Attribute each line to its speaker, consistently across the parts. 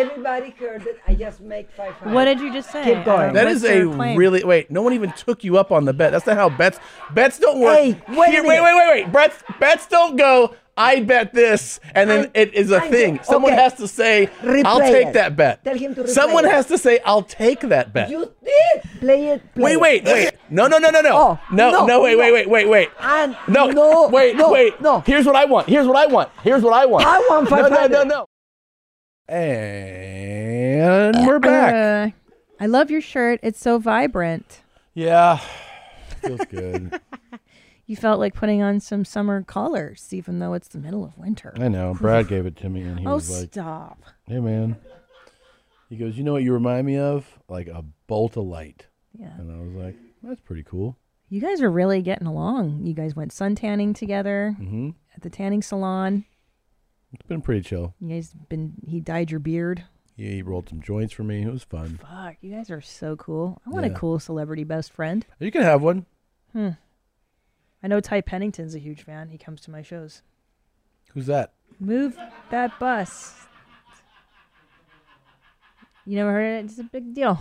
Speaker 1: Everybody heard it. I just make five hundred.
Speaker 2: What did you just say?
Speaker 1: Keep going.
Speaker 2: Uh,
Speaker 3: That
Speaker 2: what's
Speaker 3: is
Speaker 2: your
Speaker 3: a
Speaker 2: claim?
Speaker 3: really wait. No one even took you up on the bet. That's not how bets bets don't work.
Speaker 1: Hey, wait a
Speaker 3: Here- wait,
Speaker 1: minute.
Speaker 3: wait, wait, wait. Bets bets don't go. I bet this, and then
Speaker 1: I'm-
Speaker 3: it is a
Speaker 1: I'm-
Speaker 3: thing. Someone
Speaker 1: okay.
Speaker 3: has to say, "I'll
Speaker 1: Replay
Speaker 3: take
Speaker 1: it.
Speaker 3: that bet."
Speaker 1: Tell him to replay
Speaker 3: Someone
Speaker 1: it.
Speaker 3: has to say, "I'll take that bet."
Speaker 1: You did play it. Play
Speaker 3: Wait,
Speaker 1: it.
Speaker 3: wait, wait. No, no, no, no, no.
Speaker 1: Oh,
Speaker 3: no,
Speaker 1: no,
Speaker 3: no, wait, wait,
Speaker 1: no.
Speaker 3: wait, wait, wait.
Speaker 1: And
Speaker 3: no,
Speaker 1: no,
Speaker 3: wait,
Speaker 1: no,
Speaker 3: wait.
Speaker 1: no.
Speaker 3: Here's what I want. Here's what I want. Here's what I want.
Speaker 1: I want
Speaker 3: No,
Speaker 1: 500.
Speaker 3: no, no, no. And we're back.
Speaker 2: Uh, I love your shirt. It's so vibrant.
Speaker 3: yeah. Feels good.
Speaker 2: You felt like putting on some summer colors, even though it's the middle of winter.
Speaker 3: I know. Brad gave it to me and he
Speaker 2: Oh,
Speaker 3: was like,
Speaker 2: stop.
Speaker 3: hey, man. He goes, you know what you remind me of? Like a bolt of light.
Speaker 2: Yeah.
Speaker 3: And I was like, that's pretty cool.
Speaker 2: You guys are really getting along. You guys went sun tanning together
Speaker 3: Mhm.
Speaker 2: at the tanning salon.
Speaker 3: It's been pretty chill.
Speaker 2: You guys been, he dyed your beard.
Speaker 3: He he rolled some joints for me. It was fun.
Speaker 2: Fuck, you guys are so cool. I want a
Speaker 3: Yeah.
Speaker 2: cool celebrity best friend.
Speaker 3: You can have one.
Speaker 2: I know Ty Pennington's a huge fan. He comes to my shows.
Speaker 3: Who's that?
Speaker 2: Move that bus. You never heard it? It's a big deal.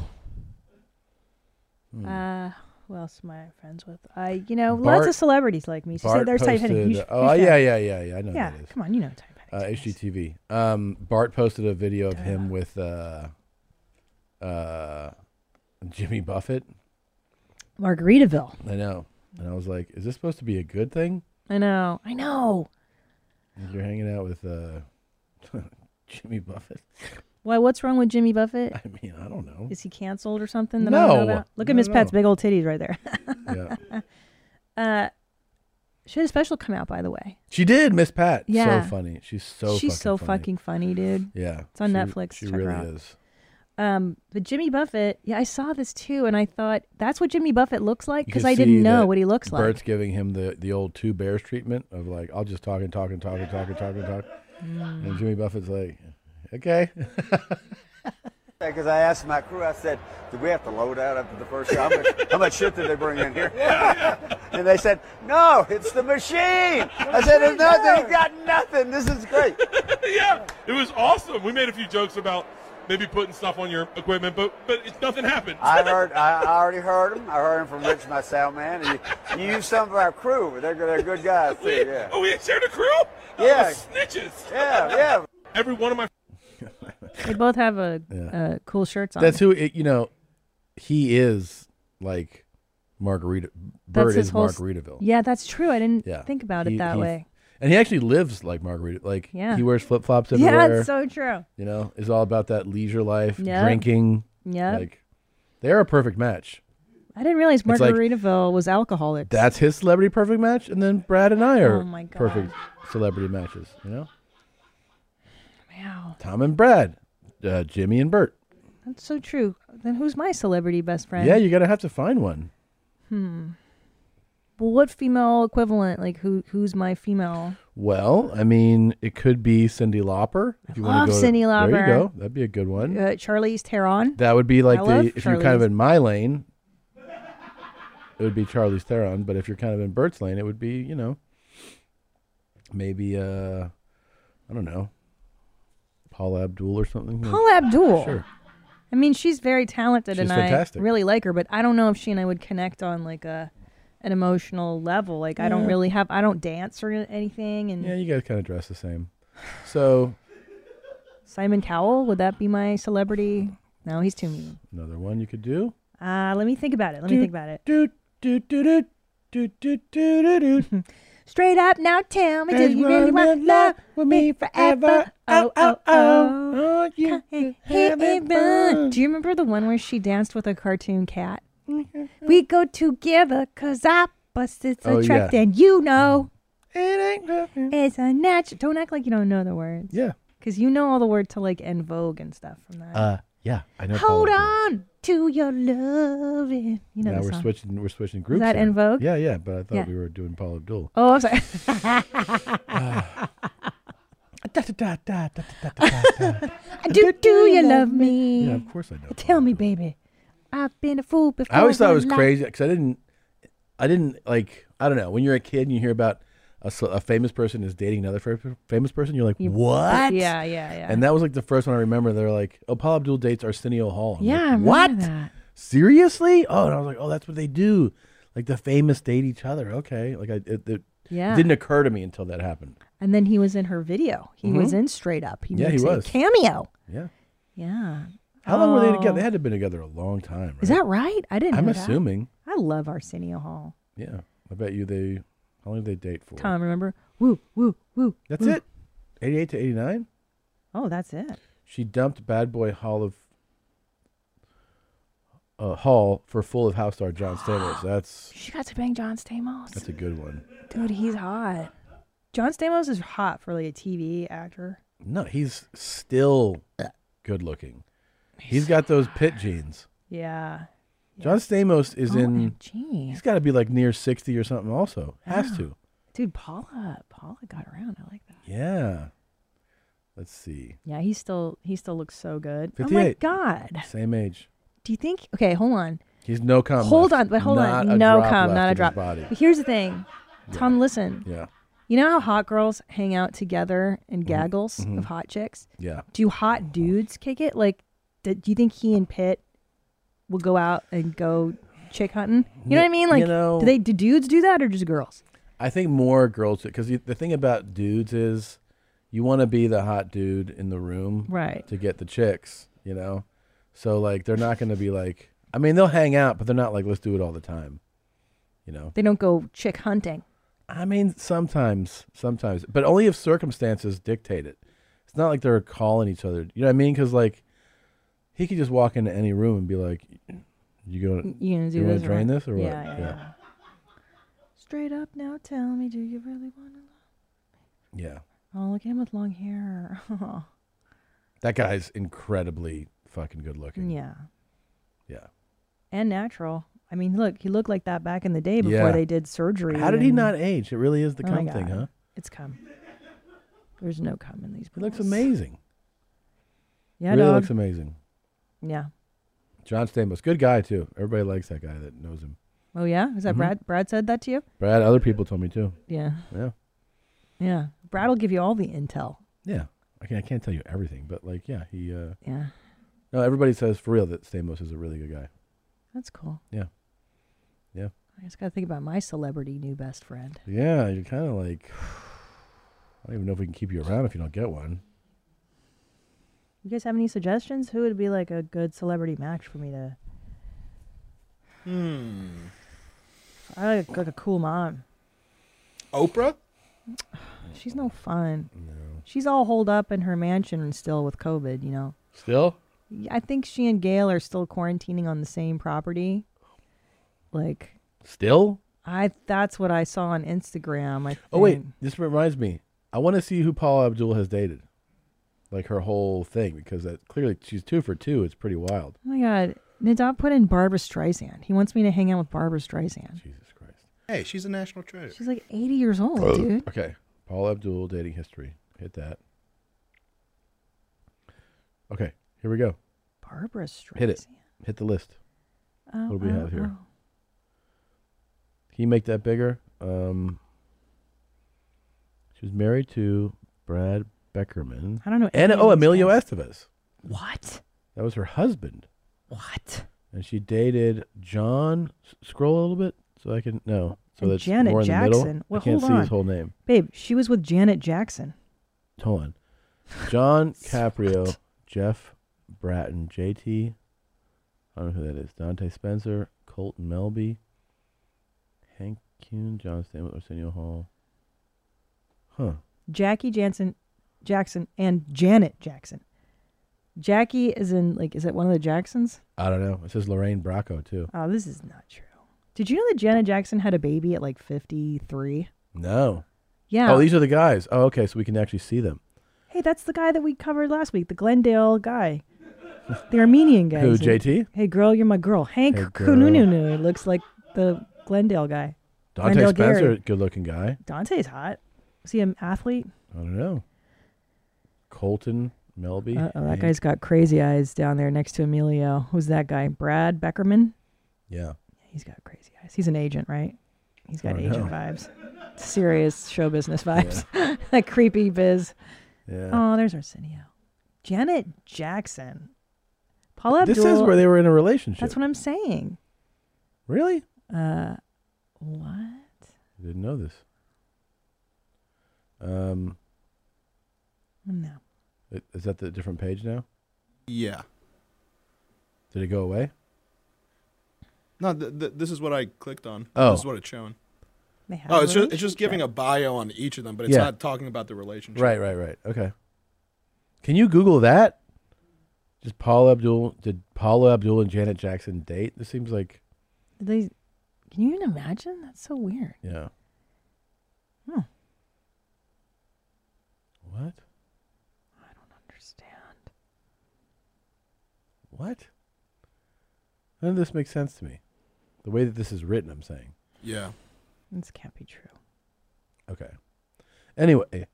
Speaker 3: Hmm.
Speaker 2: Uh, who else am I friends with? I, you know, lots
Speaker 3: Bart-
Speaker 2: of celebrities like me. She said,
Speaker 3: Bart
Speaker 2: "There's Ty Pennington." You
Speaker 3: posted-
Speaker 2: should-
Speaker 3: Oh
Speaker 2: you should-
Speaker 3: yeah, yeah, yeah, yeah. I know who
Speaker 2: yeah.
Speaker 3: that is.
Speaker 2: Come on, you know Ty
Speaker 3: Uh,
Speaker 2: Pennington.
Speaker 3: HGTV. Um, Bart posted a video of him with uh, uh, Jimmy Buffett.
Speaker 2: Margaritaville.
Speaker 3: I know, and I was like, "Is this supposed to be a good thing?
Speaker 2: I know. I know.
Speaker 3: You're hanging out with uh, Jimmy Buffett?
Speaker 2: Why? What's wrong with Jimmy Buffett?
Speaker 3: I mean, I don't know.
Speaker 2: Is he canceled or something? That I don't
Speaker 3: No.
Speaker 2: know about? Look at
Speaker 3: No,
Speaker 2: Miss Pat's
Speaker 3: no.
Speaker 2: big old titties right there.
Speaker 3: yeah,
Speaker 2: uh, she had a special come out, by the way.
Speaker 3: she did. Miss Pat,
Speaker 2: Yeah.
Speaker 3: so funny. She's so
Speaker 2: She's
Speaker 3: fucking
Speaker 2: so
Speaker 3: funny.
Speaker 2: fucking funny, dude.
Speaker 3: yeah. It's
Speaker 2: on Netflix.
Speaker 3: She
Speaker 2: Check her
Speaker 3: really
Speaker 2: out.
Speaker 3: is.
Speaker 2: Um, but Jimmy Buffett, yeah, I saw this too, and I thought that's what Jimmy Buffett looks like
Speaker 3: You
Speaker 2: because
Speaker 3: can
Speaker 2: I
Speaker 3: see
Speaker 2: didn't know
Speaker 3: that
Speaker 2: what he looks like.
Speaker 3: Bert's giving him the, the old two bears treatment of like, I'll just talk and talk and talk and talk and talk and talk.
Speaker 2: Mm.
Speaker 3: And Jimmy Buffett's like, okay.
Speaker 4: Because I asked my crew, I said, "Do we have to load out after the first shot? How much, how much shit did they bring in here?" and they said, "No, it's the machine." I said, "It's nothing. He got nothing. This is great."
Speaker 5: yeah, it was awesome. We made a few jokes about maybe putting stuff on your equipment, but but it's, nothing happened.
Speaker 4: I heard. I, I already heard him. I heard him from Rich, my sound man. And you, you used some of our crew. They're, they're good guys too.
Speaker 5: we,
Speaker 4: Yeah.
Speaker 5: Oh, we had shared a crew. Oh,
Speaker 4: Yeah.
Speaker 5: snitches.
Speaker 4: Yeah. Yeah.
Speaker 5: Every one of my
Speaker 2: They both have a uh, cool shirts on.
Speaker 3: That's who, it, you know, he is like Margarita.
Speaker 2: That's
Speaker 3: Bert
Speaker 2: his
Speaker 3: is
Speaker 2: whole s-
Speaker 3: Margaritaville.
Speaker 2: Yeah, that's true. I didn't
Speaker 3: Yeah.
Speaker 2: think about it
Speaker 3: He-
Speaker 2: that
Speaker 3: he-
Speaker 2: way.
Speaker 3: And he actually lives like Margarita. Like,
Speaker 2: Yeah.
Speaker 3: he wears flip flops
Speaker 2: Yeah,
Speaker 3: everywhere.
Speaker 2: it's so true.
Speaker 3: you know, is all about that leisure life,
Speaker 2: Yep.
Speaker 3: drinking.
Speaker 2: Yeah,
Speaker 3: Like, they're a perfect match.
Speaker 2: I didn't realize
Speaker 3: like-
Speaker 2: Margaritaville was alcoholic.
Speaker 3: That's his celebrity perfect match. And then Brad and I are
Speaker 2: Oh my God.
Speaker 3: perfect celebrity matches, you know?
Speaker 2: wow.
Speaker 3: Tom and Brad, uh, Jimmy and Bert.
Speaker 2: That's so true. Then who's my celebrity best friend? Hmm.
Speaker 3: Yeah, you're gonna have to find one.
Speaker 2: Well, what female equivalent? Like who? Who's my female?
Speaker 3: Well, I mean, it could be Cindy Lauper. If you wanna
Speaker 2: love
Speaker 3: go to-
Speaker 2: Cyndi
Speaker 3: There
Speaker 2: Lauper.
Speaker 3: you go. That'd be a good one.
Speaker 2: Uh, Charlize Theron.
Speaker 3: That would be like
Speaker 2: I love
Speaker 3: the if you're kind of
Speaker 2: Charlize.
Speaker 3: in my lane, it would be Charlie's Theron. But if you're kind of in Bert's lane, it would be you know, maybe uh, I don't know, Paul Abdul or something. like-
Speaker 2: Paula Abdul.
Speaker 3: Hmm. Sure.
Speaker 2: I mean, she's very talented,
Speaker 3: She's
Speaker 2: and
Speaker 3: fantastic.
Speaker 2: I really like her. But I don't know if she and I would connect on like a an emotional level. Like I don't really have. I don't dance or anything. And
Speaker 3: Yeah, you guys kind of dress the same. So
Speaker 2: Simon Cowell would that be my celebrity? No, he's too mean.
Speaker 3: another one you could do.
Speaker 2: Uh, let me think about it. Let me think about it.
Speaker 3: Do do do do do do do do. do.
Speaker 2: Straight up now, tell me, do
Speaker 3: Cause
Speaker 2: you really want love with me forever? Oh, oh, oh.
Speaker 3: oh. You
Speaker 2: Hey,
Speaker 3: have
Speaker 2: hey,
Speaker 3: it
Speaker 2: bud.
Speaker 3: fun.
Speaker 2: Do you remember the one where she danced with a cartoon cat? we go together because opposites
Speaker 3: Oh,
Speaker 2: attract,
Speaker 3: yeah.
Speaker 2: and you know
Speaker 3: It ain't nothing.
Speaker 2: it's a natural. Don't act like you don't know the words.
Speaker 3: Yeah.
Speaker 2: Because you know all the words to like En Vogue and stuff from that.
Speaker 3: Uh, yeah. I know.
Speaker 2: Hold
Speaker 3: Paula Abdul.
Speaker 2: on to your loving. You know
Speaker 3: Now
Speaker 2: the
Speaker 3: we're
Speaker 2: song.
Speaker 3: switching. We're switching groups.
Speaker 2: that
Speaker 3: here.
Speaker 2: in Vogue?
Speaker 3: Yeah, yeah. But I thought
Speaker 2: Yeah.
Speaker 3: we were doing Paul Abdul. Ah.
Speaker 2: Oh, I'm sorry.
Speaker 3: Da, da, da, da, da, da, da, da, da.
Speaker 2: do, do you love me?
Speaker 3: yeah, of course I know.
Speaker 2: Tell me, baby. I've been a fool before.
Speaker 3: I always thought it was
Speaker 2: but like-
Speaker 3: crazy because I didn't, I didn't like. I don't know. When you're a kid and you hear about a, ce- a famous person is dating another fa- famous person, you're like, what?
Speaker 2: Yeah, yeah, yeah.
Speaker 3: And that was like the first one I remember. They're like, oh, Paul Abdul dates Arsenio Hall. I'm
Speaker 2: Yeah, I
Speaker 3: like,
Speaker 2: remember
Speaker 3: what?
Speaker 2: that.
Speaker 3: Seriously? Oh, and I was like, oh, that's what they do. Like the famous date each other. Okay. Like I, it, it
Speaker 2: Yeah.
Speaker 3: didn't occur to me until that happened.
Speaker 2: And then he was in her video. He was
Speaker 3: Mhm.
Speaker 2: in Straight Up. He
Speaker 3: Yeah, he
Speaker 2: makes a
Speaker 3: was.
Speaker 2: cameo.
Speaker 3: Yeah.
Speaker 2: Yeah.
Speaker 3: How long were they together?
Speaker 2: Oh.
Speaker 3: They had to have been together a long time. Right?
Speaker 2: Is that right? I didn't.
Speaker 3: I'm
Speaker 2: know that.
Speaker 3: assuming.
Speaker 2: I love Arsenio Hall.
Speaker 3: Yeah. I bet you they, how long did they date for?
Speaker 2: Tom, remember? Woo, woo, woo.
Speaker 3: That's
Speaker 2: woo.
Speaker 3: it. 88 to 89?
Speaker 2: Oh, that's it.
Speaker 3: She dumped Bad Boy Hall of uh, Hall for Full of House star John Stamos. That's
Speaker 2: She got to bang John Stamos.
Speaker 3: that's a good one.
Speaker 2: Dude, he's hot. John Stamos is hot for like a TV actor.
Speaker 3: No, he's still good looking. He's got those pit jeans.
Speaker 2: Yeah. Oh,
Speaker 3: John Stamos is in.
Speaker 2: OMG.
Speaker 3: He's got to be like near sixty or something. Also has to.
Speaker 2: Dude, Paula, Paula got around. I like that.
Speaker 3: Yeah. Let's see.
Speaker 2: Yeah, he still he still looks so good. Oh my
Speaker 3: 58.
Speaker 2: god.
Speaker 3: Same age.
Speaker 2: Do you think okay, hold on.
Speaker 3: He's no cum.
Speaker 2: Hold
Speaker 3: left.
Speaker 2: on, but hold
Speaker 3: Not a
Speaker 2: on. No
Speaker 3: drop
Speaker 2: cum,
Speaker 3: left
Speaker 2: not
Speaker 3: in
Speaker 2: a
Speaker 3: his
Speaker 2: drop.
Speaker 3: Body.
Speaker 2: But here's the thing. Tom, listen.
Speaker 3: Yeah.
Speaker 2: You know how hot girls hang out together in gaggles of hot chicks?
Speaker 3: Mm-hmm. Yeah.
Speaker 2: Do hot dudes kick it? Like, d do you think he and Pitt will go out and go chick hunting? You know what I mean?
Speaker 3: You
Speaker 2: Like,
Speaker 3: know-
Speaker 2: do they do dudes do that or just girls?
Speaker 3: I think more girls because the thing about dudes is you want to be the hot dude in the room,
Speaker 2: Right.
Speaker 3: To get the chicks, you know. So like they're not going to be like. I mean, they'll hang out, but they're not like let's do it all the time, you know.
Speaker 2: They don't go chick hunting.
Speaker 3: I mean, sometimes, sometimes, but only if circumstances dictate it. It's not like they're calling each other. You know what I mean? Because like, he could just walk into any room and be like, "You going?
Speaker 2: You gonna do
Speaker 3: you want
Speaker 2: this
Speaker 3: to
Speaker 2: or
Speaker 3: drain
Speaker 2: what?
Speaker 3: this or what?"
Speaker 2: Yeah, yeah, yeah. Straight up now, tell me, do you really want to?
Speaker 3: yeah.
Speaker 2: Oh, look at him with long hair.
Speaker 3: That guy's incredibly fucking good looking.
Speaker 2: yeah,
Speaker 3: yeah.
Speaker 2: and natural. I mean, look, he looked like that back in the day before
Speaker 3: Yeah.
Speaker 2: they did surgery.
Speaker 3: How did he
Speaker 2: and-
Speaker 3: not age? It really is the
Speaker 2: Oh my
Speaker 3: cum thing,
Speaker 2: God.
Speaker 3: huh?
Speaker 2: It's cum. There's no cum in these.
Speaker 3: He looks
Speaker 2: pools.
Speaker 3: amazing.
Speaker 2: Yeah,
Speaker 3: really
Speaker 2: dog.
Speaker 3: looks amazing.
Speaker 2: yeah.
Speaker 3: John Stamos, good guy too. Everybody likes that guy that knows him.
Speaker 2: Oh yeah, is that
Speaker 3: Mm-hmm.
Speaker 2: Brad? Brad said that to you?
Speaker 3: Brad, other people told me too.
Speaker 2: Yeah,
Speaker 3: Yeah,
Speaker 2: yeah. Brad will give you all the intel.
Speaker 3: yeah. I can't, I can't tell you everything, but like, yeah, he. uh
Speaker 2: Yeah,
Speaker 3: No, everybody says for real that Stamos is a really good guy.
Speaker 2: that's cool.
Speaker 3: Yeah, yeah,
Speaker 2: I just gotta think about my celebrity new best friend.
Speaker 3: yeah. You're kind of like, I don't even know if we can keep you around if you don't get one.
Speaker 2: You guys have any suggestions? Who would be like a good celebrity match for me to? Hmm. I like, like a cool mom.
Speaker 6: Oprah?
Speaker 2: She's no fun. She's all holed up in her mansion still with COVID. You know.
Speaker 3: Still,
Speaker 2: I think she and Gail are still quarantining on the same property. Like
Speaker 3: still.
Speaker 2: I, that's what I saw on Instagram. I
Speaker 3: Oh wait,
Speaker 2: think.
Speaker 3: this reminds me. I want to see who Paula Abdul has dated, like her whole thing, because that clearly she's two for two. It's pretty wild.
Speaker 2: Oh my god, Nadav put in Barbara Streisand. He wants me to hang out with Barbara Streisand.
Speaker 3: Jesus Christ.
Speaker 6: Hey, she's a national treasure.
Speaker 2: She's like 80 years old, dude.
Speaker 3: Okay, Paula Abdul dating history. Hit that. Okay, here we go.
Speaker 2: Barbara Streisand.
Speaker 3: Hit it. Hit the list.
Speaker 2: Oh,
Speaker 3: What do we
Speaker 2: oh,
Speaker 3: have here?
Speaker 2: oh.
Speaker 3: Can you make that bigger? Um, she was married to Brad Beckerman.
Speaker 2: I don't know
Speaker 3: And
Speaker 2: any of
Speaker 3: oh,
Speaker 2: these
Speaker 3: Emilio
Speaker 2: guys.
Speaker 3: Estevez.
Speaker 2: What?
Speaker 3: That was her husband.
Speaker 2: What?
Speaker 3: And she dated John. s- Scroll a little bit so I can no. So
Speaker 2: And
Speaker 3: that's
Speaker 2: Janet
Speaker 3: more in the
Speaker 2: Jackson.
Speaker 3: middle.
Speaker 2: Well,
Speaker 3: I can't
Speaker 2: hold
Speaker 3: see his
Speaker 2: on.
Speaker 3: whole name.
Speaker 2: Babe, she was with Janet Jackson.
Speaker 3: Hold on. John Caprio, Jeff Bratton, JT. I don't know who that is. Dante Spencer, Colton Melby, Hank Kuhn, John Stamos, Arsenio Hall. Huh.
Speaker 2: Jackie Jansen Jackson and Janet Jackson. Jackie is in like is it one of the Jacksons?
Speaker 3: I don't know. It says Lorraine Bracco too.
Speaker 2: Oh, this is not true. Did you know that Janet Jackson had a baby at like 53?
Speaker 3: No.
Speaker 2: Yeah.
Speaker 3: Oh, these are the guys. Oh, okay. So we can actually see them.
Speaker 2: Hey, that's the guy that we covered last week, the Glendale guy, the Armenian guy.
Speaker 3: Who,
Speaker 2: He's like,
Speaker 3: JT?
Speaker 2: Hey, girl, you're my girl. Hank
Speaker 3: Hey, girl.
Speaker 2: Kunununu looks like the Glendale guy.
Speaker 3: Dante
Speaker 2: Wendell
Speaker 3: Spencer,
Speaker 2: Gary.
Speaker 3: good looking guy.
Speaker 2: Dante's hot. Is he an athlete?
Speaker 3: I don't know. Colton Melby.
Speaker 2: Uh oh, that
Speaker 3: Hank-
Speaker 2: guy's got crazy eyes down there next to Emilio. Who's that guy? Brad Beckerman?
Speaker 3: Yeah.
Speaker 2: He's got crazy eyes. He's an agent, right? He's got
Speaker 3: Oh,
Speaker 2: agent
Speaker 3: no.
Speaker 2: vibes. Serious show business vibes. like creepy biz.
Speaker 3: Yeah.
Speaker 2: Oh, there's Arsenio. Janet Jackson. Paula
Speaker 3: this
Speaker 2: Abdul.
Speaker 3: is where they were in a relationship.
Speaker 2: That's what I'm saying. Uh,
Speaker 3: really?
Speaker 2: What?
Speaker 3: I didn't know this. Um,
Speaker 2: No.
Speaker 3: i- is that the different page now?
Speaker 6: Yeah.
Speaker 3: Did it go away?
Speaker 6: No, th- th- this is what I clicked on.
Speaker 3: Oh.
Speaker 6: This is what it's showing.
Speaker 2: They have
Speaker 6: Oh,
Speaker 2: a
Speaker 6: it's just, it's just
Speaker 2: relationship.
Speaker 6: giving a bio on each of them, but it's
Speaker 3: Yeah.
Speaker 6: not talking about the relationship.
Speaker 3: Right, right, right. Okay. Can you Google that? Just Paula Abdul. Did Paula Abdul and Janet Jackson date? This seems like
Speaker 2: They, can you even imagine? That's so weird.
Speaker 3: yeah.
Speaker 2: Hmm.
Speaker 3: What?
Speaker 2: I don't understand.
Speaker 3: What? None of this makes sense to me. The way that this is written, I'm saying.
Speaker 6: Yeah.
Speaker 2: This can't be true.
Speaker 3: Okay. Anyway,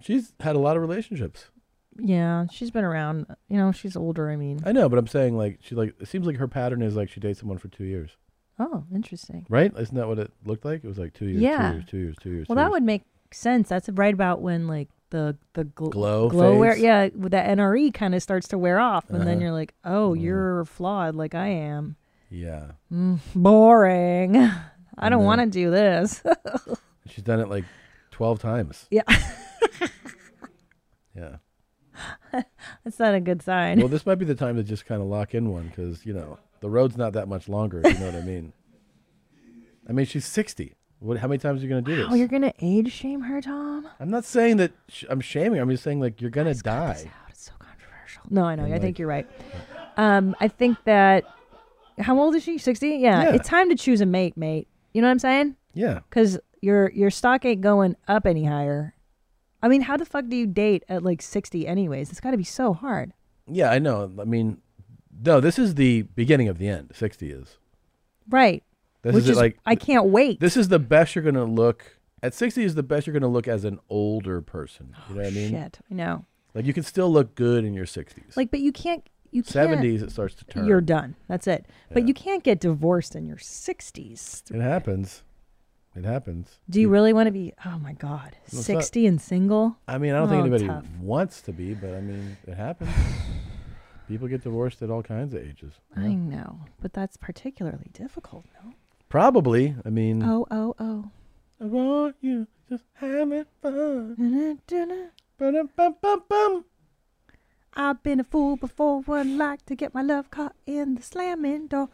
Speaker 3: she's had a lot of relationships.
Speaker 2: Yeah, she's been around. You know, she's older. I mean,
Speaker 3: I know, but I'm saying like she like it seems like her pattern is like she dates someone for two years,
Speaker 2: oh, interesting.
Speaker 3: right? Isn't that what it looked like? It was like two years,
Speaker 2: Yeah.
Speaker 3: two years, two years, two years.
Speaker 2: Well,
Speaker 3: two
Speaker 2: that
Speaker 3: years.
Speaker 2: would make sense. That's right about when like the the gl-
Speaker 3: Glow
Speaker 2: glow wear,
Speaker 3: phase?
Speaker 2: yeah, with that NRE kind of starts to wear off, and then
Speaker 3: Uh-huh.
Speaker 2: you're like, oh, you're flawed, like I am.
Speaker 3: yeah.
Speaker 2: Boring. I
Speaker 3: Mm-hmm.
Speaker 2: don't want to do this.
Speaker 3: She's done it like twelve times.
Speaker 2: Yeah.
Speaker 3: yeah.
Speaker 2: That's not a good sign.
Speaker 3: Well, this might be the time to just kind of lock in one because you know the road's not that much longer. if You know what I mean? I mean, she's sixty. What? How many times are you gonna do
Speaker 2: oh,
Speaker 3: this?
Speaker 2: you're gonna age shame her, Tom.
Speaker 3: I'm not saying that sh- I'm shaming. her. I'm just saying like you're gonna
Speaker 2: It's
Speaker 3: die.
Speaker 2: out. It's so controversial. No, I know. I
Speaker 3: like-
Speaker 2: think you're right. Um, I think that how old is she? Sixty? Yeah.
Speaker 3: Yeah.
Speaker 2: It's time to choose a mate, mate. You know what I'm saying?
Speaker 3: Yeah.
Speaker 2: Because your your stock ain't going up any higher. I mean, how the fuck do you date at like sixty? Anyways, it's got to be so hard.
Speaker 3: Yeah. I know. I mean, no. This is the beginning of the end. Sixty is.
Speaker 2: Right.
Speaker 3: This
Speaker 2: Which
Speaker 3: is, it,
Speaker 2: is
Speaker 3: like
Speaker 2: I can't wait.
Speaker 3: this is the best you're gonna look at 60 is the best you're gonna look as an older person you know what i mean
Speaker 2: Oh, Shit. I know.
Speaker 3: like you can still look good in your 60s
Speaker 2: Like, but you can't. You can't.
Speaker 3: 70s it starts to turn
Speaker 2: You're done. That's it. But you can't get divorced in your sixties.
Speaker 3: it happens it happens
Speaker 2: Do you really want to be? Oh my God,
Speaker 3: not-
Speaker 2: sixty and single.
Speaker 3: i mean i don't think
Speaker 2: Oh,
Speaker 3: anybody
Speaker 2: tough.
Speaker 3: wants to be but i mean it happens people get divorced at all kinds of ages
Speaker 2: I know, but that's particularly difficult. No.
Speaker 3: probably i mean
Speaker 2: Oh oh oh.
Speaker 3: Mm. i want you just having fun
Speaker 2: Da-na-da-na.
Speaker 3: Ba-dum-bum-bum-bum.
Speaker 2: I've been a fool before. Would like to get my love caught in the slamming door.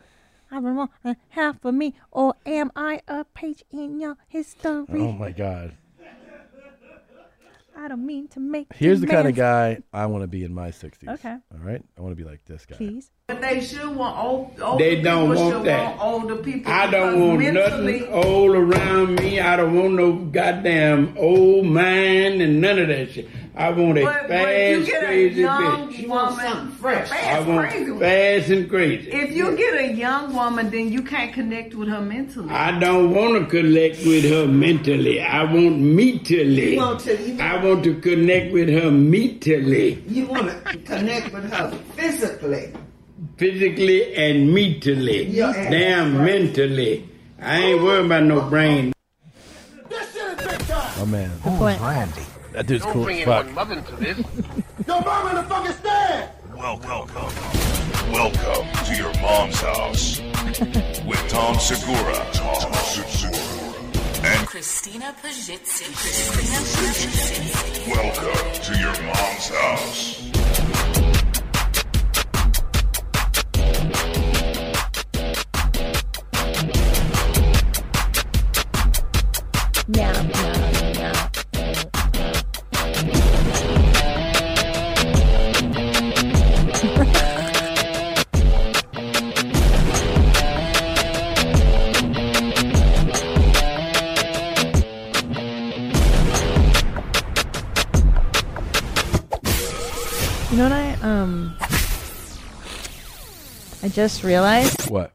Speaker 2: I don't want a half of me, or am I a page in your history?
Speaker 3: oh my god
Speaker 2: I don't mean to make.
Speaker 3: here's the kind of guy
Speaker 2: demands.
Speaker 3: i want to be in my 60s
Speaker 2: Okay.
Speaker 3: all right i want to be like this guy
Speaker 2: Please.
Speaker 7: But they should want old, old
Speaker 8: They don't
Speaker 7: people
Speaker 8: want
Speaker 7: should
Speaker 8: that.
Speaker 7: want older people.
Speaker 8: I don't want
Speaker 7: because mentally,
Speaker 8: nothing old around me. I don't want no goddamn old man and none of that shit. I want a
Speaker 7: But, but you
Speaker 8: fast,
Speaker 7: get a
Speaker 8: crazy
Speaker 7: young
Speaker 8: bitch.
Speaker 7: woman, fresh.
Speaker 8: I
Speaker 7: Fast,
Speaker 8: want
Speaker 7: crazy.
Speaker 8: fast and crazy.
Speaker 7: If you get a young woman, then you can't connect with her mentally.
Speaker 8: I don't want to connect with her mentally. I want mentally.
Speaker 7: You want to- you-
Speaker 8: I want to connect with her mentally,
Speaker 7: you want to connect with her physically.
Speaker 8: physically and mentally.
Speaker 7: Yeah.
Speaker 8: Damn mentally. I ain't worried about no brain.
Speaker 3: oh man
Speaker 2: Point.
Speaker 3: That dude's cool. as Fuck.
Speaker 9: Welcome. Welcome to your mom's house with Tom Segura. Tom Segura. And
Speaker 10: Christina Pajitsi. Christina Pajitsi.
Speaker 9: welcome to your mom's house.
Speaker 2: You know what I um. I just realized.
Speaker 3: What?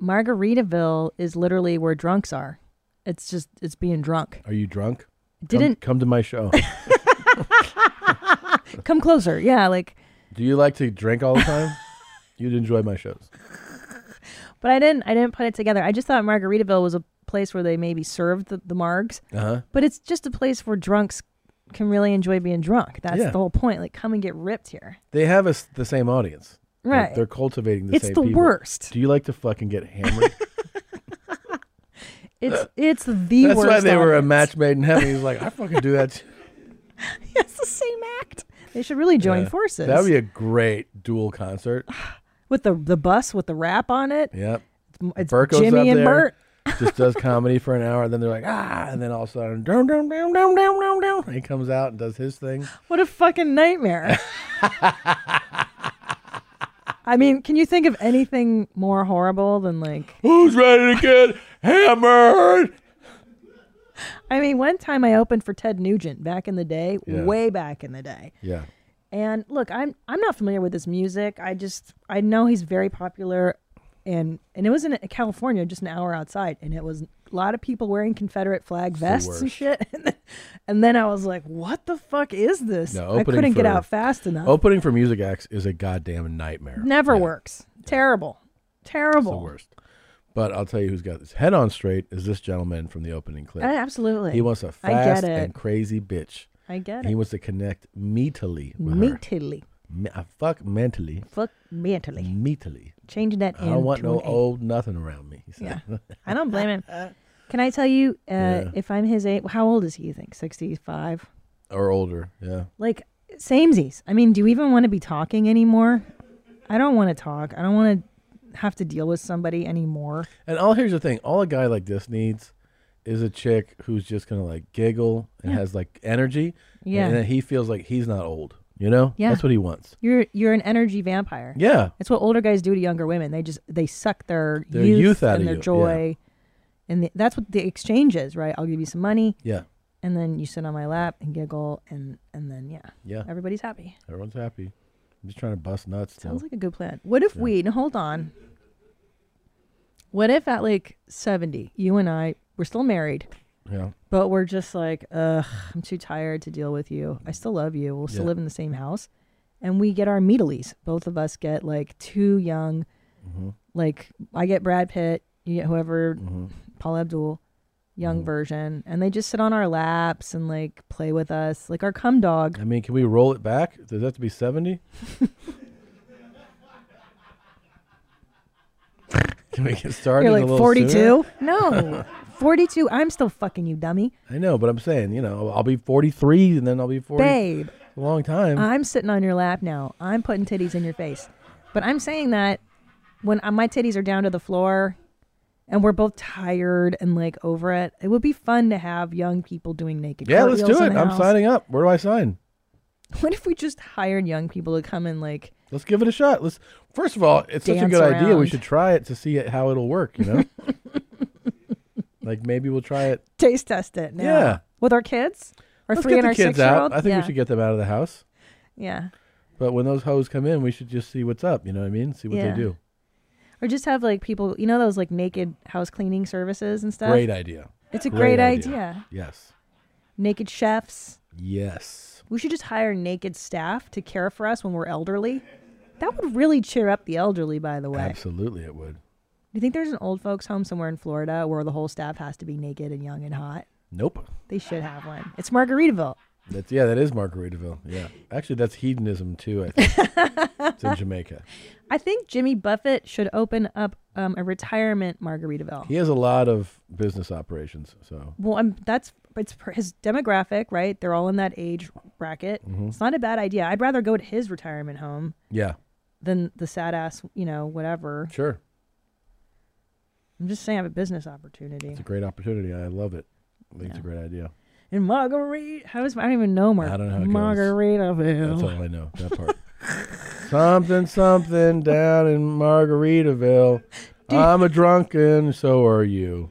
Speaker 2: Margaritaville is literally where drunks are. It's just it's being drunk.
Speaker 3: Are you drunk?
Speaker 2: Didn't
Speaker 3: come, come to my show.
Speaker 2: come closer. Yeah, like
Speaker 3: Do you like to drink all the time? You'd enjoy my shows.
Speaker 2: but I didn't I didn't put it together. I just thought Margaritaville was a place where they maybe serve the, the margs,
Speaker 3: Uh-huh.
Speaker 2: but it's just a place where drunks can really enjoy being drunk. That's
Speaker 3: Yeah.
Speaker 2: the whole point. Like, come and get ripped here.
Speaker 3: They have us the same audience. Like,
Speaker 2: Right.
Speaker 3: they're cultivating the
Speaker 2: It's
Speaker 3: same
Speaker 2: the
Speaker 3: people.
Speaker 2: worst.
Speaker 3: Do you like to fucking get hammered?
Speaker 2: It's it's the
Speaker 3: That's
Speaker 2: worst.
Speaker 3: why they were um, a
Speaker 2: audience.
Speaker 3: match made in heaven. He's like, I fucking do that. too."
Speaker 2: it's the same act. They should really join
Speaker 3: Yeah.
Speaker 2: forces.
Speaker 3: That would be a great dual concert.
Speaker 2: with the the bus with the rap on it.
Speaker 3: Yep.
Speaker 2: It's
Speaker 3: Burko's
Speaker 2: Jimmy
Speaker 3: up
Speaker 2: and
Speaker 3: there,
Speaker 2: Bert.
Speaker 3: just does comedy for an hour, and then they're like, ah, and then all of a sudden, down, down, down, down, down, down, down. He comes out and does his thing.
Speaker 2: What a fucking nightmare. I mean, can you think of anything more horrible than like
Speaker 3: Who's ready to get hammered?
Speaker 2: I mean, one time I opened for Ted Nugent back in the day,
Speaker 3: Yeah.
Speaker 2: way back in the day.
Speaker 3: Yeah.
Speaker 2: And look, I'm I'm not familiar with his music. I just I know he's very popular and and it was in California, just an hour outside, and it was a lot of people wearing Confederate flag
Speaker 3: the
Speaker 2: vests and
Speaker 3: worst.
Speaker 2: shit. And then, and then I was like, "What the fuck is this?"
Speaker 3: No,
Speaker 2: I
Speaker 3: opening
Speaker 2: couldn't get
Speaker 3: for-
Speaker 2: out fast enough.
Speaker 3: Opening for music acts is a goddamn nightmare.
Speaker 2: Never works. Terrible. Terrible.
Speaker 3: It's the worst. But I'll tell you who's got this head on straight is this gentleman from the opening clip.
Speaker 2: Uh, absolutely.
Speaker 3: He wants a
Speaker 2: I get
Speaker 3: fast
Speaker 2: it.
Speaker 3: and crazy bitch.
Speaker 2: I get
Speaker 3: He
Speaker 2: it.
Speaker 3: wants to connect mentally with her.
Speaker 2: Mentally.
Speaker 3: Me- uh, fuck mentally.
Speaker 2: Fuck mentally.
Speaker 3: Mentally.
Speaker 2: Changing that
Speaker 3: I don't want
Speaker 2: into
Speaker 3: no
Speaker 2: an A.
Speaker 3: old nothing around me. He said.
Speaker 2: Yeah. I don't blame him. Can I tell you, uh,
Speaker 3: Yeah.
Speaker 2: if I'm his age, how old is he, you think? 65?
Speaker 3: or older. Yeah.
Speaker 2: Like, samesies. I mean, do you even want to be talking anymore? I don't want to talk. I don't want to have to deal with somebody anymore.
Speaker 3: And all here's the thing: all a guy like this needs is a chick who's just gonna like giggle and
Speaker 2: Yeah.
Speaker 3: has like energy.
Speaker 2: Yeah.
Speaker 3: And then he feels like he's not old. You know.
Speaker 2: Yeah.
Speaker 3: That's what he wants.
Speaker 2: You're you're an energy vampire.
Speaker 3: Yeah.
Speaker 2: That's what older guys do to younger women. They just they suck their,
Speaker 3: Their youth out
Speaker 2: and
Speaker 3: of
Speaker 2: their
Speaker 3: you, yeah.
Speaker 2: joy. And the, that's what the exchange is, right? I'll give you some money.
Speaker 3: Yeah.
Speaker 2: And then you sit on my lap and giggle and and then yeah.
Speaker 3: Yeah.
Speaker 2: Everybody's happy.
Speaker 3: Everyone's happy. I'm just trying to bust nuts. still.
Speaker 2: Sounds like a good plan. What if we, now hold on. What if at like 70, you and I, we're still married,
Speaker 3: Yeah.
Speaker 2: but we're just like, ugh, I'm too tired to deal with you. I still love you. We'll still
Speaker 3: Yeah.
Speaker 2: live in the same house. And we get our medleys. Both of us get like two young,
Speaker 3: Mhm.
Speaker 2: like I get Brad Pitt, you get whoever,
Speaker 3: Mhm.
Speaker 2: Paul Abdul, young
Speaker 3: Mm-hmm.
Speaker 2: version. And they just sit on our laps and like play with us, like our cum dog.
Speaker 3: I mean, can we roll it back? Does that have to be seventy? can we get started?
Speaker 2: You're
Speaker 3: a
Speaker 2: like
Speaker 3: little
Speaker 2: 42?
Speaker 3: sooner?
Speaker 2: No, 42. I'm still fucking you, dummy.
Speaker 3: I know, but I'm saying, you know, I'll be 43 and then I'll be 40.
Speaker 2: Babe.
Speaker 3: A long time.
Speaker 2: I'm sitting on your lap now. I'm putting titties in your face. But I'm saying that when uh, my titties are down to the floor and we're both tired and like over it, it would be fun to have young people doing naked
Speaker 3: yeah, let's
Speaker 2: cartwheels
Speaker 3: do
Speaker 2: in
Speaker 3: it.
Speaker 2: the
Speaker 3: I'm
Speaker 2: house.
Speaker 3: signing up. Where do I sign?
Speaker 2: What if we just hired young people to come and like,
Speaker 3: Let's give it a shot. Let's first of all, it's such a
Speaker 2: Dance
Speaker 3: good idea. We
Speaker 2: around.
Speaker 3: should try it to see it, how it'll work. You know, like maybe we'll try it.
Speaker 2: taste test it now?
Speaker 3: Yeah.
Speaker 2: With our kids? Our
Speaker 3: Let's
Speaker 2: three
Speaker 3: get
Speaker 2: and
Speaker 3: the
Speaker 2: our
Speaker 3: kids
Speaker 2: six year
Speaker 3: out.
Speaker 2: old?
Speaker 3: I think
Speaker 2: yeah.
Speaker 3: we should get them out of the house.
Speaker 2: Yeah.
Speaker 3: But when those hoes come in, we should just see what's up. You know what I mean? See what
Speaker 2: Yeah.
Speaker 3: they do.
Speaker 2: Or just have like people, you know, those like naked house cleaning services and stuff?
Speaker 3: Great idea.
Speaker 2: It's a great, idea.
Speaker 3: Yes.
Speaker 2: Naked chefs.
Speaker 3: Yes.
Speaker 2: We should just hire naked staff to care for us when we're elderly. That would really cheer up the elderly, by the way.
Speaker 3: Absolutely, it would.
Speaker 2: Do you think there's an old folks home somewhere in Florida where the whole staff has to be naked and young and hot?
Speaker 3: Nope.
Speaker 2: They should have one. It's Margaritaville.
Speaker 3: That's yeah. That is Margaritaville. Yeah. Actually, that's hedonism too. I think it's in Jamaica.
Speaker 2: I think Jimmy Buffett should open up um, a retirement Margaritaville.
Speaker 3: He has a lot of business operations. So
Speaker 2: Well, I'm, that's it's per- his demographic, right? They're all in that age bracket.
Speaker 3: Mhm.
Speaker 2: It's not a bad idea. I'd rather go to his retirement home
Speaker 3: yeah,
Speaker 2: than the sad ass, you know, whatever.
Speaker 3: sure.
Speaker 2: I'm just saying, I have a business opportunity.
Speaker 3: It's a great opportunity. I love it. I think it's a great idea.
Speaker 2: And Margarita, how is I don't even know Mar-
Speaker 3: I don't know how it goes.
Speaker 2: Margaritaville.
Speaker 3: That's all I know. That part. something, something down in Margaritaville. I'm a drunken, so are you.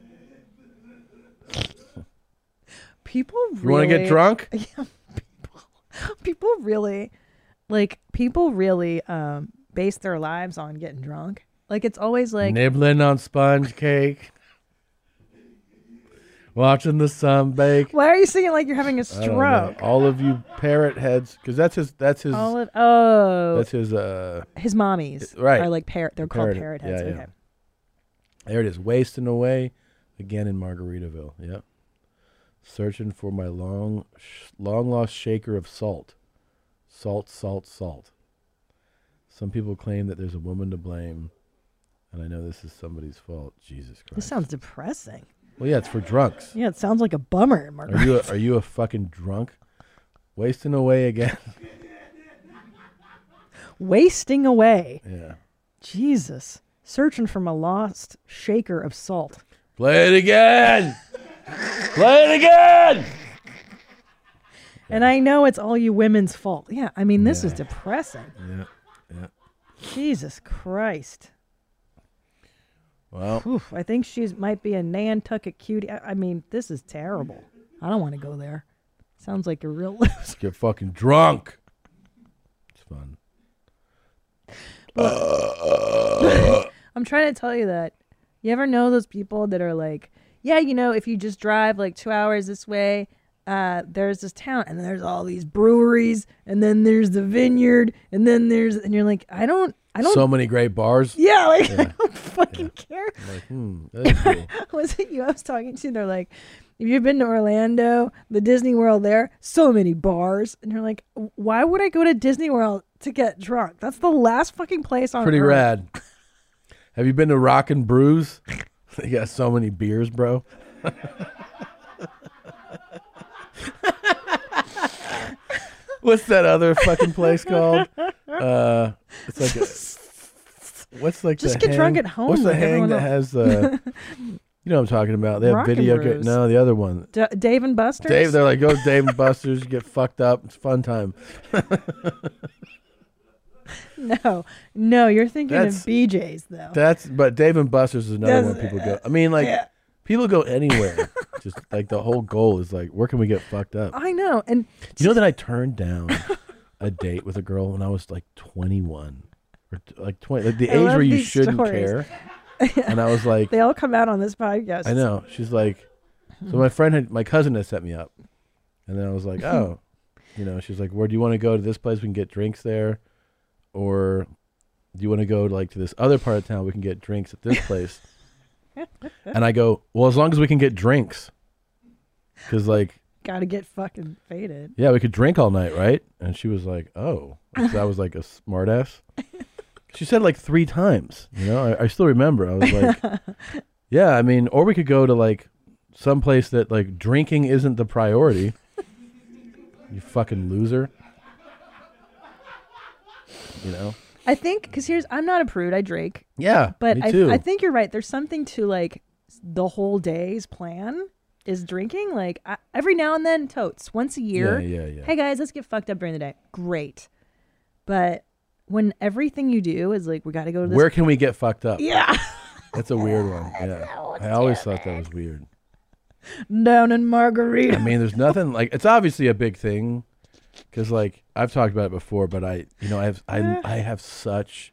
Speaker 2: People really
Speaker 3: You wanna get drunk?
Speaker 2: Yeah, people, people really like people really um base their lives on getting drunk. Like it's always like
Speaker 3: Nibbling on sponge cake. Watching the sun bake.
Speaker 2: why are you singing like you're having a
Speaker 3: I don't know.
Speaker 2: stroke?
Speaker 3: All of you parrot heads, because that's his. That's his.
Speaker 2: All of oh
Speaker 3: that's his. Uh,
Speaker 2: his mommies
Speaker 3: right.
Speaker 2: are like parrot they're called
Speaker 3: Parrot-
Speaker 2: parrot heads.
Speaker 3: yeah, yeah.
Speaker 2: Okay.
Speaker 3: There it is, wasting away. Again in Margaritaville. Yep. Searching for my long, sh- long lost shaker of salt. Salt, salt, salt. Some people claim that there's a woman to blame, and I know this is somebody's fault. Jesus Christ.
Speaker 2: This sounds depressing.
Speaker 3: Well, yeah, it's for drunks.
Speaker 2: Yeah, it sounds like a bummer, Margaret.
Speaker 3: Are you a, are you a fucking drunk? Wasting away again.
Speaker 2: Wasting away.
Speaker 3: Yeah.
Speaker 2: Jesus. Searching from a lost shaker of salt.
Speaker 3: Play it again. Play it again.
Speaker 2: And I know it's all you women's fault. Yeah, I mean, this is
Speaker 3: Yeah.
Speaker 2: depressing.
Speaker 3: Yeah. Yeah.
Speaker 2: Jesus Christ.
Speaker 3: Well,
Speaker 2: Oof, I think she's might be a Nantucket cutie. I, I mean, this is terrible. I don't want to go there. Sounds like a real
Speaker 3: let's get fucking drunk. It's fun.
Speaker 2: I'm trying to tell you that. You ever know those people that are like, yeah, you know, if you just drive like two hours this way, uh, there's this town, and there's all these breweries, and then there's the vineyard, and then there's, and you're like, I don't, I don't,
Speaker 3: so many great bars.
Speaker 2: yeah, like I don't fucking care.
Speaker 3: I'm like, hmm, that is cool.
Speaker 2: was it you I was talking to? They're like, if you've been to Orlando, the Disney World there, so many bars. And you're like, why would I go to Disney World to get drunk? That's the last fucking place on
Speaker 3: pretty
Speaker 2: earth.
Speaker 3: rad. Have you been to Rock and Brews? they got so many beers, bro. what's that other fucking place called? Uh, it's like a, what's like
Speaker 2: Just
Speaker 3: the
Speaker 2: get
Speaker 3: hang,
Speaker 2: drunk at home
Speaker 3: What's the
Speaker 2: like
Speaker 3: hang
Speaker 2: everyone
Speaker 3: that
Speaker 2: else.
Speaker 3: has uh, you know what I'm talking about? They have
Speaker 2: Rock and
Speaker 3: video game.
Speaker 2: Brews.
Speaker 3: No, the other one.
Speaker 2: D- Dave and Buster's.
Speaker 3: Dave, they're like, go to Dave and Buster's, get fucked up. It's a fun time.
Speaker 2: no, no, you're thinking
Speaker 3: That's-
Speaker 2: of BJ's though.
Speaker 3: That's but Dave and Buster's is another
Speaker 2: That's-
Speaker 3: one people go. I mean, like
Speaker 2: yeah.
Speaker 3: people go anywhere. Just like the whole goal is like, where can we get fucked up?
Speaker 2: I know, and
Speaker 3: you know that I turned down a date with a girl when I was like 21 or t- like 20, like the
Speaker 2: I
Speaker 3: age
Speaker 2: love
Speaker 3: where you
Speaker 2: these
Speaker 3: shouldn't
Speaker 2: stories.
Speaker 3: care. and I was like,
Speaker 2: they all come out on this podcast.
Speaker 3: I know. She's like, so my friend had my cousin had set me up, and then I was like, oh, you know, she's like, where do you want to go to this place? We can get drinks there, or do you want to go like to this other part of town? We can get drinks at this place. and I go, well, as long as we can get drinks, because like,
Speaker 2: Gotta get fucking faded.
Speaker 3: yeah, we could drink all night, right? And she was like, oh, so I was like a smartass. She said like three times. You know, I, I still remember. I was like, yeah, I mean, or we could go to like some place that like drinking isn't the priority. you fucking loser. You know?
Speaker 2: I think because here's I'm not a prude. I drink.
Speaker 3: Yeah,
Speaker 2: but
Speaker 3: me
Speaker 2: I,
Speaker 3: too.
Speaker 2: I think you're right. There's something to like the whole day's plan is drinking. Like I, every now and then, totes once a year.
Speaker 3: Yeah, yeah, yeah.
Speaker 2: Hey guys, let's get fucked up during the day. Great, but when everything you do is like we got to go to this.
Speaker 3: Where can we get fucked up?
Speaker 2: Yeah.
Speaker 3: That's a weird one. Yeah. I always thought that was weird.
Speaker 2: down in Margarita?
Speaker 3: I mean, there's nothing like it's obviously a big thing because, like, I've talked about it before, but I, you know, I have, I, I have such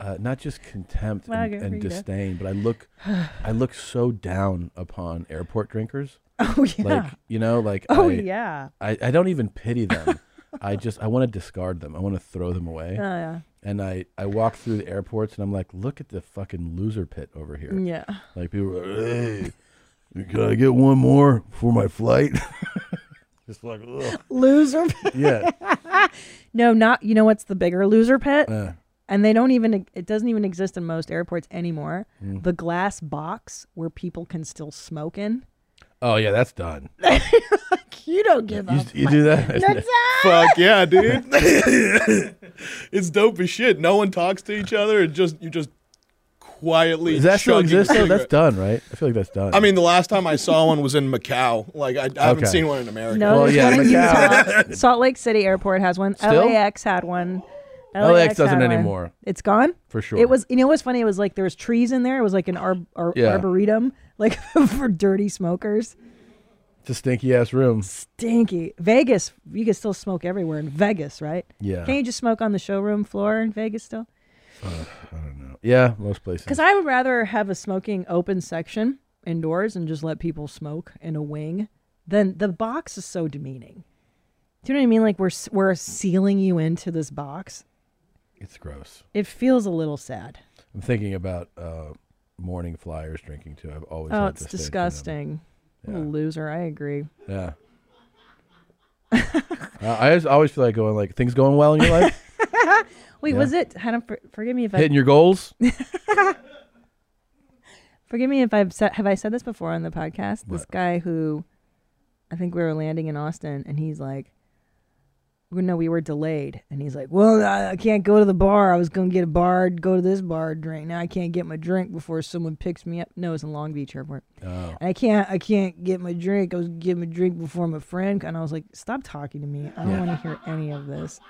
Speaker 3: uh, not just contempt and, and
Speaker 2: Margarita.
Speaker 3: disdain, but I look, I look so down upon airport drinkers.
Speaker 2: Oh yeah.
Speaker 3: Like, you know, like,
Speaker 2: Oh,
Speaker 3: I,
Speaker 2: yeah.
Speaker 3: I, I don't even pity them. I just, I want to discard them. I want to throw them away.
Speaker 2: Oh, yeah.
Speaker 3: And I, I walk through the airports and I'm like, look at the fucking loser pit over here.
Speaker 2: Yeah.
Speaker 3: Like people are like, hey, can I get one more for my flight? Just like, ugh.
Speaker 2: loser.
Speaker 3: Yeah.
Speaker 2: no, not you know what's the bigger loser pit?
Speaker 3: Uh.
Speaker 2: And they don't even it doesn't even exist in most airports anymore.
Speaker 3: Mm.
Speaker 2: The glass box where people can still smoke in.
Speaker 3: Oh yeah, that's done.
Speaker 2: You don't give
Speaker 3: You,
Speaker 2: up.
Speaker 3: you do that?
Speaker 2: That's
Speaker 6: Fuck yeah, dude. it's dope as shit. No one talks to each other. It just you just quietly.
Speaker 3: Does that still
Speaker 6: chugging
Speaker 3: exist though? That's
Speaker 6: cigarette-
Speaker 3: done, right? I feel like that's done.
Speaker 6: I mean, the last time I saw one was in Macau. Like I, I haven't
Speaker 3: Okay.
Speaker 6: seen one in America.
Speaker 2: No,
Speaker 3: Well,
Speaker 2: there's
Speaker 3: yeah,
Speaker 2: one in
Speaker 3: Macau.
Speaker 2: Utah. Uh, Salt Lake City Airport has one.
Speaker 3: Still?
Speaker 2: LAX had one.
Speaker 3: LAX doesn't
Speaker 2: had one.
Speaker 3: anymore.
Speaker 2: It's gone
Speaker 3: For sure.
Speaker 2: It was you know what's funny? It was like there was trees in there. It was like an ar- ar-
Speaker 3: Yeah.
Speaker 2: arboretum, like for dirty smokers.
Speaker 3: it's a stinky ass room.
Speaker 2: Stinky Vegas. You can still smoke everywhere in Vegas, right?
Speaker 3: Yeah.
Speaker 2: Can you just smoke on the showroom floor in Vegas still?
Speaker 3: I don't know. Yeah, most places.
Speaker 2: Because I would rather have a smoking open section indoors and just let people smoke in a wing than the box is so demeaning. Do you know what I mean? Like we're s- we're sealing you into this box.
Speaker 3: It's gross.
Speaker 2: It feels a little sad.
Speaker 3: I'm thinking about uh, morning flyers drinking too. I've always
Speaker 10: Oh,
Speaker 3: had
Speaker 10: it's
Speaker 3: disdain for them.
Speaker 10: disgusting. I'm a loser. I agree.
Speaker 3: Yeah. I I just always feel like going like things going well in your life,
Speaker 10: Wait,
Speaker 3: Yeah.
Speaker 10: was it? I don't, for- forgive me if I
Speaker 3: hitting your goals.
Speaker 10: Forgive me if I've said have I said this before on the podcast. This guy who, I think we were landing in Austin, and he's like, well, "No, we were delayed," and he's like, "Well, I, I can't go to the bar. I was gonna get a bar, go to this bar, drink. Now I can't get my drink before someone picks me up. No, it's in Long Beach Airport.
Speaker 3: Oh.
Speaker 10: And I can't, I can't get my drink. I was getting my drink before my friend, and I was like, "Stop talking to me. I don't
Speaker 3: Yeah.
Speaker 10: want to hear any of this.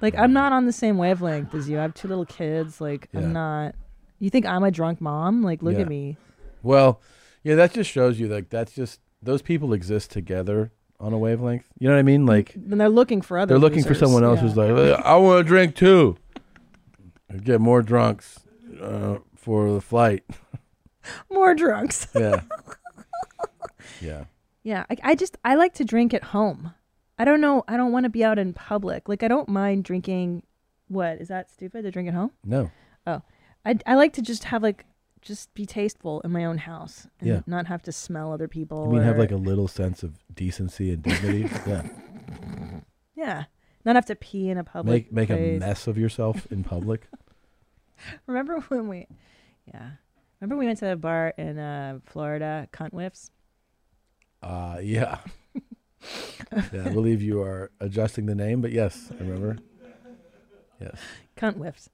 Speaker 10: Like, I'm not on the same wavelength as you. I have two little kids. Like,
Speaker 3: Yeah.
Speaker 10: I'm not." You think I'm a drunk mom? Like, look
Speaker 3: Yeah.
Speaker 10: at me.
Speaker 3: Well, yeah, that just shows you like that's just those people exist together on a wavelength. You know what I
Speaker 10: Mm.
Speaker 3: mean? Like
Speaker 10: Then they're looking for other.
Speaker 3: they're looking for
Speaker 10: losers.
Speaker 3: someone else
Speaker 10: Yeah.
Speaker 3: who's like, "Uh, I want to drink too, get more drunks uh, for the flight.
Speaker 10: more drunks.
Speaker 3: Yeah, yeah.
Speaker 10: yeah. I, I just I like to drink at home. I don't know. I don't want to be out in public. Like I don't mind drinking. What is that stupid to drink at home?
Speaker 3: No.
Speaker 10: Oh, I I like to just have like just be tasteful in my own house and
Speaker 3: Yeah.
Speaker 10: not have to smell other people.
Speaker 3: You mean have
Speaker 10: or-
Speaker 3: like a little sense of decency and dignity? yeah.
Speaker 10: yeah, not have to pee in a
Speaker 3: Make
Speaker 10: public.
Speaker 3: make a
Speaker 10: place.
Speaker 3: mess of yourself in public.
Speaker 10: Remember when we, yeah. Remember we went to the bar in uh, Florida, Cunt Whiffs.
Speaker 3: Uh yeah. yeah, I believe you are adjusting the name, but yes, I remember. Yes.
Speaker 10: cunt whiffs.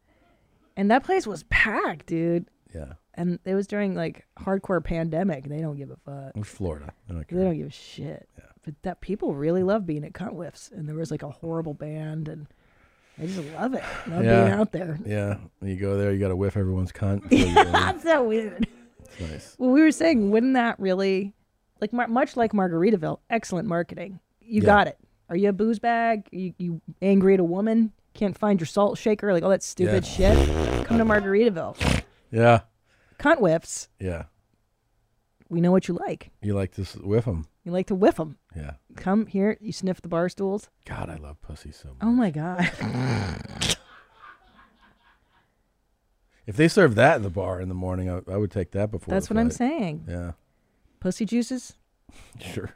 Speaker 10: And that place was packed, dude.
Speaker 3: Yeah.
Speaker 10: And it was during like hardcore pandemic. They don't give a fuck.
Speaker 3: It's Florida. They don't
Speaker 10: They don't give a shit. But that people really love being at cunt whiffs. And there was like a horrible band and I just love it. Love being out there.
Speaker 3: Yeah. When you go there, you got to whiff everyone's cunt. before you go in.
Speaker 10: That's so weird.
Speaker 3: It's nice.
Speaker 10: Well, we were saying, wouldn't that really, like, mar- much like Margaritaville, excellent marketing. You
Speaker 3: Yeah.
Speaker 10: got it. Are you a booze bag? You, you angry at a woman? Can't find your salt shaker? Like all that stupid
Speaker 3: Yeah.
Speaker 10: shit? Come to Margaritaville.
Speaker 3: Yeah.
Speaker 10: Cunt whiffs.
Speaker 3: Yeah.
Speaker 10: We know what you like.
Speaker 3: You like to s- whiff them.
Speaker 10: You like to whiff them.
Speaker 3: Yeah.
Speaker 10: Come here. You sniff the bar stools.
Speaker 3: God, I love pussy so much.
Speaker 10: Oh my god.
Speaker 3: If they serve that in the bar in the morning, I, I would take that before.
Speaker 10: That's
Speaker 3: the
Speaker 10: what I'm
Speaker 3: flight.
Speaker 10: saying.
Speaker 3: Yeah.
Speaker 10: Pussy juices.
Speaker 3: Sure.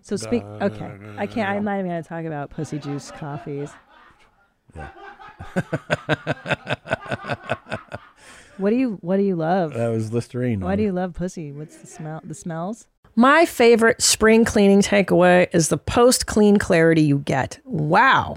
Speaker 10: So speak. Okay. I can't. I'm not even gonna talk about pussy juice coffees. what do you What do you love?
Speaker 3: That was Listerine.
Speaker 10: Why
Speaker 3: on
Speaker 10: do you love pussy? What's the smell? The smells.
Speaker 2: My favorite spring cleaning takeaway is the post clean clarity you get. Wow,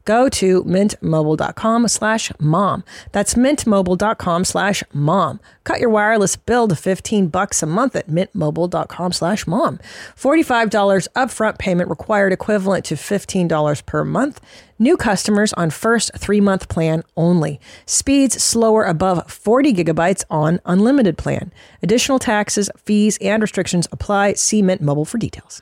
Speaker 2: go to mintmobile.com slash mom. That's mintmobile.com slash mom. Cut your wireless bill to 15 bucks a month at mintmobile.com slash mom. $45 upfront payment required equivalent to $15 per month. New customers on first three-month plan only. Speeds slower above 40 gigabytes on unlimited plan. Additional taxes, fees, and restrictions apply. See Mint Mobile for details.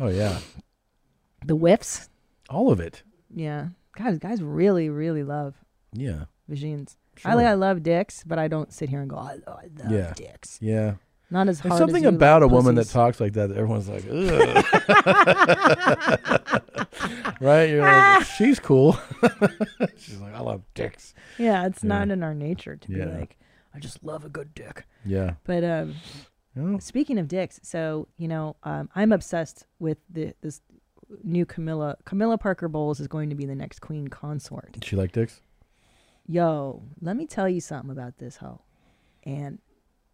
Speaker 3: Oh yeah.
Speaker 10: The whiffs.
Speaker 3: All of it.
Speaker 2: Yeah. God, guys really, really love
Speaker 3: Yeah.
Speaker 2: vagines.
Speaker 3: Sure.
Speaker 2: I like I love dicks, but I don't sit here and go, I, I love
Speaker 3: yeah.
Speaker 2: dicks.
Speaker 3: Yeah.
Speaker 2: Not as
Speaker 3: There's
Speaker 2: hard
Speaker 3: something
Speaker 2: as you
Speaker 3: about a
Speaker 2: love
Speaker 3: woman that
Speaker 2: pussies.
Speaker 3: talks like that. that Everyone's like, ugh. right? You're
Speaker 2: Ah.
Speaker 3: like, she's cool. she's like, I love dicks.
Speaker 2: Yeah, it's
Speaker 3: Yeah.
Speaker 2: not in our nature to be
Speaker 3: Yeah.
Speaker 2: like, I just love a good dick.
Speaker 3: Yeah.
Speaker 2: But um, speaking of dicks, so you know, um, I'm obsessed with the this new Camilla Camilla Parker Bowles is going to be the next queen consort.
Speaker 3: She like dicks?
Speaker 2: Yo, let me tell you something about this hoe. And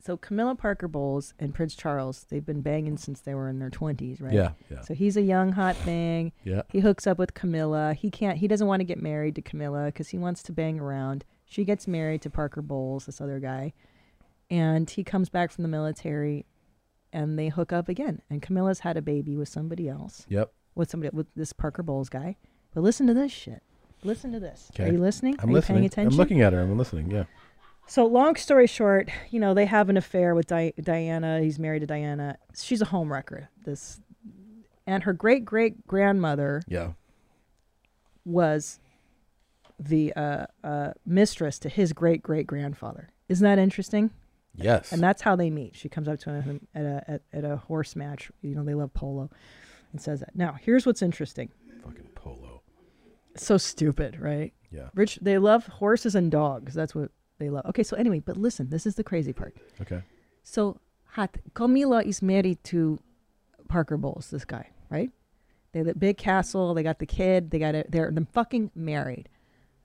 Speaker 2: so Camilla Parker Bowles and Prince Charles, they've been banging since they were in their twenties, right?
Speaker 3: Yeah, yeah.
Speaker 2: So he's a young hot thing.
Speaker 3: Yeah.
Speaker 2: He hooks up with Camilla. He can't. He doesn't want to get married to Camilla because he wants to bang around. She gets married to Parker Bowles, this other guy, and he comes back from the military, and they hook up again. And Camilla's had a baby with somebody else.
Speaker 3: Yep.
Speaker 2: With somebody with this Parker Bowles guy. But listen to this shit. Listen to this. Are you listening?
Speaker 3: I'm
Speaker 2: Are you
Speaker 3: listening.
Speaker 2: paying attention?
Speaker 3: I'm looking at her. I'm listening. Yeah.
Speaker 2: So, long story short, you know, they have an affair with Di- Diana. He's married to Diana. She's a homewrecker. This, and her great great grandmother
Speaker 3: Yeah.
Speaker 2: was the uh, uh, mistress to his great great grandfather. Isn't that interesting?
Speaker 3: Yes.
Speaker 2: And that's how they meet. She comes up to him at a at, at a horse match. You know, they love polo, and says that. Now, here's what's interesting.
Speaker 3: Fucking polo.
Speaker 2: So stupid, right?
Speaker 3: Yeah.
Speaker 2: Rich. They love horses and dogs. That's what they love. Okay. So anyway, but listen, this is the crazy part.
Speaker 3: Okay.
Speaker 2: So hot. Camila is married to Parker Bowles, this guy, right? They have the big castle. They got the kid. They got it. They're they're fucking married.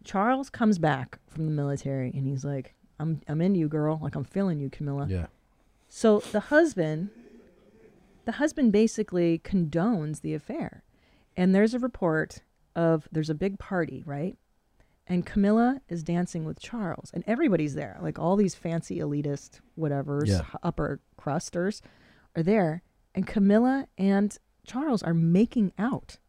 Speaker 2: Charles comes back from the military and he's like, "I'm I'm into you, girl. Like I'm feeling you, Camilla."
Speaker 3: Yeah.
Speaker 2: So the husband, the husband basically condones the affair, and there's a report of there's a big party, right? And Camilla is dancing with Charles, and everybody's there. Like all these fancy elitist whatever's,
Speaker 11: Yeah.
Speaker 2: h- upper crusters, are there, and Camilla and Charles are making out,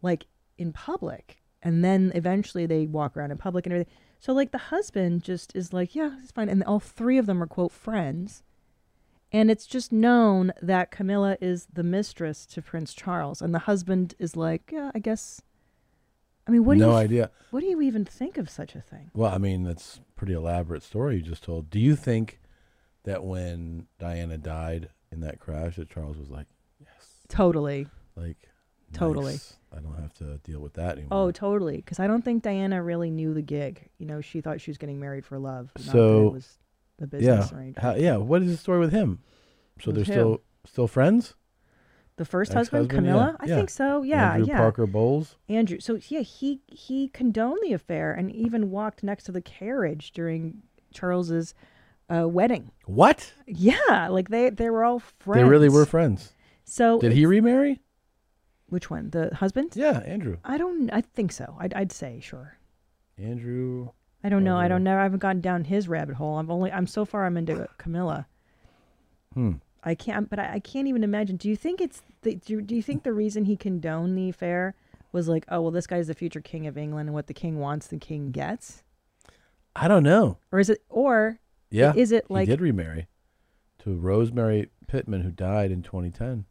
Speaker 2: like in public. And then eventually they walk around in public and everything. So like the husband just is like, yeah, it's fine. And all three of them are quote friends. And it's just known that Camilla is the mistress to Prince Charles, and the husband is like, yeah, I guess. I mean, what do
Speaker 3: No
Speaker 2: you
Speaker 3: idea.
Speaker 2: What do you even think of such a thing?
Speaker 3: Well, I mean, that's a pretty elaborate story you just told. Do you think that when Diana died in that crash, that Charles was like,
Speaker 2: Totally.
Speaker 3: like,
Speaker 2: Totally.
Speaker 3: nice, I don't have to deal with that anymore.
Speaker 2: Oh, totally. Because I don't think Diana really knew the gig. You know, she thought she was getting married for love. not that
Speaker 3: so
Speaker 2: it was the business
Speaker 3: yeah,
Speaker 2: or anything.
Speaker 3: How- yeah. What is the story with him? So
Speaker 2: With
Speaker 3: they're
Speaker 2: who?
Speaker 3: still still friends.
Speaker 2: The first husband,
Speaker 3: Ex-husband?
Speaker 2: Camilla?
Speaker 3: Yeah,
Speaker 2: I
Speaker 3: yeah.
Speaker 2: think so. Yeah,
Speaker 3: Andrew
Speaker 2: yeah.
Speaker 3: Parker Bowles.
Speaker 2: Andrew. So yeah, he he condoned the affair and even walked next to the carriage during Charles's uh, wedding.
Speaker 3: What?
Speaker 2: Yeah, like they they were all friends.
Speaker 3: They really were friends.
Speaker 2: So
Speaker 3: Did he
Speaker 2: it's-
Speaker 3: remarry?
Speaker 2: Which one? The husband?
Speaker 3: Yeah, Andrew.
Speaker 2: I don't. I think so. I'd, I'd say sure.
Speaker 3: Andrew.
Speaker 2: I don't
Speaker 3: Oh.
Speaker 2: know. I don't know. I haven't gone down his rabbit hole. I'm only. I'm so far. I'm into Camilla.
Speaker 3: Hmm.
Speaker 2: I can't. But I, I can't even imagine. Do you think it's the? Do, do you think the reason he condoned the affair was like, oh well, this guy's the future king of England, and what the king wants, the king gets,
Speaker 3: I don't know.
Speaker 2: or is it, or
Speaker 3: Yeah.
Speaker 2: is it like
Speaker 3: he did remarry to Rosemary Pittman, who died in 2010?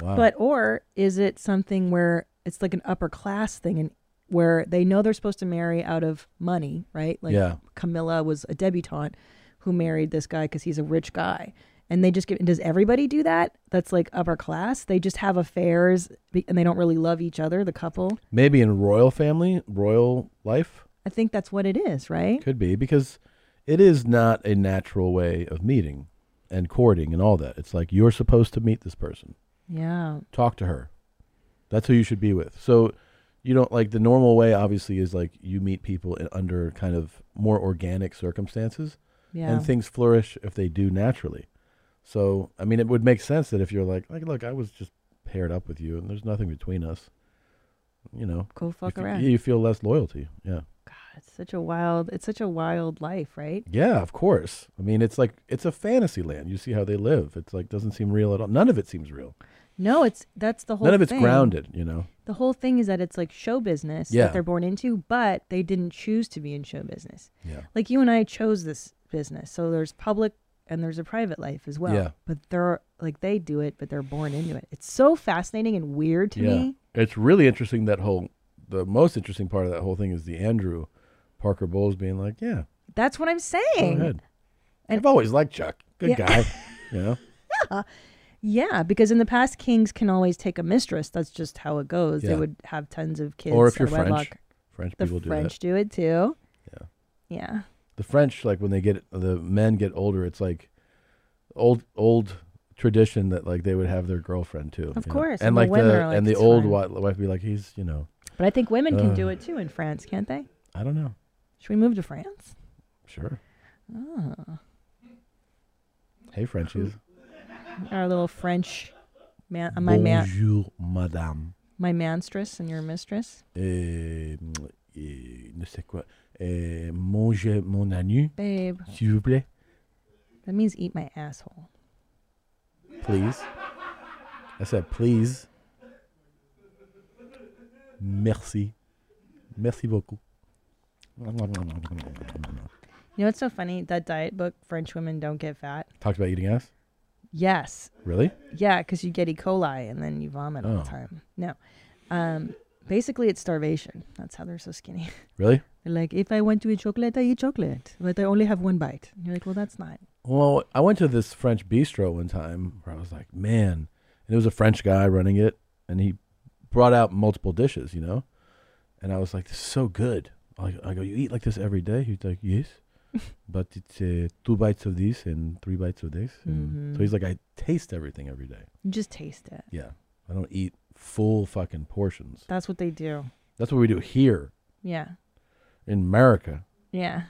Speaker 3: Wow.
Speaker 2: But or is it something where it's like an upper class thing and where they know they're supposed to marry out of money, right? Like
Speaker 3: Yeah.
Speaker 2: Camilla was a debutante who married this guy because he's a rich guy. And they just get does everybody do that? That's like upper class. They just have affairs be- and they don't really love each other, the couple.
Speaker 3: maybe in royal family, royal life.
Speaker 2: I think that's what it is, right?
Speaker 3: Could be because it is not a natural way of meeting and courting and all that. It's like you're supposed to meet this person.
Speaker 2: Yeah.
Speaker 3: Talk to her. That's who you should be with. So you don't like the normal way obviously is like you meet people in, under kind of more organic circumstances
Speaker 9: Yeah.
Speaker 3: and things flourish if they do naturally. So I mean it would make sense that if you're like like look I was just paired up with you and there's nothing between us. You know.
Speaker 2: Go fuck
Speaker 3: you, fe-
Speaker 2: around.
Speaker 3: You feel less loyalty. Yeah.
Speaker 2: It's such a wild it's such a wild life, right?
Speaker 3: Yeah, of course. I mean, it's like it's a fantasy land. You see how they live. It's like doesn't seem real at all. None of it seems real.
Speaker 2: No, it's that's the whole
Speaker 3: None of it's
Speaker 2: thing.
Speaker 3: grounded, you know.
Speaker 2: The whole thing is that it's like show business
Speaker 3: Yeah.
Speaker 2: that they're born into, but they didn't choose to be in show business.
Speaker 3: Yeah.
Speaker 2: Like you and I chose this business. So there's public and there's a private life as well.
Speaker 3: Yeah.
Speaker 2: But they're like they do it, but they're born into it. It's so fascinating and weird to
Speaker 3: yeah,
Speaker 2: me.
Speaker 3: It's really interesting that whole. The most interesting part of that whole thing is the Andrew Parker Bowles being like, "Yeah,
Speaker 2: That's what I'm saying.
Speaker 3: go ahead." I've always liked Chuck. Good
Speaker 2: Yeah.
Speaker 3: guy. You know.
Speaker 2: Yeah. Yeah, because in the past, kings can always take a mistress. That's just how it goes. They
Speaker 3: Yeah.
Speaker 2: would have tons of kids.
Speaker 3: Or if you're
Speaker 2: out of
Speaker 3: French,
Speaker 2: wedlock.
Speaker 3: French
Speaker 2: the
Speaker 3: people do that.
Speaker 2: French do it too. Yeah. Yeah.
Speaker 3: the French, like when they get the men get older, it's like old old tradition that like they would have their girlfriend too.
Speaker 2: Of
Speaker 3: you know?
Speaker 2: course,
Speaker 3: and,
Speaker 2: and the
Speaker 3: like
Speaker 2: women
Speaker 3: the
Speaker 2: are like,
Speaker 3: and the
Speaker 2: "It's
Speaker 3: old
Speaker 2: fine."
Speaker 3: wife, wife be like, he's you know,
Speaker 2: But I think women can
Speaker 3: Uh.
Speaker 2: do it too in France, can't they?
Speaker 3: I don't know,
Speaker 2: Should we move to France?
Speaker 3: sure.
Speaker 2: Oh.
Speaker 3: Hey Frenchies,
Speaker 2: Our little French man, uh, my man,
Speaker 3: Bonjour, madame.
Speaker 2: my manstress and your mistress.
Speaker 3: Eh, eh, ne sais quoi. Eh, mangez mon anu,
Speaker 2: Babe.
Speaker 3: s'il vous plaît,
Speaker 2: That means eat my asshole.
Speaker 3: please. I said please. Merci, merci beaucoup.
Speaker 2: You know what's so funny? That diet book, French women don't get fat.
Speaker 3: Talked about eating ass.
Speaker 2: Yes.
Speaker 3: Really?
Speaker 2: Yeah, because you get E. coli and then you vomit all
Speaker 3: Oh.
Speaker 2: the time. No. Um, basically, it's starvation. That's how they're so skinny.
Speaker 3: Really?
Speaker 2: They're like, if I want to eat chocolate, I eat chocolate, but I only have one bite. And you're like, well, that's not.
Speaker 3: Well, I went to this French bistro one time where I was like, man, and it was a French guy running it, and he brought out multiple dishes, you know, and I was like, this is so good. I, I go, you eat like this every day? He's like, yes, but it's uh, two bites of this and three bites of this. And
Speaker 2: Mhm.
Speaker 3: So he's like, I taste everything every day.
Speaker 2: You just taste it.
Speaker 3: Yeah, I don't eat full fucking portions.
Speaker 2: That's what they do.
Speaker 3: That's what we do here
Speaker 2: Yeah.
Speaker 3: in America.
Speaker 2: Yeah.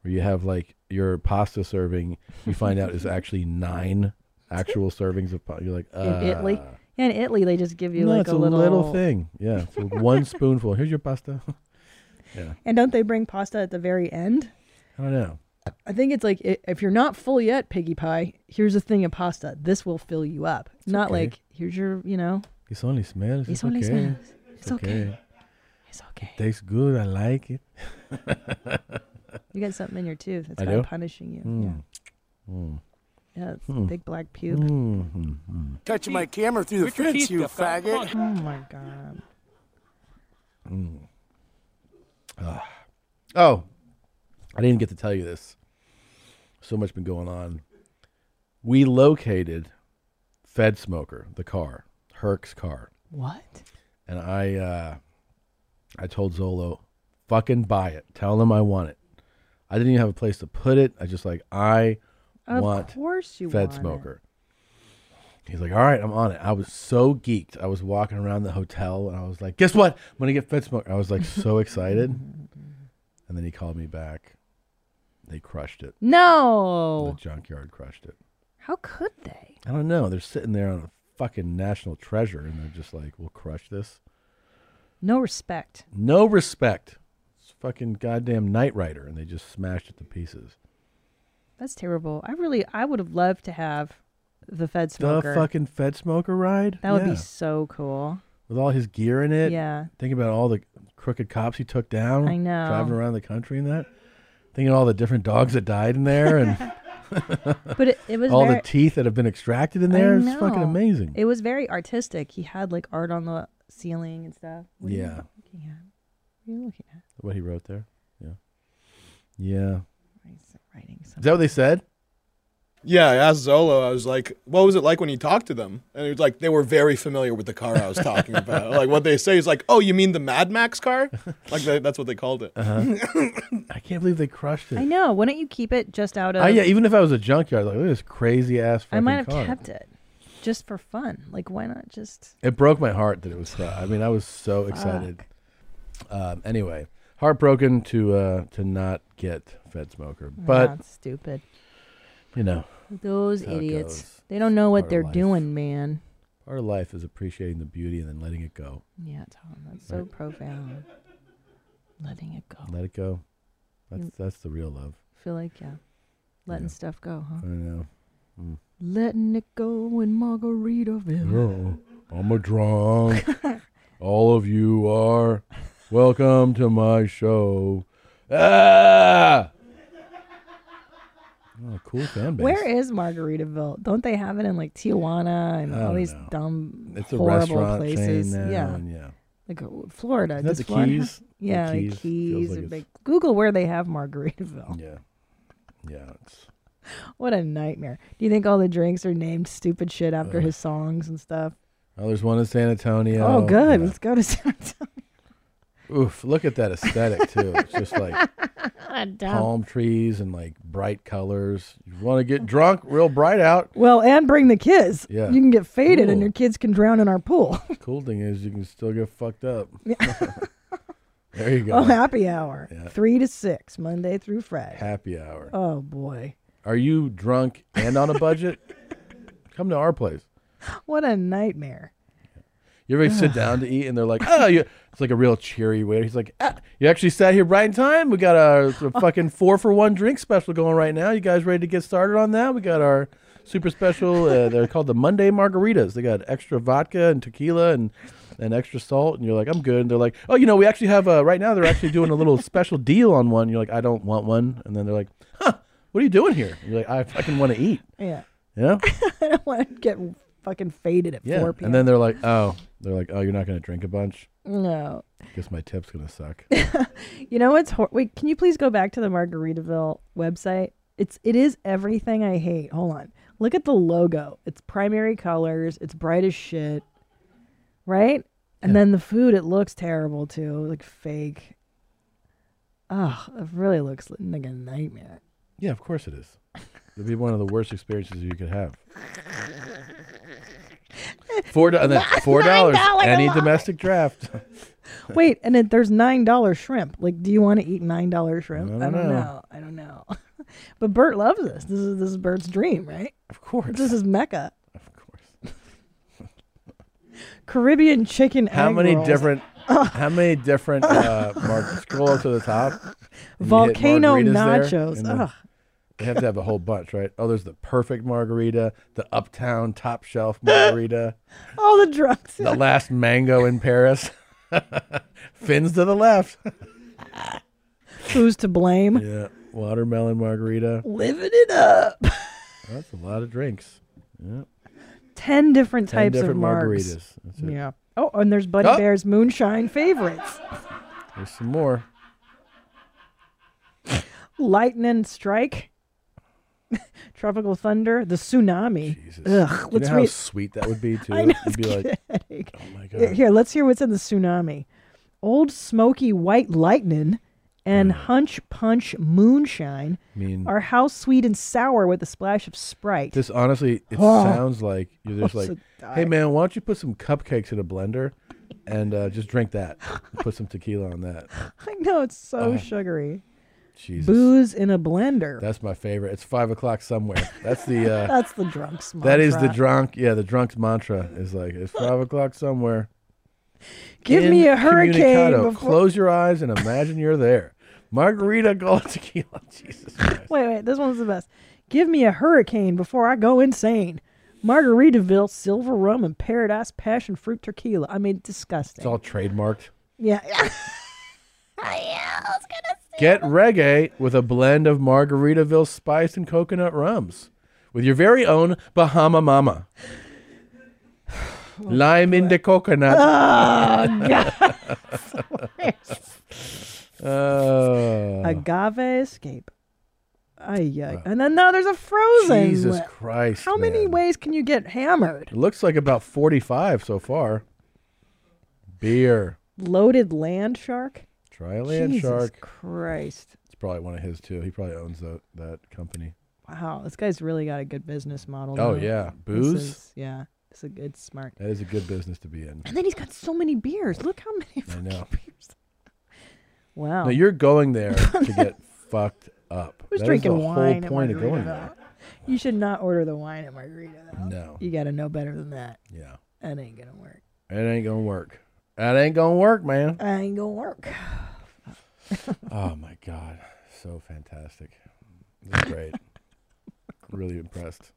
Speaker 3: where you have like your pasta serving, you find out is actually nine actual servings of pasta. You're like, uh,
Speaker 2: In Italy. Yeah, in Italy, they just give you
Speaker 3: no,
Speaker 2: like
Speaker 3: it's
Speaker 2: a little,
Speaker 3: thing. Yeah, it's one spoonful. Here's your pasta. yeah,
Speaker 2: And don't they bring pasta at the very end?
Speaker 3: I don't know.
Speaker 2: I think it's like i- if you're not full yet, piggy pie. Here's a thing of pasta. This will fill you up. not
Speaker 3: okay.
Speaker 2: like here's your, you know.
Speaker 3: It's only smells.
Speaker 2: It's only
Speaker 3: okay.
Speaker 2: smells. It's
Speaker 3: okay.
Speaker 2: It's okay.
Speaker 3: It tastes good. I like it.
Speaker 2: You got something in your tooth. It's
Speaker 3: I
Speaker 2: kind
Speaker 3: do?
Speaker 2: of punishing you.
Speaker 3: Mm. Mm.
Speaker 2: Yeah, yeah, it's a
Speaker 3: Hmm.
Speaker 2: big black pube.
Speaker 3: Mm, mm, mm.
Speaker 11: Touching my camera through the fence, you faggot.
Speaker 2: Oh my god.
Speaker 3: Mm. Ah. Oh, I didn't get to tell you this. So much been going on. We located Fed Smoker, the car, Herc's car.
Speaker 2: What?
Speaker 3: And I, uh, I told Zolo, fucking buy it. Tell them I want it. I didn't even have a place to put it. I just like I
Speaker 2: Of
Speaker 3: want
Speaker 2: course you
Speaker 3: Fed
Speaker 2: want it.
Speaker 3: Smoker. He's like, all right, I'm on it. I was so geeked. I was walking around the hotel and I was like, guess what? I'm gonna get Fed Smoker. I was like so excited. And then he called me back. They crushed it.
Speaker 2: No.
Speaker 3: The junkyard crushed it.
Speaker 2: How could they?
Speaker 3: I don't know. They're sitting there on a fucking national treasure and they're just like, we'll crush this.
Speaker 2: No respect.
Speaker 3: No respect. It's fucking goddamn Knight Rider. And they just smashed it to pieces.
Speaker 2: That's terrible. I really, I would have loved to have the Fed
Speaker 3: The
Speaker 2: Smoker.
Speaker 3: fucking Fed Smoker ride?
Speaker 2: That would
Speaker 3: Yeah.
Speaker 2: be so cool.
Speaker 3: With all his gear in it.
Speaker 2: Yeah.
Speaker 3: Think about all the crooked cops he took down.
Speaker 2: I know.
Speaker 3: Driving around the country and that. Thinking all the different dogs that died in there and
Speaker 2: But it, it was
Speaker 3: all
Speaker 2: very,
Speaker 3: the teeth that have been extracted in there.
Speaker 2: I
Speaker 3: It's fucking
Speaker 2: know.
Speaker 3: amazing.
Speaker 2: It was very artistic. He had like art on the ceiling and stuff. What are you
Speaker 3: Yeah.
Speaker 2: looking at? What are you looking at?
Speaker 3: What he wrote there? Yeah. Yeah.
Speaker 2: He's writing
Speaker 3: Is that what they said?
Speaker 6: Yeah, I asked Zolo. I was like, "What was it like when you talked to them?" And he was like, "They were very familiar with the car I was talking about. like what they say is like, oh, you mean the Mad Max car? Like they, that's what they called it.
Speaker 3: Uh-huh. I can't believe they crushed it.
Speaker 2: I know. Why don't you keep it just out of?
Speaker 3: I, Ah, yeah, even if I was a junkyard, like look at this crazy ass fucking
Speaker 2: I might have
Speaker 3: car.
Speaker 2: kept it just for fun. Like, why not just?
Speaker 3: It broke my heart that it was. Cry. I mean, I was so excited. Um, anyway, heartbroken to uh, to not get Fed Smoker, but
Speaker 2: That's stupid.
Speaker 3: you know,
Speaker 2: Those
Speaker 3: that's how it
Speaker 2: idiots.
Speaker 3: goes.
Speaker 2: They don't know
Speaker 3: Part
Speaker 2: what
Speaker 3: of
Speaker 2: they're
Speaker 3: life.
Speaker 2: doing, man.
Speaker 3: Part of life is appreciating the beauty and then letting it go.
Speaker 2: Yeah, Tom. That's so
Speaker 3: Right.
Speaker 2: profound. Letting it go.
Speaker 3: Let it go. That's
Speaker 2: Oh. You-
Speaker 3: that's the real love.
Speaker 2: Feel like yeah, letting
Speaker 3: Yeah.
Speaker 2: stuff go, huh?
Speaker 3: I know. Mm.
Speaker 2: Letting it go in Margaritaville.
Speaker 3: Oh, I'm a drunk. All of you are welcome to my show. Ah! Oh, cool fan base.
Speaker 2: Where is Margaritaville? Don't they have it in like Tijuana and
Speaker 3: I
Speaker 2: all
Speaker 3: don't
Speaker 2: these
Speaker 3: know.
Speaker 2: dumb
Speaker 3: It's a
Speaker 2: horrible
Speaker 3: restaurant chain
Speaker 2: places?
Speaker 3: now,
Speaker 2: yeah.
Speaker 3: and yeah.
Speaker 2: Like uh, Florida.
Speaker 3: Isn't that
Speaker 2: does
Speaker 3: the
Speaker 2: Florida have-
Speaker 3: Keys? The
Speaker 2: Yeah, the
Speaker 3: Keys.
Speaker 2: Keys.
Speaker 3: Feels like
Speaker 2: or
Speaker 3: it's-
Speaker 2: big- Google where they have Margaritaville.
Speaker 3: Yeah. Yeah. It's,
Speaker 2: What a nightmare. Do you think all the drinks are named stupid shit after
Speaker 3: Ugh.
Speaker 2: his songs and stuff?
Speaker 3: oh, there's one in San Antonio.
Speaker 2: Oh, good. Let's go to San Antonio.
Speaker 3: Oof, look at that aesthetic too. It's just like
Speaker 2: Dumb.
Speaker 3: palm trees and like bright colors. You want to get drunk, real bright out.
Speaker 2: Well, and bring the kids.
Speaker 3: Yeah.
Speaker 2: You can get faded and
Speaker 3: Cool.
Speaker 2: your kids can drown in our pool.
Speaker 3: Cool thing is you can still get fucked up. there you go.
Speaker 2: Oh, happy hour.
Speaker 3: Yeah.
Speaker 2: Three to six, Monday through Friday.
Speaker 3: Happy hour.
Speaker 2: Oh, boy.
Speaker 3: Are you drunk and on a budget? Come to our place.
Speaker 2: What a nightmare.
Speaker 3: You ever sit down to eat and they're like, oh, you. it's like a real cheery waiter. He's like, ah, you actually sat here right in time. We got our a fucking four for one drink special going right now. You guys ready to get started on that? We got our super special. Uh, they're called the Monday Margaritas. They got extra vodka and tequila and and extra salt. And you're like, I'm good. And they're like, oh, you know, we actually have uh, right now. They're actually doing a little special deal on one. You're like, I don't want one. And then they're like, huh, what are you doing here? And you're like, I fucking want to eat.
Speaker 2: Yeah.
Speaker 3: Yeah.
Speaker 2: I don't want to get fucking faded at
Speaker 3: Yeah.
Speaker 2: 4 p.m.
Speaker 3: And then they're like, oh, they're like, oh, you're not going to drink a bunch.
Speaker 2: No.
Speaker 3: Guess my tip's gonna suck.
Speaker 2: You know what's hor- wait? Can you please go back to the Margaritaville website? It's it is everything I hate. Hold on, look at the logo. It's primary colors. It's bright as shit, right? And then the food, it looks terrible too, like fake. Oh, it really looks like a nightmare.
Speaker 3: yeah, of course it is. It'd be one of the worst experiences you could have. Four do- and then four dollars
Speaker 2: $9
Speaker 3: any
Speaker 2: a lot.
Speaker 3: domestic draft.
Speaker 2: Wait, and it, there's nine dollar shrimp. Like, do you want to eat nine dollar shrimp?
Speaker 3: I don't know.
Speaker 2: I don't know. but Bert loves this. This is this is Bert's dream, right?
Speaker 3: Of course.
Speaker 2: This is Mecca. Of course. Caribbean chicken.
Speaker 3: How
Speaker 2: egg
Speaker 3: many
Speaker 2: rolls.
Speaker 3: different? how many different? Uh, mark, scroll up to the top. and you hit
Speaker 2: Volcano
Speaker 3: margaritas there,
Speaker 2: nachos.
Speaker 3: and then
Speaker 2: Ugh.
Speaker 3: They have to have a whole bunch, right? Oh, there's the perfect margarita, the uptown top shelf margarita,
Speaker 2: All the drugs.
Speaker 3: the last mango in Paris, fins to the left.
Speaker 2: Who's to blame?
Speaker 3: Yeah, watermelon margarita.
Speaker 2: Living it up.
Speaker 3: That's a lot of drinks. Yeah.
Speaker 2: Ten different
Speaker 3: 10
Speaker 2: types
Speaker 3: different
Speaker 2: of margs.
Speaker 3: margaritas. That's it.
Speaker 2: Yeah. Oh, and there's Buddy
Speaker 3: Oh.
Speaker 2: Bear's moonshine favorites:
Speaker 3: There's some more.
Speaker 2: lightning strike, tropical thunder, the tsunami. Ugh.
Speaker 3: Do you
Speaker 2: Let's
Speaker 3: know how
Speaker 2: read.
Speaker 3: sweet that would be too?
Speaker 2: I know.
Speaker 3: You'd be like,
Speaker 2: kidding.
Speaker 3: oh my
Speaker 2: Yeah,
Speaker 3: god.
Speaker 2: Here, let's hear what's in the tsunami. Old Smoky White Lightning and Hunch Punch Moonshine
Speaker 3: Mm. Mean.
Speaker 2: are house sweet and sour with a splash of Sprite.
Speaker 3: This honestly, it
Speaker 2: Oh.
Speaker 3: sounds like you're just
Speaker 2: Wants
Speaker 3: like,
Speaker 2: to die.
Speaker 3: hey man, why don't you put some cupcakes in a blender, and uh, just drink that, and put some tequila on that.
Speaker 2: I know it's so
Speaker 3: Oh.
Speaker 2: sugary.
Speaker 3: Jesus.
Speaker 2: Booze in a blender.
Speaker 3: That's my favorite. It's five o'clock somewhere. That's the. Uh,
Speaker 2: That's the drunk's
Speaker 3: That is the
Speaker 2: mantra.
Speaker 3: drunk. Yeah, the drunk's mantra is like it's five o'clock somewhere.
Speaker 2: Give me a
Speaker 3: Incommunicado.
Speaker 2: hurricane before-
Speaker 3: Close your eyes and imagine you're there. Margarita gold tequila. Jesus.
Speaker 2: Wait, wait, this one's the best. Give me a hurricane before I go insane. Margaritaville, silver rum, and paradise passion fruit tequila. I mean, disgusting.
Speaker 3: It's all trademarked.
Speaker 2: Yeah.
Speaker 3: Get reggae with a blend of Margaritaville spice and coconut rums with your very own Bahama Mama. Lime in the coconut. Ah.
Speaker 2: Oh, God.
Speaker 3: Oh.
Speaker 2: Agave escape. Ay, ay. And then no, there's a frozen.
Speaker 3: Jesus
Speaker 2: lip.
Speaker 3: Christ,
Speaker 2: How many ways can you get hammered?
Speaker 3: It looks like about 45 so far. Beer.
Speaker 2: Loaded land shark.
Speaker 3: Try a land
Speaker 2: Jesus
Speaker 3: shark.
Speaker 2: Christ.
Speaker 3: It's probably one of his too. He probably owns that, that company.
Speaker 2: Wow, this guy's really got a good business model.
Speaker 3: Oh,
Speaker 2: now.
Speaker 3: yeah.
Speaker 2: This
Speaker 3: Booze?
Speaker 2: is- yeah, it's a good smart.
Speaker 3: That is a good business to be in.
Speaker 2: And then he's got so many beers. Look how many.
Speaker 3: I know.
Speaker 2: Wow.
Speaker 3: No, you're going there to get fucked up.
Speaker 2: Oh. Who's
Speaker 3: That is
Speaker 2: drinking
Speaker 3: the
Speaker 2: wine
Speaker 3: whole
Speaker 2: at
Speaker 3: point of going
Speaker 2: Margarita?
Speaker 3: there.
Speaker 2: You should not order the wine at Margarita. Though.
Speaker 3: No.
Speaker 2: You got to know better than that.
Speaker 3: Yeah.
Speaker 2: That ain't gonna work.
Speaker 3: It ain't gonna work. That ain't gonna work, man.
Speaker 2: That ain't gonna work.
Speaker 3: oh my god, so fantastic! This is great. really impressed.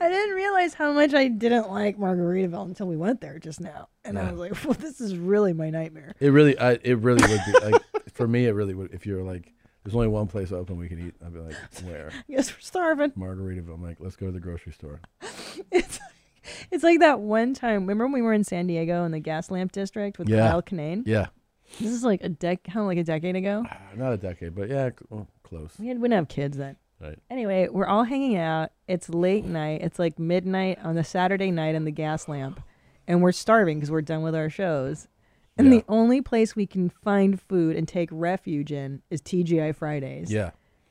Speaker 2: I didn't realize how much I didn't like Margaritaville until we went there just now, and I
Speaker 3: Yeah.
Speaker 2: was like, "Well, this is really my nightmare."
Speaker 3: It really, I, it really would be like for me. It really would if you're like There's only one place open we can eat. I'd be like, where?
Speaker 2: Yes, we're starving.
Speaker 3: Margaritaville. I'm like, let's go to the grocery store.
Speaker 2: It's like that one time. Remember when we were in San Diego in the gas lamp district with
Speaker 3: Yeah.
Speaker 2: Kyle Kinane?
Speaker 3: Yeah.
Speaker 2: This is like a dec, kind of like a decade ago.
Speaker 3: Uh, Not a decade, but yeah, c- well, close.
Speaker 2: We, had, we didn't have kids then.
Speaker 3: Right.
Speaker 2: Anyway, we're all hanging out. It's late night. It's like midnight on the Saturday night in the gas lamp. And we're starving because we're done with our shows. And the only place we can find food and take refuge in is TGI Fridays.
Speaker 3: Yeah.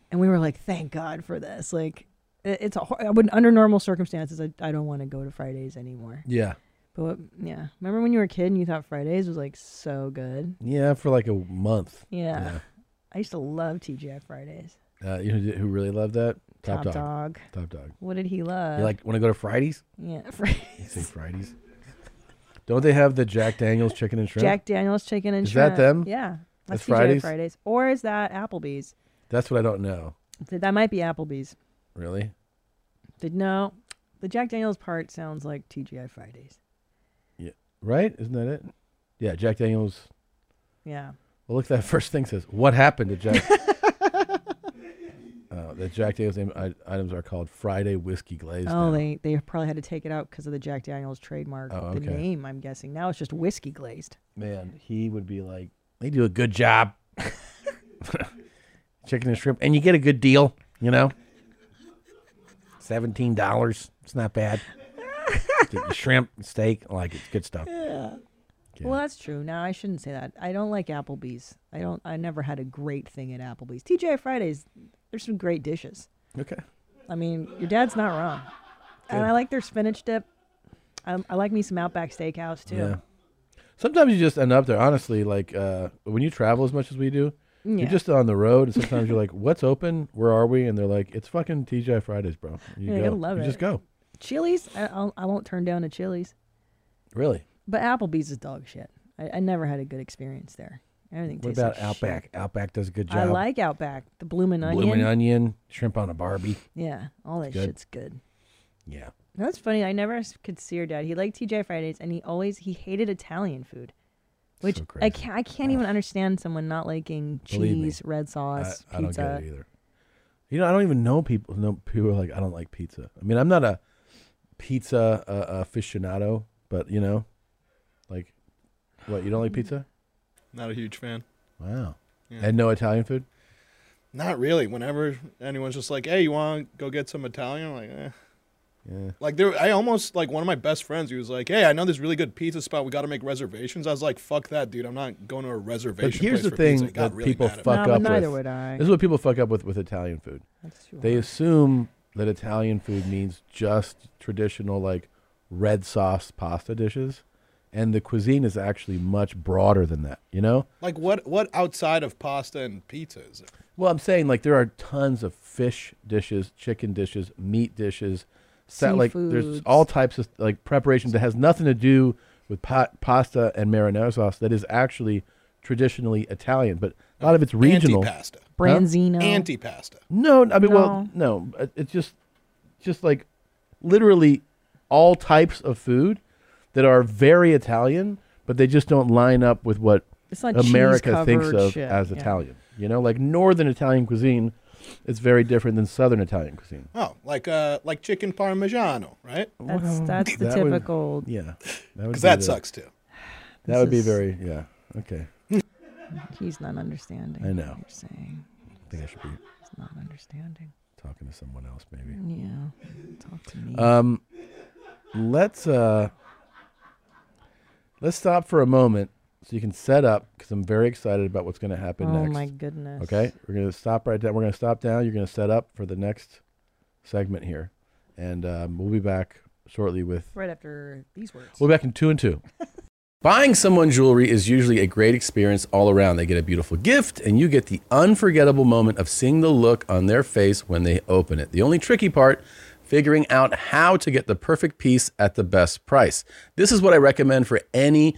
Speaker 2: And we were like, thank God for this. Like, it- it's a, hor- I would, under normal circumstances, I, I don't want to go to Fridays anymore.
Speaker 3: Yeah.
Speaker 2: But what, yeah. Remember when you were a kid and you thought Fridays was like so good?
Speaker 3: Yeah, for like a month.
Speaker 2: Yeah. I used to love TGI Fridays.
Speaker 3: Uh, you know who- who really loved that? Top, dog.
Speaker 2: Top Dog.
Speaker 3: Top dog.
Speaker 2: What did he love?
Speaker 3: You like want to go to Fridays?
Speaker 2: Yeah,
Speaker 3: You
Speaker 2: Fridays.
Speaker 3: say Fridays. Don't they have the Jack Daniels chicken and shrimp?
Speaker 2: Jack Daniels chicken and
Speaker 3: Is
Speaker 2: shrimp.
Speaker 3: that them?
Speaker 2: Yeah.
Speaker 3: That's
Speaker 2: TGI
Speaker 3: Fridays?
Speaker 2: Fridays. Or is that Applebee's?
Speaker 3: That's what I don't know.
Speaker 2: Th- That might be Applebee's.
Speaker 3: Really?
Speaker 2: Th- No. The Jack Daniels part sounds like TGI Fridays.
Speaker 3: Yeah. Right? Isn't that it? Yeah, Jack Daniels.
Speaker 2: Yeah.
Speaker 3: Well, look, that first thing says, "What happened to Jack?" uh, that Jack Daniels im- i- items are called Friday whiskey glaze.
Speaker 2: oh,
Speaker 3: now.
Speaker 2: they, they probably had to take it out because of the Jack Daniels trademark.
Speaker 3: Oh,
Speaker 2: The
Speaker 3: okay.
Speaker 2: name, I'm guessing. Now it's just whiskey glazed.
Speaker 3: man, he would be like, "They do a good job, chicken and shrimp, and you get a good deal." You know, seventeen dollars. It's not bad. Get your shrimp, steak, like it's good stuff.
Speaker 2: Yeah. Well, that's true. Now I shouldn't say that. I don't like Applebee's. I don't. I never had a great thing at Applebee's. TGI Fridays. There's some great dishes.
Speaker 3: Okay.
Speaker 2: I mean, your dad's not wrong. And
Speaker 3: Good.
Speaker 2: I like their spinach dip. I, I like me some Outback Steakhouse too.
Speaker 3: Yeah. Sometimes you just end up there. Honestly, like uh, when you travel as much as we do,
Speaker 2: Yeah.
Speaker 3: you're just on the road, and sometimes you're like, "What's open? Where are we?" And they're like, "It's fucking TGI Fridays, bro." You
Speaker 2: Yeah,
Speaker 3: go.
Speaker 2: I love
Speaker 3: you
Speaker 2: it.
Speaker 3: Just go.
Speaker 2: Chili's. I, I'll, I won't turn down a Chili's.
Speaker 3: Really?
Speaker 2: But Applebee's is dog shit. I, I never had a good experience there. Everything
Speaker 3: What
Speaker 2: tastes like
Speaker 3: about Outback?
Speaker 2: shit.
Speaker 3: Outback does a good job.
Speaker 2: I like Outback. The bloomin' onion.
Speaker 3: Bloomin' onion, shrimp on a barbie.
Speaker 2: Yeah, all that
Speaker 3: It's good.
Speaker 2: shit's good.
Speaker 3: Yeah.
Speaker 2: That's funny. I never s- could see your dad. He liked TJ Fridays, and he always he hated Italian food, which I can't. I can't even understand someone not liking
Speaker 3: Believe me.
Speaker 2: cheese, red sauce,
Speaker 3: I, I don't
Speaker 2: pizza.
Speaker 3: get it either. You know, I don't even know people. No people are like, I don't like pizza. I mean, I'm not a pizza uh, aficionado, but you know, like, what you don't
Speaker 2: Mm.
Speaker 3: like pizza?
Speaker 6: Not a huge fan.
Speaker 3: Wow.
Speaker 6: Yeah.
Speaker 3: And no Italian food.
Speaker 6: Not really. Whenever anyone's just like, "Hey, you want to go get some Italian?" I'm like, eh.
Speaker 3: Yeah.
Speaker 6: Like there, I almost like one of my best friends. He was like, "Hey, I know this really good pizza spot. We got to make reservations." I was like, "Fuck that, dude! I'm not going to a reservation."
Speaker 3: But here's
Speaker 6: place
Speaker 3: the
Speaker 6: for
Speaker 3: thing
Speaker 6: pizza. It got
Speaker 3: that
Speaker 6: really
Speaker 3: people
Speaker 6: mad at me.
Speaker 3: fuck
Speaker 2: No,
Speaker 3: up
Speaker 2: but neither
Speaker 3: with.
Speaker 2: would I.
Speaker 3: This is what people fuck up with with Italian food.
Speaker 2: That's too
Speaker 3: They assume that Italian food means just traditional like red sauce pasta dishes, and the cuisine is actually much broader than that. You know.
Speaker 6: Like what? What outside of pasta and pizza is it?
Speaker 3: Well, I'm saying like there are tons of fish dishes, chicken dishes, meat dishes, sa- like there's
Speaker 6: Seafoods.
Speaker 3: all types of like preparations that has nothing to do with pot, pasta and marinara sauce that is actually traditionally Italian, but a lot of it's regional.
Speaker 6: Antipasta.
Speaker 3: Huh?
Speaker 2: Branzino.
Speaker 6: Antipasta.
Speaker 3: No, I mean, well, no, it- it's just, just like, literally, all types of food that are very Italian, but they just don't line up with what
Speaker 2: It's not
Speaker 3: America thinks
Speaker 2: cheese-covered
Speaker 3: of
Speaker 2: shit,
Speaker 3: as
Speaker 2: yeah.
Speaker 3: Italian. You know, like northern Italian cuisine, is very different than southern Italian cuisine.
Speaker 6: Oh, like uh, like chicken parmigiano, right?
Speaker 2: That's that's the
Speaker 3: That would-
Speaker 2: typical.
Speaker 3: yeah, that would
Speaker 6: Because
Speaker 3: be
Speaker 6: that
Speaker 3: the-
Speaker 6: sucks too.
Speaker 3: That
Speaker 2: This
Speaker 3: would be
Speaker 2: is-
Speaker 3: very yeah. Okay,
Speaker 2: He's not understanding.
Speaker 3: I know.
Speaker 2: What you're saying
Speaker 3: I think I should be
Speaker 2: he's not understanding.
Speaker 3: talking to someone else maybe.
Speaker 2: Yeah. Talk to me.
Speaker 3: Um, let's uh, let's stop for a moment so you can set up because I'm very excited about what's going to happen
Speaker 2: Oh,
Speaker 3: next.
Speaker 2: my goodness.
Speaker 3: Okay, we're going to stop right down. We're going to stop down. You're going to set up for the next segment here, and um, we'll be back shortly with
Speaker 2: right after these words.
Speaker 3: We'll be back in two and two. Buying someone jewelry is usually a great experience all around. They get a beautiful gift, and you get the unforgettable moment of seeing the look on their face when they open it. The only tricky part, figuring out how to get the perfect piece at the best price. This is what I recommend for any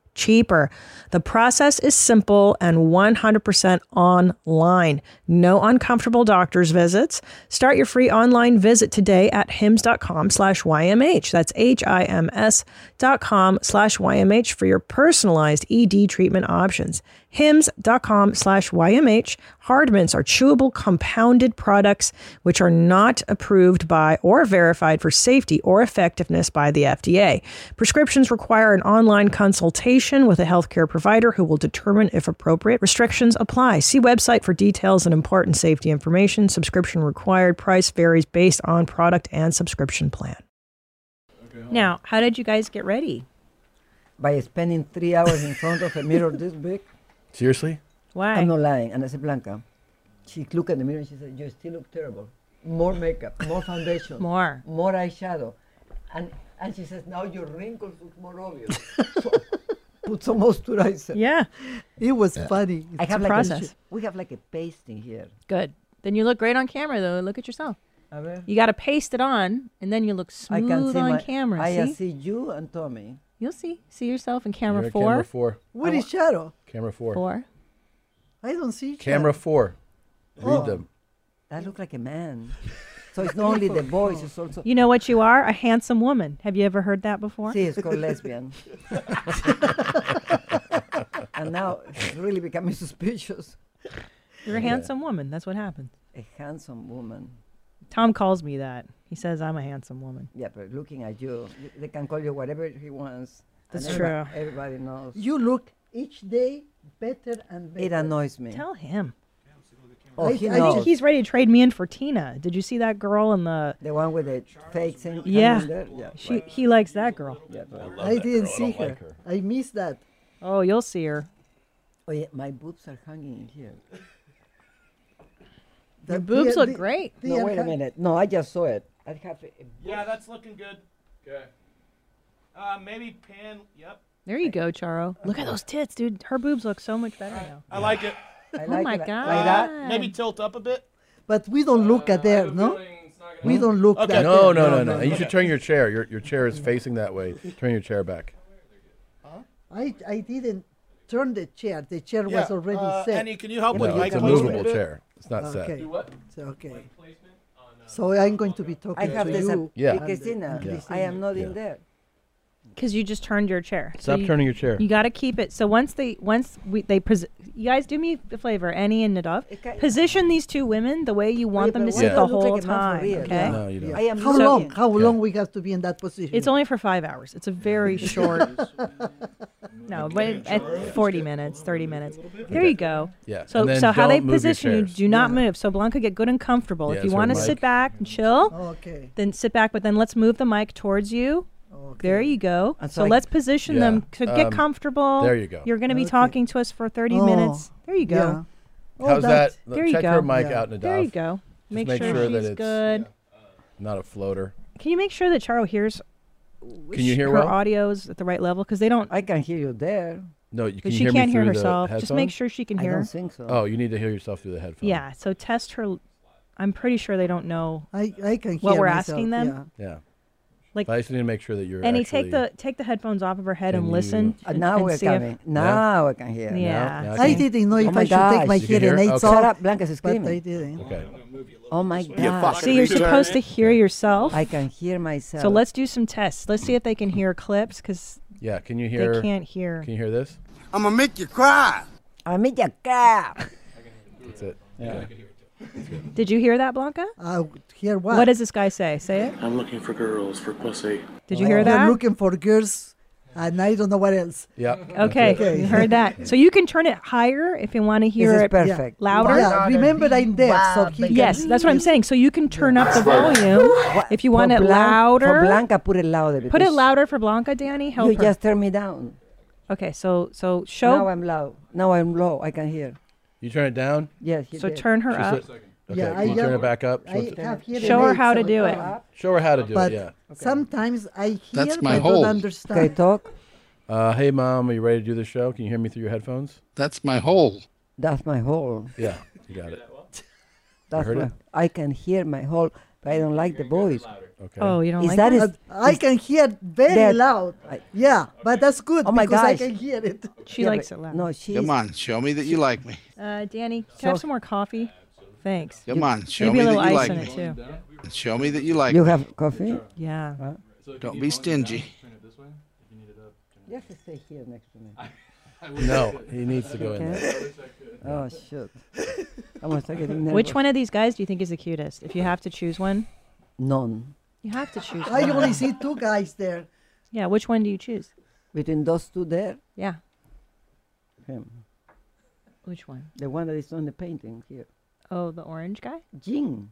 Speaker 2: cheaper. The process is simple and 100% online. No uncomfortable doctor's visits. Start your free online visit today at hims.com slash YMH. That's H-I-M-S dot com slash YMH for your personalized ED treatment options. Hims.com slash YMH. Hard mints are chewable compounded products which are not approved by or verified for safety or effectiveness by the FDA. Prescriptions require an online consultation with a healthcare provider who will determine if appropriate. Restrictions apply. See website for details and important safety information. Subscription required. Price varies based on product and subscription plan.
Speaker 10: Now, how did you guys get ready?
Speaker 12: By spending three hours in front of a mirror this big.
Speaker 3: Seriously?
Speaker 10: Why?
Speaker 12: I'm not lying. And I said, Blanca, she looked at the mirror and she said, You still look terrible. More makeup, more foundation,
Speaker 10: More.
Speaker 12: more eyeshadow. And, and she says, Now your wrinkles look more obvious. so put some moisturizer.
Speaker 10: Yeah.
Speaker 13: It was funny.
Speaker 12: I
Speaker 10: It's
Speaker 12: have
Speaker 10: a
Speaker 12: like
Speaker 10: process.
Speaker 12: A, we have like a pasting here.
Speaker 10: Good. Then you look great on camera, though. Look at yourself.
Speaker 12: A ver.
Speaker 10: You got to paste it on, and then you look
Speaker 12: I
Speaker 10: smooth
Speaker 12: can see
Speaker 10: on
Speaker 12: my,
Speaker 10: camera.
Speaker 12: I uh,
Speaker 10: see?
Speaker 12: see you and Tommy.
Speaker 10: You'll see. See yourself in camera
Speaker 3: You're at
Speaker 10: four.
Speaker 3: Camera four.
Speaker 13: Where is shadow?
Speaker 3: Camera four.
Speaker 10: Four.
Speaker 13: I don't see
Speaker 3: Camera
Speaker 13: shadow.
Speaker 3: four.
Speaker 12: Oh.
Speaker 3: Read them.
Speaker 12: I look like a man. So it's not only the voice, it's also.
Speaker 10: You know what you are? A handsome woman. Have you ever heard that before?
Speaker 12: See, it's called lesbian. and now it's really becoming suspicious.
Speaker 10: You're a handsome woman. That's what happens.
Speaker 12: A handsome woman.
Speaker 10: Tom calls me that. He says I'm a handsome woman.
Speaker 12: Yeah, but looking at you, y- they can call you whatever he wants. and
Speaker 10: That's
Speaker 12: everybo-
Speaker 10: true.
Speaker 12: Everybody knows.
Speaker 13: You look each day better and better.
Speaker 12: it annoys me.
Speaker 10: Tell him.
Speaker 12: Oh,
Speaker 10: I,
Speaker 12: he
Speaker 10: I think
Speaker 12: knows.
Speaker 10: he's ready to trade me in for Tina. Did you see that girl in the?
Speaker 12: The one with the fake thing.
Speaker 10: Yeah.
Speaker 12: hanging there? Yeah.
Speaker 10: She he likes that girl.
Speaker 12: Yeah, but-
Speaker 13: I, didn't see her. I missed that.
Speaker 10: Oh, you'll see her.
Speaker 12: Oh, yeah, my boobs are hanging in here.
Speaker 10: Your
Speaker 13: The-
Speaker 10: boobs
Speaker 13: the-
Speaker 10: look
Speaker 13: the-
Speaker 10: great.
Speaker 13: the
Speaker 12: no, wait a
Speaker 13: archi-
Speaker 12: minute. No, I just saw it. I have a-
Speaker 6: Yeah, that's looking good. Okay. Uh, maybe pan. Yep.
Speaker 10: There you go, Charo. Look at those tits, dude. Her boobs look so much better now.
Speaker 6: I like it.
Speaker 12: I
Speaker 10: Oh like my it like- like
Speaker 6: Uh,
Speaker 10: that.
Speaker 6: Maybe tilt up a bit.
Speaker 13: But we don't look at there, no? We don't look at
Speaker 3: No,
Speaker 13: there.
Speaker 3: no, no, no, You should turn your chair. Your, your chair is facing that way. Turn your chair back.
Speaker 13: I, I didn't turn the chair. The chair
Speaker 6: Yeah,
Speaker 13: was already
Speaker 6: uh,
Speaker 13: set.
Speaker 6: Annie, can you help
Speaker 3: No,
Speaker 6: with
Speaker 3: it's a
Speaker 6: leg placement
Speaker 3: movable
Speaker 6: bit?
Speaker 3: chair. It's not set.
Speaker 13: okay.
Speaker 6: Do what?
Speaker 13: So, okay. So I'm going to be
Speaker 12: I
Speaker 13: talking
Speaker 12: have
Speaker 13: to
Speaker 12: this. uh,
Speaker 13: you.
Speaker 3: Yeah.
Speaker 12: with Christina. I am not in there.
Speaker 10: Because you just turned your chair.
Speaker 3: Stop
Speaker 10: you-
Speaker 3: turning your chair.
Speaker 10: You got to keep it. So once they once we they pres- you guys do me the favor, Annie and Nadav,
Speaker 12: Okay.
Speaker 10: position these two women the way you want them to
Speaker 12: but
Speaker 10: sit
Speaker 12: why
Speaker 10: the
Speaker 12: do I look
Speaker 10: whole
Speaker 12: like a man for
Speaker 10: time.
Speaker 12: real?
Speaker 10: Okay.
Speaker 12: No, you don't. I am
Speaker 13: How
Speaker 12: looking-
Speaker 13: long? How long we have to be in that position?
Speaker 10: It's only for five hours. It's a very short. no, but at forty minutes, thirty minutes. There you go.
Speaker 3: Yeah,
Speaker 10: So
Speaker 3: and then
Speaker 10: so how they
Speaker 3: don't move your
Speaker 10: position you?
Speaker 3: chairs.
Speaker 10: Do not move. So Blanca, get good and comfortable.
Speaker 3: Yeah,
Speaker 10: if you
Speaker 3: so
Speaker 10: want to
Speaker 3: Mike-
Speaker 10: sit back and chill,
Speaker 12: Oh,
Speaker 13: okay.
Speaker 10: Then sit back, but then let's move the mic towards you. There you go.
Speaker 12: And
Speaker 10: so
Speaker 12: so I-
Speaker 10: let's position them
Speaker 3: Yeah,
Speaker 10: to get
Speaker 3: um,
Speaker 10: comfortable.
Speaker 3: there you go.
Speaker 10: You're going to be talking to us for thirty
Speaker 13: Oh,
Speaker 10: minutes. There you go.
Speaker 13: yeah. Oh,
Speaker 3: How's that?
Speaker 13: that's-
Speaker 3: Look,
Speaker 10: There you
Speaker 3: Check
Speaker 10: go.
Speaker 3: her mic out, Nadav.
Speaker 10: There you go.
Speaker 3: Just
Speaker 10: Make,
Speaker 3: make
Speaker 10: sure,
Speaker 3: sure that
Speaker 10: she's
Speaker 3: it's-
Speaker 10: good.
Speaker 3: Not a floater.
Speaker 10: Can you make sure that Charo hears?
Speaker 3: Can you hear
Speaker 10: her
Speaker 3: well?
Speaker 10: audio's at the right level? Because they don't.
Speaker 12: I can hear you there.
Speaker 3: No, you
Speaker 10: But
Speaker 3: can
Speaker 10: she
Speaker 3: you hear me
Speaker 10: can't hear
Speaker 3: through the
Speaker 10: herself. Just make
Speaker 3: headphones?
Speaker 10: sure she can
Speaker 12: I
Speaker 10: hear.
Speaker 12: don't think so.
Speaker 3: Oh, you need to hear yourself through the headphones.
Speaker 10: Yeah. So test her. I'm pretty sure they don't know
Speaker 13: I, I can hear
Speaker 10: what we're
Speaker 13: myself,
Speaker 10: asking them.
Speaker 13: yeah.
Speaker 3: Yeah.
Speaker 2: Like,
Speaker 3: I just need to make sure that you're.
Speaker 2: and he
Speaker 3: actually,
Speaker 2: take the take the headphones off of her head
Speaker 3: Can
Speaker 2: and
Speaker 3: you-
Speaker 2: listen.
Speaker 3: Uh,
Speaker 2: and-
Speaker 12: now
Speaker 2: and
Speaker 12: we're
Speaker 2: see if-
Speaker 12: coming. Now I can hear.
Speaker 2: Yeah.
Speaker 12: Now
Speaker 2: I
Speaker 12: can- Oh
Speaker 2: didn't know if
Speaker 12: my
Speaker 2: I should take my
Speaker 12: gosh.
Speaker 3: You can hearing hear?
Speaker 2: oh,
Speaker 3: aids
Speaker 12: Shut
Speaker 3: off,
Speaker 12: up, Blanca's is
Speaker 13: but
Speaker 12: screaming.
Speaker 13: they didn't.
Speaker 3: Okay.
Speaker 12: Oh my
Speaker 13: You
Speaker 12: god.
Speaker 2: See, you're supposed to hear yourself.
Speaker 12: I can hear myself.
Speaker 2: So let's do some tests. Let's see if they can hear clips because
Speaker 3: Yeah, can you hear?
Speaker 2: They can't hear.
Speaker 3: Can you hear this?
Speaker 12: I'm gonna make you cry. I'm gonna make you cry.
Speaker 3: That's it.
Speaker 12: Yeah.
Speaker 2: Did you hear that, Blanca?
Speaker 13: Uh, hear what?
Speaker 2: What does this guy say? Say it.
Speaker 14: I'm looking for girls for pussy.
Speaker 2: Did
Speaker 3: Oh,
Speaker 2: you hear that?
Speaker 13: They're looking for girls, and I don't know what else.
Speaker 3: Yeah.
Speaker 2: Okay, you heard that. So you can turn it higher if you want to hear
Speaker 13: is
Speaker 2: it
Speaker 13: perfect.
Speaker 2: louder.
Speaker 13: Yeah, remember I'm there, so he can-
Speaker 2: yes, that's what I'm saying. So you can turn up the
Speaker 12: That's right.
Speaker 2: volume if you want
Speaker 12: For
Speaker 2: it
Speaker 12: Blan-
Speaker 2: louder.
Speaker 12: For Blanca, put it louder.
Speaker 2: Put it
Speaker 12: because
Speaker 2: louder for Blanca, Danny. Help
Speaker 12: You
Speaker 2: her.
Speaker 12: just turn me down.
Speaker 2: Okay, so so show.
Speaker 12: Now I'm loud. Now I'm low. I can hear.
Speaker 3: You turn it down.
Speaker 12: Yes. he
Speaker 2: So
Speaker 12: did.
Speaker 2: turn her
Speaker 3: She
Speaker 2: up.
Speaker 3: said- Okay, can you turn it back up? She wants to-
Speaker 2: Show her how to do it.
Speaker 3: Show her how to do
Speaker 13: But
Speaker 3: it. Yeah.
Speaker 13: sometimes I hear,
Speaker 3: That's
Speaker 13: but
Speaker 3: my
Speaker 13: I
Speaker 3: hold.
Speaker 13: don't understand.
Speaker 3: Okay,
Speaker 12: talk.
Speaker 3: Uh, hey, mom, are you ready to do the show? Can you hear me through your headphones? That's my hole.
Speaker 12: That's my hole.
Speaker 3: Yeah, you got it.
Speaker 12: That's
Speaker 3: heard
Speaker 12: my,
Speaker 3: it?
Speaker 12: I can hear my whole, but I don't like the voice.
Speaker 3: Okay.
Speaker 2: Oh, you don't
Speaker 12: is
Speaker 2: like
Speaker 12: that
Speaker 2: that?
Speaker 12: is-
Speaker 13: I
Speaker 12: is-
Speaker 13: can hear very
Speaker 12: That-
Speaker 13: loud. yeah, but that's good
Speaker 12: Oh my
Speaker 13: because I
Speaker 12: gosh.
Speaker 13: can hear it.
Speaker 2: She likes it loud.
Speaker 12: No, she.
Speaker 10: Come on, show me that you like me.
Speaker 2: Uh, Danny, can I have
Speaker 12: So-
Speaker 2: some more coffee? Thanks.
Speaker 10: Come on, show
Speaker 2: Maybe
Speaker 10: me
Speaker 2: a little
Speaker 10: that you
Speaker 2: ice
Speaker 10: like
Speaker 2: in
Speaker 10: me.
Speaker 2: it too.
Speaker 10: Show me that you like
Speaker 12: You
Speaker 10: me.
Speaker 12: have coffee?
Speaker 2: Yeah.
Speaker 10: Don't be stingy.
Speaker 12: You have to stay here next to me.
Speaker 3: No, he needs to go in
Speaker 12: Okay. Oh shoot! I was getting nervous.
Speaker 2: Which one of these guys do you think is the cutest? If you have to choose one,
Speaker 12: None.
Speaker 2: you have to choose.
Speaker 13: I
Speaker 2: one.
Speaker 13: only see two guys there.
Speaker 2: Yeah. Which one do you choose?
Speaker 12: Between those two there,
Speaker 2: Yeah.
Speaker 12: him,
Speaker 2: Which one?
Speaker 12: the one that is on the painting here,
Speaker 2: Oh, the orange guy.
Speaker 12: Jing.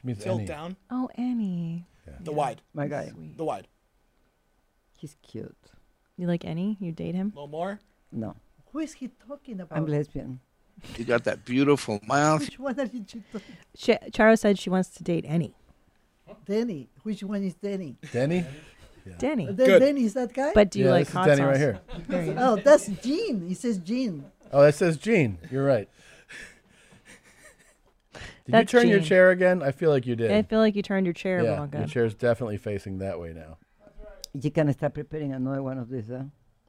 Speaker 3: She means
Speaker 6: Tilt down.
Speaker 2: Oh, Annie.
Speaker 6: The wide.
Speaker 12: My guy.
Speaker 6: The wide.
Speaker 12: He's cute.
Speaker 2: You like Annie? You date him?
Speaker 6: A little more.
Speaker 12: No,
Speaker 13: Who is he talking about?
Speaker 12: I'm lesbian.
Speaker 10: You got that beautiful mouth.
Speaker 13: Which one are you talking
Speaker 2: She, Charo said she wants to date Annie.
Speaker 13: Denny. Which one is Denny?
Speaker 3: Denny?
Speaker 2: Denny.
Speaker 13: Then Denny is that guy?
Speaker 2: But do you
Speaker 3: Yeah,
Speaker 2: like
Speaker 3: this is
Speaker 2: hot
Speaker 3: Denny
Speaker 2: sauce?
Speaker 3: right here.
Speaker 2: There you go.
Speaker 13: Oh, that's Jean. He says Jean.
Speaker 3: Oh, that says Gene. You're right. Did
Speaker 2: That's
Speaker 3: you turn your
Speaker 2: Gene.
Speaker 3: chair again? I feel like you did.
Speaker 2: I feel like you turned your chair,
Speaker 3: yeah,
Speaker 2: Blanca.
Speaker 3: your chair's definitely facing that way now.
Speaker 12: You can start preparing another one of these, huh?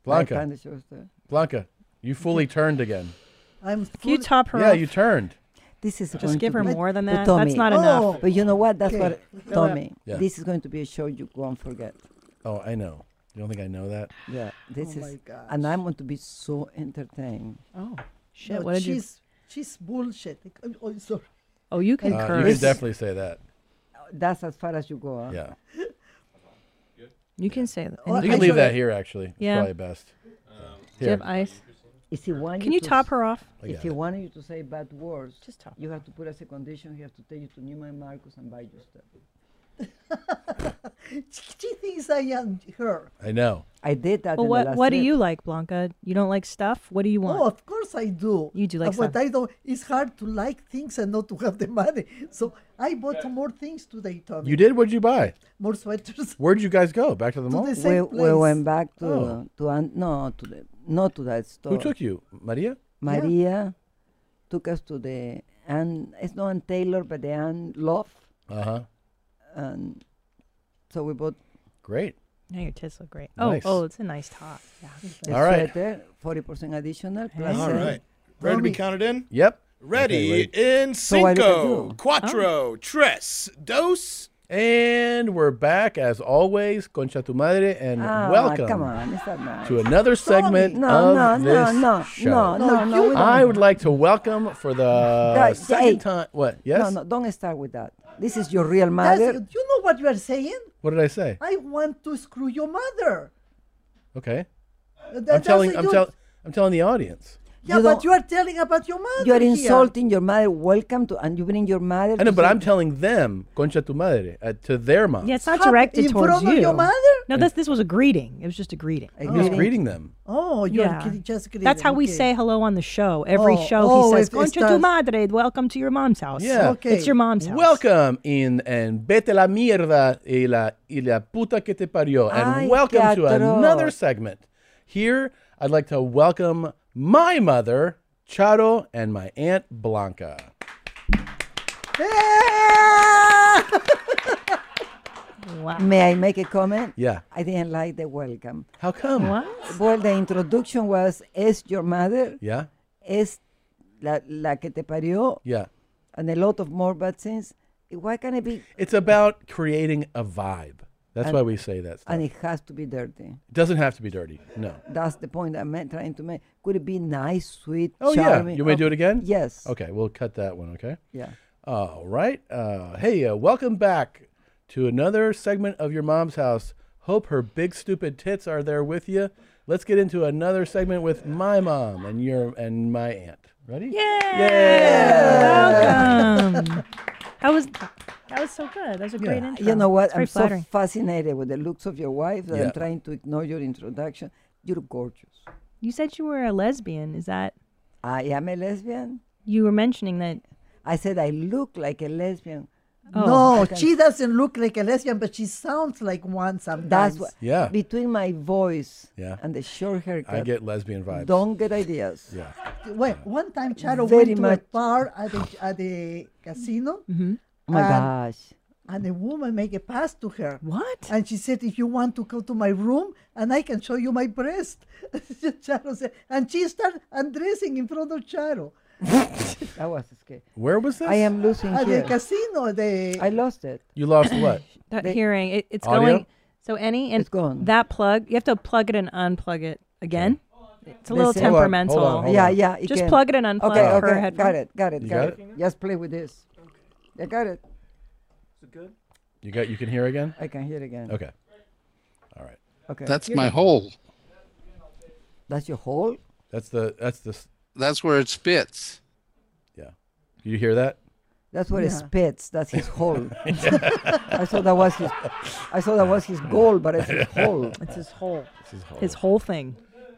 Speaker 3: Blanca.
Speaker 12: I find the shows there.
Speaker 3: Blanca, you fully turned again.
Speaker 13: I'm.
Speaker 2: If you
Speaker 13: full-
Speaker 2: top her
Speaker 3: Yeah,
Speaker 2: off,
Speaker 3: you turned.
Speaker 12: This is
Speaker 2: Just
Speaker 12: going
Speaker 2: give
Speaker 12: to
Speaker 2: her
Speaker 12: be-
Speaker 2: more than
Speaker 12: Oh,
Speaker 2: that? That's
Speaker 12: Tommy.
Speaker 2: not enough. Oh,
Speaker 12: But you know what? That's
Speaker 2: okay.
Speaker 12: what
Speaker 2: Fill up.
Speaker 12: Tommy.
Speaker 3: Yeah.
Speaker 12: This is going to be a show you won't forget.
Speaker 3: Oh, I know. You don't think I know that?
Speaker 12: Yeah, this
Speaker 13: Oh my
Speaker 12: is, and I'm going to be so entertained.
Speaker 2: Oh shit!
Speaker 13: No,
Speaker 2: what did you?
Speaker 13: she's, She's bullshit. Like, oh, Oh, sorry.
Speaker 2: Oh, you can
Speaker 3: Uh, you
Speaker 2: curse.
Speaker 3: can definitely say that.
Speaker 12: That's as far as you go. Huh?
Speaker 3: Yeah.
Speaker 2: You can say that.
Speaker 13: Oh,
Speaker 3: You can leave that here, actually. It's
Speaker 2: Yeah.
Speaker 3: probably best.
Speaker 2: Do you have
Speaker 3: Here.
Speaker 2: ice?
Speaker 12: If he want
Speaker 2: Can you
Speaker 12: to
Speaker 2: top
Speaker 12: s-
Speaker 2: her off?
Speaker 3: I
Speaker 12: If
Speaker 3: got
Speaker 12: he
Speaker 3: it.
Speaker 12: wanted you to say bad words,
Speaker 2: just top.
Speaker 12: You have to put as a condition. He have to take you to Newman and Marcus and buy you stuff.
Speaker 13: She thinks I am her.
Speaker 3: I know.
Speaker 12: I did that. in
Speaker 2: Well,
Speaker 12: the
Speaker 2: what
Speaker 12: last
Speaker 2: what do
Speaker 12: trip.
Speaker 2: you like, Blanca? You don't like stuff. What do you want?
Speaker 13: Oh, of course I do.
Speaker 2: You do like
Speaker 13: Uh, What
Speaker 2: stuff.
Speaker 13: I don't. It's hard to like things and not to have the money. So I bought more things today, Tommy.
Speaker 3: You did? What'd you buy?
Speaker 13: More sweaters.
Speaker 3: Where'd you guys go? Back to the
Speaker 13: To
Speaker 3: mall?
Speaker 13: the same
Speaker 12: We, we
Speaker 13: place.
Speaker 12: went back to
Speaker 3: Oh.
Speaker 12: to an, no to the not to that store.
Speaker 3: Who took you? Maria?
Speaker 12: Maria took us to the Ann. It's not Ann Taylor, but the Ann Love,
Speaker 3: Uh huh.
Speaker 12: and so we bought
Speaker 3: Great.
Speaker 2: Now your tits look great. Oh,
Speaker 3: Nice.
Speaker 2: oh, it's a nice top. Yeah.
Speaker 12: the
Speaker 3: All right.
Speaker 12: sweater, forty percent additional. Plus
Speaker 6: All
Speaker 12: uh,
Speaker 6: right. Ready to
Speaker 13: Tommy.
Speaker 6: be counted in?
Speaker 3: Yep.
Speaker 6: Ready in
Speaker 12: So what did I
Speaker 6: cinco,
Speaker 12: do?
Speaker 10: Oh.
Speaker 6: cuatro, tres, dos.
Speaker 3: And we're back as always, Concha tu madre, and
Speaker 12: Ah,
Speaker 3: welcome
Speaker 12: Come on, is that nice?
Speaker 3: to another segment
Speaker 12: No,
Speaker 3: of
Speaker 12: no, no,
Speaker 3: this
Speaker 12: no,
Speaker 3: show.
Speaker 12: no, no, no, we don't.
Speaker 3: I would like to welcome for the
Speaker 12: Guys,
Speaker 3: Uh, second
Speaker 12: hey.
Speaker 3: time. What? Yes.
Speaker 12: No, no, don't start with that. This is your real
Speaker 13: That's,
Speaker 12: mother.
Speaker 13: you know what you are saying?
Speaker 3: What did I say?
Speaker 13: I want to screw your mother.
Speaker 3: Okay.
Speaker 13: Uh,
Speaker 3: I'm
Speaker 13: that-
Speaker 3: telling.
Speaker 13: that's-
Speaker 3: I'm
Speaker 13: you-
Speaker 3: telling. I'm telling the audience.
Speaker 13: Yeah,
Speaker 12: You
Speaker 13: but
Speaker 12: don't-
Speaker 13: you are telling about your mother.
Speaker 12: You are
Speaker 13: here.
Speaker 12: insulting your mother. Welcome to, and you bring your mother.
Speaker 3: I know,
Speaker 12: to
Speaker 3: but
Speaker 12: say-
Speaker 3: I'm telling them, Concha tu madre, uh, to their mom.
Speaker 2: Yeah, it's not
Speaker 13: Top
Speaker 2: directed
Speaker 13: in
Speaker 2: towards
Speaker 13: front of
Speaker 2: you.
Speaker 13: your mother?
Speaker 2: No, this this was a greeting. It was just a greeting.
Speaker 12: I
Speaker 3: I'm just
Speaker 12: didn't-
Speaker 3: greeting them.
Speaker 13: Oh, you're
Speaker 2: Yeah.
Speaker 13: kidding, just kidding.
Speaker 2: That's how we
Speaker 13: okay.
Speaker 2: say hello on the show. Every
Speaker 13: Oh,
Speaker 2: show
Speaker 13: oh,
Speaker 2: he says,
Speaker 13: if it's
Speaker 2: "Concha tu
Speaker 13: does-
Speaker 2: madre, welcome to your mom's house."
Speaker 3: Yeah.
Speaker 13: Okay.
Speaker 2: It's your mom's house.
Speaker 3: Welcome in and vete la mierda y la, y la puta que te parió. And
Speaker 12: Ay,
Speaker 3: welcome to
Speaker 12: qué atroz.
Speaker 3: another segment. Here, I'd like to welcome my mother, Charo, and my aunt Blanca.
Speaker 13: Yeah!
Speaker 2: Wow.
Speaker 12: May I make a comment?
Speaker 3: Yeah.
Speaker 12: I didn't like the welcome.
Speaker 3: How come?
Speaker 2: What?
Speaker 12: Well, the introduction was, es your mother,
Speaker 3: Yeah.
Speaker 12: es la, la que te parió,
Speaker 3: Yeah.
Speaker 12: and a lot of more bad things. Why can't it be?
Speaker 3: It's about creating a vibe. That's
Speaker 12: And-
Speaker 3: why we say that stuff.
Speaker 12: And it has to be dirty.
Speaker 3: It doesn't have to be dirty. No.
Speaker 12: That's the point I'm ma- trying to make. Could it be nice, sweet,
Speaker 3: Oh
Speaker 12: charming?
Speaker 3: yeah. You want me to do it again?
Speaker 12: Yes.
Speaker 3: Okay, we'll cut that one. Okay.
Speaker 12: Yeah.
Speaker 3: All right. Uh, hey, uh, welcome back to another segment of your mom's house. Hope her big stupid tits are there with you. Let's get into another segment with my mom and your and my aunt. Ready?
Speaker 2: Welcome. that was that was so good. That was a great intro.
Speaker 12: You know what?
Speaker 2: It's very
Speaker 12: I'm
Speaker 2: flattering.
Speaker 12: so fascinated with the looks of your wife that
Speaker 3: Yeah.
Speaker 12: I'm trying to ignore your introduction. You're gorgeous.
Speaker 2: you said you were a lesbian. Is that
Speaker 12: I am a lesbian.
Speaker 2: you were mentioning that? Oh.
Speaker 12: I said I look like a lesbian.
Speaker 13: No,
Speaker 12: Okay.
Speaker 13: she doesn't look like a lesbian, but she sounds like one sometimes.
Speaker 12: That's what.
Speaker 3: Yeah.
Speaker 12: Between my voice
Speaker 3: Yeah.
Speaker 12: and the short haircut,
Speaker 3: I get lesbian vibes.
Speaker 12: Don't get ideas.
Speaker 3: Yeah.
Speaker 13: Well, one time Charo
Speaker 12: Very
Speaker 13: went to a
Speaker 12: much.
Speaker 13: bar at the, at the casino.
Speaker 2: Mm-hmm.
Speaker 12: Mhm. Oh
Speaker 2: Um,
Speaker 12: my
Speaker 13: and-
Speaker 12: gosh.
Speaker 13: And a woman made a pass to her.
Speaker 2: What?
Speaker 13: And she said, if you want to go to my room and I can show you my breast. Charo said, and she started undressing in front of Charo.
Speaker 12: That was scary.
Speaker 3: Where was this?
Speaker 12: I am losing
Speaker 13: At
Speaker 12: here.
Speaker 13: the casino, the
Speaker 12: Oh, I lost it.
Speaker 3: You lost what?
Speaker 2: That
Speaker 12: They-
Speaker 2: hearing it, it's
Speaker 3: Audio?
Speaker 2: going. So any and
Speaker 12: It's gone.
Speaker 2: that plug you have to plug it and unplug it again. It's a little
Speaker 12: Listen. Hold
Speaker 3: on,
Speaker 2: temperamental.
Speaker 3: hold on, hold
Speaker 12: Yeah, yeah. it
Speaker 2: Just
Speaker 12: can.
Speaker 2: plug it and unplug
Speaker 12: Okay,
Speaker 2: her
Speaker 12: okay.
Speaker 2: headphone.
Speaker 12: Got it, got it,
Speaker 3: You
Speaker 12: got,
Speaker 3: got
Speaker 12: it. Just play with this. I got it.
Speaker 15: Is it good?
Speaker 3: You got. You can hear again.
Speaker 12: I can hear again.
Speaker 3: Okay.
Speaker 12: Okay.
Speaker 16: That's my hole.
Speaker 12: That's your hole.
Speaker 3: That's the. That's the. s-
Speaker 16: That's where it spits.
Speaker 3: Yeah. You hear that?
Speaker 12: That's what it
Speaker 13: Yeah.
Speaker 12: spits. That's his hole. I thought that was his. I thought that was his goal, but it's his hole.
Speaker 2: It's his whole.
Speaker 3: his whole.
Speaker 2: His whole thing.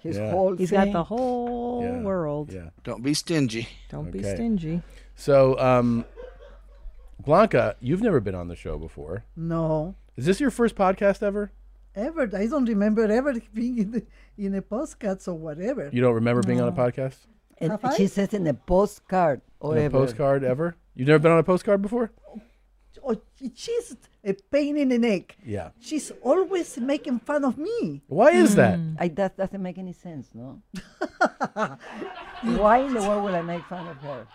Speaker 12: His
Speaker 3: Yeah.
Speaker 12: whole.
Speaker 2: He's
Speaker 12: thing.
Speaker 2: got the whole
Speaker 3: Yeah,
Speaker 2: world.
Speaker 3: Yeah.
Speaker 16: Don't be stingy.
Speaker 2: Don't be
Speaker 3: Okay.
Speaker 2: stingy.
Speaker 3: So, um, Blanca, you've never been on the show before.
Speaker 13: No,
Speaker 3: Is this your first podcast ever?
Speaker 13: ever. I don't remember ever being in, the, in a postcards or whatever.
Speaker 3: You don't remember being on a podcast?
Speaker 12: And
Speaker 13: Have I?
Speaker 12: she says in a postcard or
Speaker 3: On a
Speaker 12: ever.
Speaker 3: postcard ever? You've never been on a postcard before?
Speaker 13: Oh, she's a pain in the neck.
Speaker 3: Yeah.
Speaker 13: She's always making fun of me.
Speaker 3: Why
Speaker 12: Mm.
Speaker 3: is that?
Speaker 12: I, that doesn't make any sense, no. Why in the world would I make fun of her?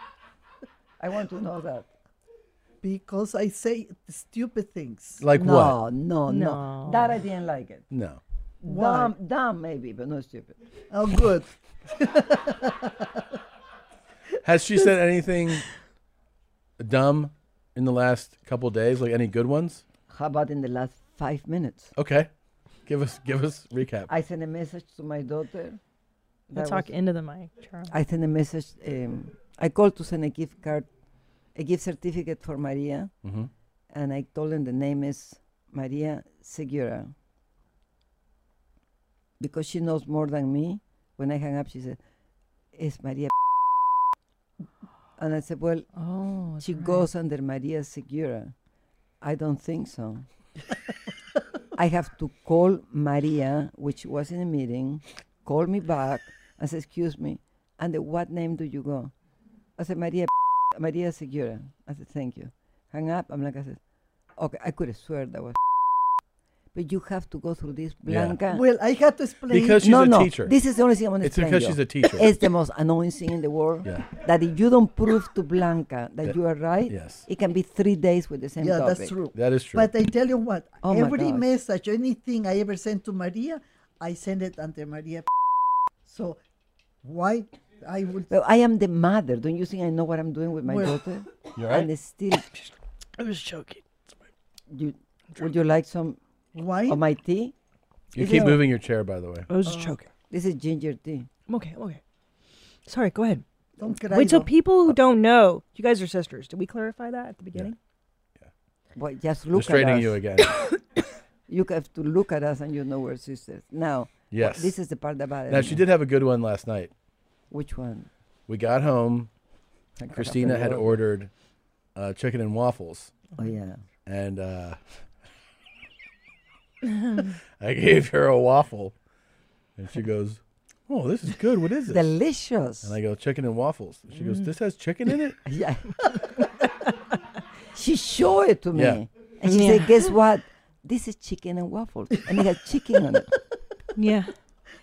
Speaker 12: I want to know that.
Speaker 13: because I say stupid things.
Speaker 3: Like
Speaker 12: no,
Speaker 3: what?
Speaker 12: no, no,
Speaker 2: No.
Speaker 12: That I didn't like it.
Speaker 3: No.
Speaker 13: Why?
Speaker 12: Dumb, dumb maybe, but not stupid.
Speaker 13: Oh, good.
Speaker 3: Has she said anything dumb in the last couple days? Like any good ones?
Speaker 12: How about in the last five minutes?
Speaker 3: Okay. Give us give us recap.
Speaker 12: I sent a message to my daughter.
Speaker 2: We'll
Speaker 12: That
Speaker 2: talk
Speaker 12: was-
Speaker 2: into the mic, Charles.
Speaker 12: I sent a message. Um, I called to send a gift card, a gift certificate for Maria,
Speaker 3: Mhm.
Speaker 12: and I told them the name is Maria Segura. Because she knows more than me. When I hung up, she said, "It's Maria." And I said, "Well,
Speaker 2: Oh, that's
Speaker 12: she
Speaker 2: right.
Speaker 12: goes under Maria Segura." I don't think so. I have to call Maria, which was in a meeting, call me back and say, excuse me, under what name do you go? I said, Maria, Maria Segura. I said, thank you. Hang up. I'm like, I said, okay, I could have swear that was. But you have to go through this,
Speaker 3: Yeah.
Speaker 12: Blanca.
Speaker 13: Well, I had to explain.
Speaker 3: Because she's
Speaker 12: no,
Speaker 3: a
Speaker 12: no.
Speaker 3: teacher.
Speaker 12: This is the only thing I want to
Speaker 3: It's
Speaker 12: explain.
Speaker 3: because
Speaker 12: you.
Speaker 3: she's a teacher.
Speaker 12: It's the most annoying thing in the world.
Speaker 3: Yeah.
Speaker 12: That if you don't prove to Blanca that, you are right,
Speaker 3: yes.
Speaker 12: it can be three days with the same
Speaker 13: yeah,
Speaker 12: topic.
Speaker 13: that's true.
Speaker 3: That is true.
Speaker 13: But I tell you what,
Speaker 12: Oh my
Speaker 13: every
Speaker 12: God.
Speaker 13: message, anything I ever send to Maria, I send it under Maria. So why I would
Speaker 12: Well, I am the mother. Don't you think I know what I'm doing with my
Speaker 13: Well-
Speaker 12: daughter?
Speaker 3: You all right?
Speaker 12: And it's still,
Speaker 2: I was joking.
Speaker 12: you, would you like some
Speaker 13: why
Speaker 12: of my tea?
Speaker 3: you
Speaker 12: Is
Speaker 3: keep
Speaker 12: it-
Speaker 3: moving your chair, by the way.
Speaker 2: I was
Speaker 13: Oh.
Speaker 2: just joking.
Speaker 12: This is ginger tea.
Speaker 2: I'm okay. I'm okay. Sorry. Go ahead.
Speaker 13: don't cry?
Speaker 2: Wait. So
Speaker 13: though.
Speaker 2: people who don't know, you guys are sisters. Did we clarify that at the beginning?
Speaker 12: Well, just
Speaker 3: I'm
Speaker 12: look at
Speaker 3: straightening
Speaker 12: us.
Speaker 3: you again.
Speaker 12: You have to look at us and you know we're sisters. Now, wh-
Speaker 3: Yes.
Speaker 12: this is the part that bothers
Speaker 3: now
Speaker 12: me.
Speaker 3: she did have a good one last night.
Speaker 12: Which one?
Speaker 3: We got home.
Speaker 12: I got
Speaker 3: Christina
Speaker 12: off
Speaker 3: had
Speaker 12: the wall.
Speaker 3: ordered uh, chicken and waffles.
Speaker 12: Oh, yeah.
Speaker 3: and uh, I gave her a waffle, and she goes, "Oh, this is good. What is this?"
Speaker 12: Delicious. Mm.
Speaker 3: and I go, "Chicken and waffles." And she goes, "This has chicken in it."
Speaker 12: yeah. she showed it to me.
Speaker 3: Yeah.
Speaker 12: And she said, guess what? this is chicken and waffles, and it had chicken on it.
Speaker 2: Yeah.